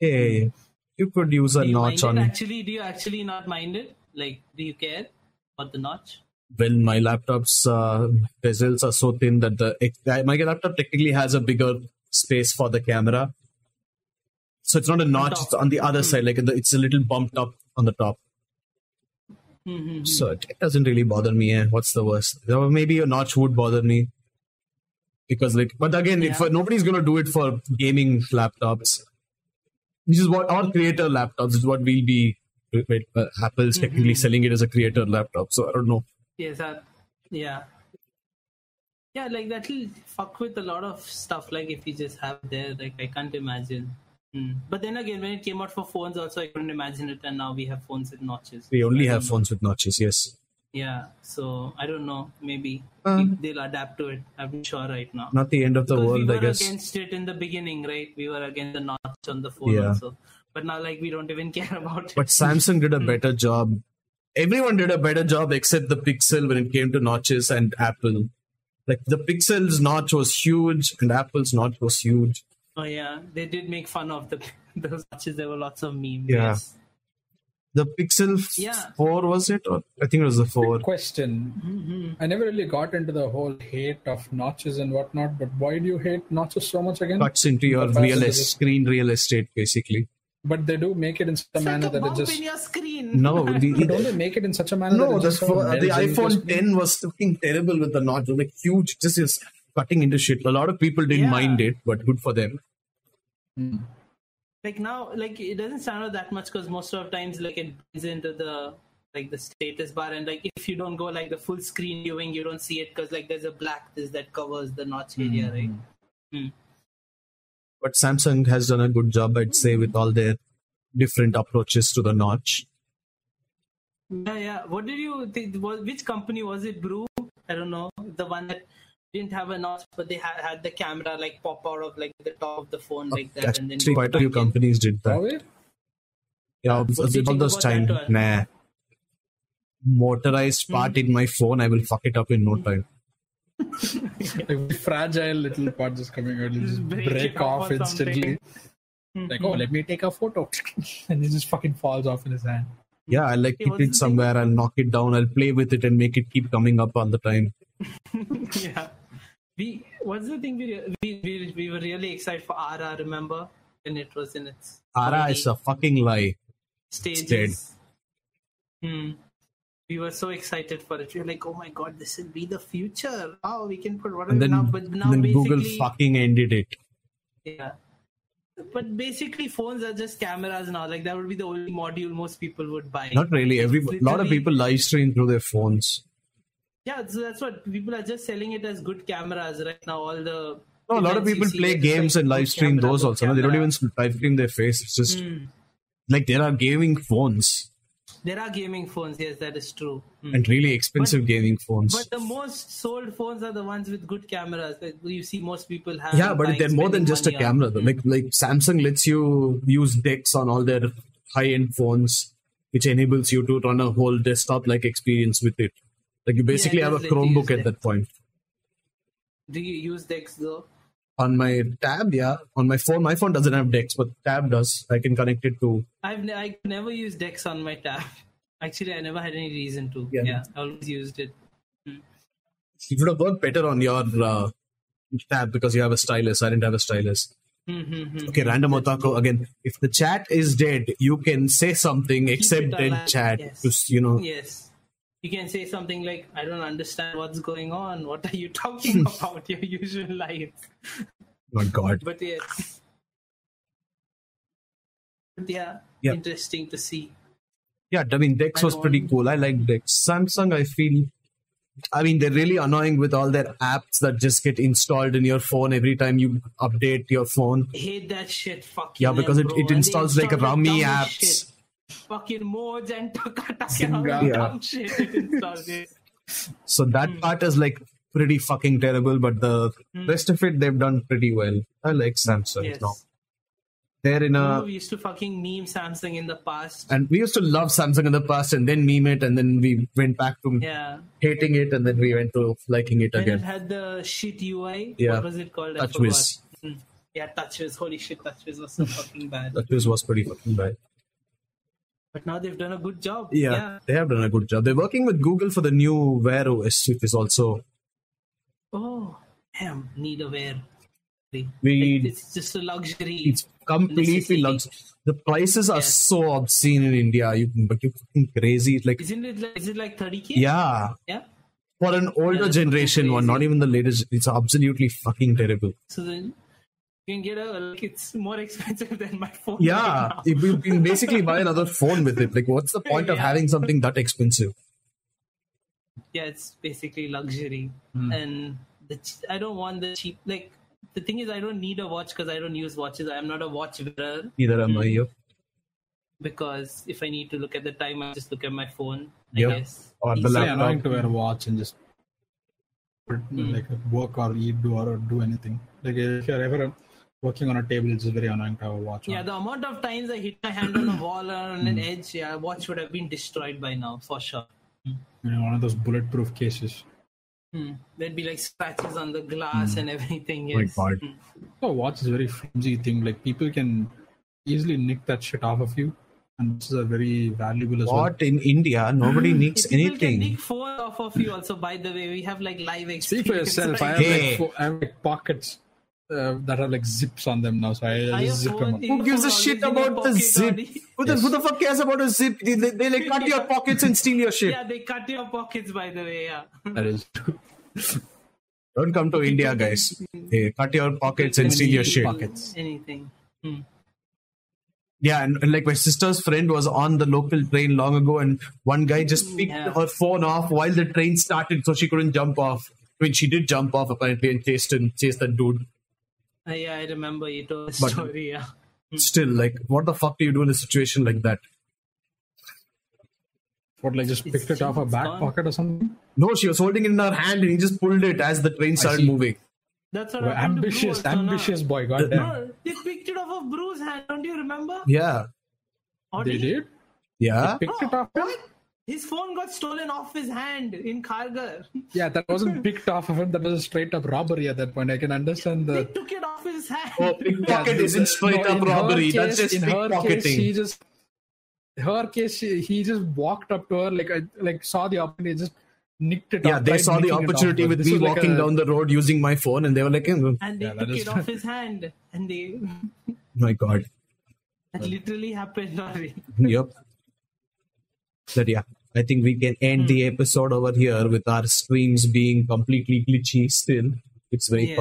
S1: Hey, you could use a
S2: Do you
S1: notch on
S2: mind it?
S1: it.
S2: Actually, do you actually not mind it? Like, do you care about the notch?
S1: Well, my laptop's uh, bezels are so thin that the my laptop technically has a bigger space for the camera. So it's not a notch;
S2: top. Hmm.
S1: it's on the other side. Like the- it's a little bumped up on the top.
S2: Hmm,
S1: So it it doesn't really bother me. Eh? What's the worst? Or maybe a notch would bother me because, like, but again, if
S2: Yeah.
S1: nobody's gonna do it for gaming laptops, which is what our creator laptops is what we'll be. Wait,
S2: Hmm,
S1: uh, Apple's technically selling it as a creator laptop, so I don't know.
S2: Yes, that, yeah. Yeah, like that'll fuck with a lot of stuff. Like if you just have there, like I can't imagine. Mm. But then again, when it came out for phones, also I couldn't imagine it, and now we have phones with notches.
S1: We only have phones with notches, yes.
S2: Yeah, so I don't know. Maybe
S1: Um,
S2: they'll adapt to it. I'm not sure right now.
S1: Not the end of the
S2: Because
S1: world,
S2: we
S1: I
S2: were
S1: guess.
S2: against it in the beginning, right? We were against the notch on the phone
S1: Yeah.
S2: also. But now, like, we don't even care about it.
S1: But Samsung did a
S2: Hmm.
S1: better job. Everyone did a better job except the Pixel when it came to notches and Apple. Like the Pixel's notch was huge and Apple's notch was huge.
S2: oh yeah, they did make fun of the those notches. There were lots of memes.
S1: Yeah.
S2: Yes.
S1: The Pixel f-
S2: Yeah.
S1: 4 was it? Or I think it was the 4.
S3: Question.
S2: Mm-hmm.
S3: I never really got into the whole hate of notches and whatnot, but why do you hate notches so much again?
S1: Cuts into your
S3: Comparison
S1: real
S3: to
S1: es-
S3: this-
S1: screen real estate basically.
S3: But they do make it in such a
S2: It's like
S3: manner
S2: a
S3: that it
S2: bump
S3: just
S2: in your screen.
S1: No,
S3: But
S1: the,
S3: don't they make it in such a manner that
S1: no
S3: it
S1: the,
S3: just sort of
S1: fir- the
S3: melts into
S1: iPhone
S3: screen?
S1: 10 was fucking terrible with the notch. It was like huge, just is cutting into shit. A lot of people didn't
S2: Yeah.
S1: mind it, but good for them.
S2: Like now, like it doesn't sound out that much because most of the times, like it is into the like the status bar, and like if you don't go like the full screen viewing, you don't see it because like there's a black this that covers the notch
S1: Mm-hmm.
S2: area, right? Hmm.
S1: but Samsung has done a good job, I'd say, with all their different approaches to the notch.
S2: Yeah, yeah. What did you think? Was, which company was it? Brew? I don't know. The one that didn't have a notch, but they had, had the camera like pop out of like the top of the phone like that, and then
S1: Actually,
S2: go
S1: quite a few
S2: back in.
S1: companies did that.
S3: Huawei?
S1: Yeah, it was
S2: you
S1: about
S2: think
S1: those
S2: about
S1: time,
S2: that uh, Hmm. one?
S1: nah. Motorized part in my phone, I will fuck it up in no time.
S3: Like, fragile little part just coming out, you just break,
S2: break it off
S3: off
S2: or Mm-hmm.
S3: instantly. Like, oh, let me take a photo, and it just fucking falls off in his hand.
S1: Yeah, I'll like
S2: It
S1: keep
S2: was
S1: it
S2: the-
S1: somewhere, I'll knock it down, I'll play with it and make it keep coming up all the time.
S2: yeah. We what's the thing we we we, we were really excited for Ara. Remember when it was in its
S1: Ara
S2: early
S1: is a fucking lie.
S2: stages. Hmm. We were so excited for it. We were like, oh my god, this will be the future. Oh, we can put whatever
S1: And then,
S2: now. But now
S1: then
S2: basically,
S1: Google fucking ended it.
S2: yeah. But basically, phones are just cameras now. Like that would be the only module most people would buy.
S1: Not really. Every
S2: It's
S1: lot of
S2: literally-
S1: people live stream through their phones.
S2: Yeah, so that's what people are just selling it as good cameras right now. All the
S1: No, a lot of
S2: events you
S1: people
S2: see,
S1: play
S2: it's like
S1: games and
S2: good
S1: live stream
S2: camera, Hmm.
S1: those
S2: good
S1: also. No, they don't
S2: camera.
S1: even live stream their face. It's just like there are gaming phones.
S2: There are gaming phones, yes, that is true. Mm.
S1: and really expensive gaming phones.
S2: But the most sold phones are the ones with good cameras. Like you see, most people have.
S1: yeah, but
S2: buying-
S1: they're more than
S2: uh, spending
S1: just a
S2: money on- Hmm.
S1: camera. Though. Like like Samsung lets you use DeX on all their high end phones, which enables you to run a whole desktop like experience with it. Like you basically
S2: it
S1: have
S2: does
S1: a
S2: let you use
S1: Chromebook at
S2: Dex.
S1: that point.
S2: Do you use Dex though?
S1: On my tab, yeah. On my phone, my phone doesn't have DeX, but tab does. I can connect it to
S2: I've ne- I never used Dex on my tab. Actually, I never had any reason to.
S1: Yeah.
S2: Yeah, I always used it.
S1: it would have worked better on your uh, tab because you have a stylus. I didn't have a stylus.
S2: Mm-hmm.
S1: Okay, random otako again. If the chat is dead, you can say something except
S2: it
S1: dead
S2: alive,
S1: chat.
S2: yes.
S1: to s- you know,
S2: Yes. You can say something like, I don't understand what's going on. What are you talking about? Your usual life.
S1: my God.
S2: But yes. But yeah,
S1: Yeah.
S2: interesting to see.
S1: Yeah, I mean Dex
S2: I
S1: was pretty
S2: don't-
S1: cool. I like Dex. Samsung, I feel. I mean, they're really annoying with all their apps that just get installed in your phone every time you update your phone.
S2: hate that shit. Fuck
S1: Yeah,
S2: them,
S1: because it-
S2: bro.
S1: it
S2: And they
S1: installs, like,
S2: install the
S1: rummy
S2: dumbest
S1: apps.
S2: shit. Fucking modes and taka taka all
S3: Zynga.
S2: the
S1: Yeah.
S2: dumb shit. It installs it.
S1: So that
S2: Hmm.
S1: part is like pretty fucking terrible, but the rest of it they've done pretty well. I like Samsung.
S2: Yes. Hmm.
S1: now. They're in a
S2: Remember we used to fucking meme Samsung in the past.
S1: and we used to love Samsung in the past and then meme it and then we went back to
S2: yeah.
S1: hating it and then we went to liking it
S2: When it
S1: again.
S2: had the shit UI.
S1: Yeah.
S2: What was it called? I
S1: TouchWiz.
S2: forgot. Mm. Yeah, TouchWiz. Holy shit, TouchWiz was so fucking bad.
S1: That was was pretty fucking bad.
S2: But now they've done a good job.
S1: Yeah, they have done a good job. They're working with Google for the new Wear OS, which is also
S2: Oh, damn. Need a wear.
S1: We-
S2: It- it's just a luxury.
S1: it's completely
S2: Necessity.
S1: lux. The prices are
S2: Yes.
S1: so obscene in India. You but you fucking crazy. It's like
S2: Isn't it like, is it like 30k?
S1: yeah,
S2: Yeah.
S1: for an older
S2: that's
S1: generation one,
S2: crazy.
S1: not even the latest. It's absolutely fucking terrible.
S2: So then you can get a like it's more expensive than my phone.
S1: Yeah,
S2: right now.
S1: if you can basically buy another phone with it. Like, what's the point of
S2: Yeah.
S1: having something that expensive?
S2: yeah, it's basically luxury,
S1: Hmm.
S2: and the ch- I don't want the cheap. Like the thing is, I don't need a watch because I don't use watches. I'm not a watch wearer
S1: Neither am I. You.
S2: because if I need to look at the time, I just look at my phone. I
S1: Yeah.
S2: guess.
S1: Or the
S2: Easy.
S3: It's
S1: laptop.
S3: annoying to wear a watch and just put,
S2: Hmm.
S3: like work or eat do or, or do anything. Like if you're ever working on a table, it's very annoying to have a watch.
S2: Yeah,
S3: on.
S2: the amount of times I hit my hand on a wall or on
S1: Hmm.
S2: an edge, yeah, watch would have been destroyed by now for sure.
S3: you know, one of those bulletproof cases.
S2: Hmm. There'd be like scratches on the glass and
S1: Hmm.
S2: everything.
S1: Oh my
S2: Yes.
S1: God.
S2: Hmm.
S3: A Oh, watch is a very flimsy thing. Like people can easily nick that shit off of you, and this is a very valuable as well. Hmm.
S1: What in India? Nobody nicks
S2: People
S1: anything.
S2: Can nick four off of you also, by the way. We have like live experience.
S3: See for yourself. I have,
S2: right?
S1: Hey.
S3: like, four, I have like pockets uh, that have like zips on them now, so I, I
S2: I
S3: just
S2: have
S3: zip
S2: four
S3: them up.
S2: in-
S1: Who gives a shit about the zip? Who the, who the fuck cares about a zip? They, they, they like cut your pockets and steal your shit.
S2: Yeah, they cut your pockets, by the way. Yeah.
S3: That is
S1: Don't come to India, guys. They cut your pockets and steal your shit.
S3: pockets.
S2: Anything. Hmm.
S1: Yeah, and, and like my sister's friend was on the local train long ago, and one guy just picked
S2: Mm, Yeah.
S1: her phone off while the train started, so she couldn't jump off. I mean, she did jump off apparently and chased and chased that dude.
S2: Uh, yeah, I remember you told the
S1: But-
S2: story. Yeah.
S1: Still, like, what the fuck do you do in a situation like that?
S3: What like just picked it off a
S2: it's
S3: back
S2: gone.
S3: pocket or something?
S1: No, she was holding it in her hand, and he just pulled it as the train started
S3: see.
S1: moving.
S2: That's what happened to Bruce,
S3: ambitious,
S2: so now-
S3: ambitious boy. Goddamn,
S2: No, they picked it off of Bruce hand. Don't you remember?
S1: Yeah,
S2: Or
S3: they did.
S1: yeah.
S3: Picked it off.
S2: What? His phone got stolen off his hand in Kargar.
S3: Yeah, that wasn't picked off of him. That was a straight up robbery at that point. I can understand
S2: They
S3: the
S2: took it off his hand.
S1: Oh, pickpocket
S3: Yeah,
S1: isn't straight
S3: no,
S1: up
S3: in her
S1: robbery. That's
S3: case-
S1: just
S3: in her
S1: pickpocketing.
S3: Case, she just, her case, she, he just walked up to her like I, like saw the opportunity, just nicked it.
S1: yeah,
S3: off,
S1: they
S3: tried
S1: saw the
S3: nicking it off,
S1: opportunity
S3: but
S1: with
S3: this
S1: me
S3: was like
S1: walking
S3: a-
S1: down the road using my phone, and they were like, "Oh,
S2: and they
S3: Yeah, that
S2: took
S3: is-
S2: it off his hand and they
S1: "My God,
S2: that literally happened already.
S1: yep." But yeah, I think we can end the
S2: Hmm.
S1: episode over here with our streams being completely glitchy. Still, it's very
S2: Yes.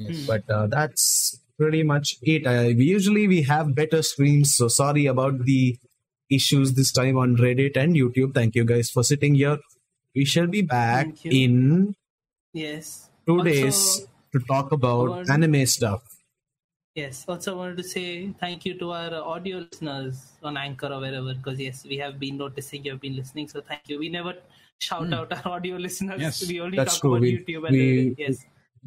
S2: Hmm.
S1: fun, but uh, that's pretty much it. I, we usually we have better streams, so sorry about the issues this time on Reddit and YouTube. Thank you guys for sitting here. We shall be back
S2: Thank you.
S1: in
S2: yes
S1: two
S2: Also,
S1: days to talk about
S2: about-
S1: anime stuff.
S2: Yes. Also, wanted to say thank you to our audio listeners on Anchor or wherever, because yes, we have been noticing you have been listening. So thank you. We never shout out our audio listeners.
S3: Yes,
S2: we only
S1: Hmm. that's
S2: talk
S1: true.
S2: about
S1: We-
S2: YouTube. And
S1: we-
S2: yes,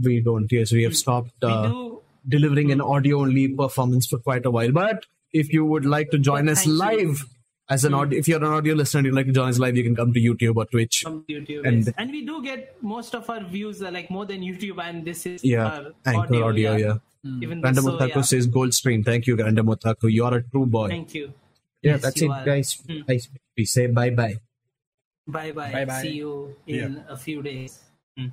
S1: We don't. Yes, we have stopped
S2: Hmm. we
S1: uh,
S2: do.
S1: delivering an audio only performance for quite a while. But if you would like to join us
S2: Thank you. Hmm.
S1: live as an audio, if you're an audio listener and you'd like to join us live, you can come to YouTube or Twitch.
S2: From YouTube,
S1: And-
S2: and, and we do get most of our views are like more than YouTube, and this is uh,
S1: Yeah,
S2: our
S1: Anchor Audio. yeah.
S2: Even
S1: Random
S2: so,
S1: Otaku
S2: yeah.
S1: says gold stream. Thank you, Random Otaku. You are a true boy.
S2: Thank you.
S1: yeah,
S2: Yes,
S1: that's it,
S2: you are.
S1: guys.
S2: Mm.
S1: I, we say bye bye.
S2: Bye bye.
S3: Bye-bye.
S2: See you in a few days. Mm.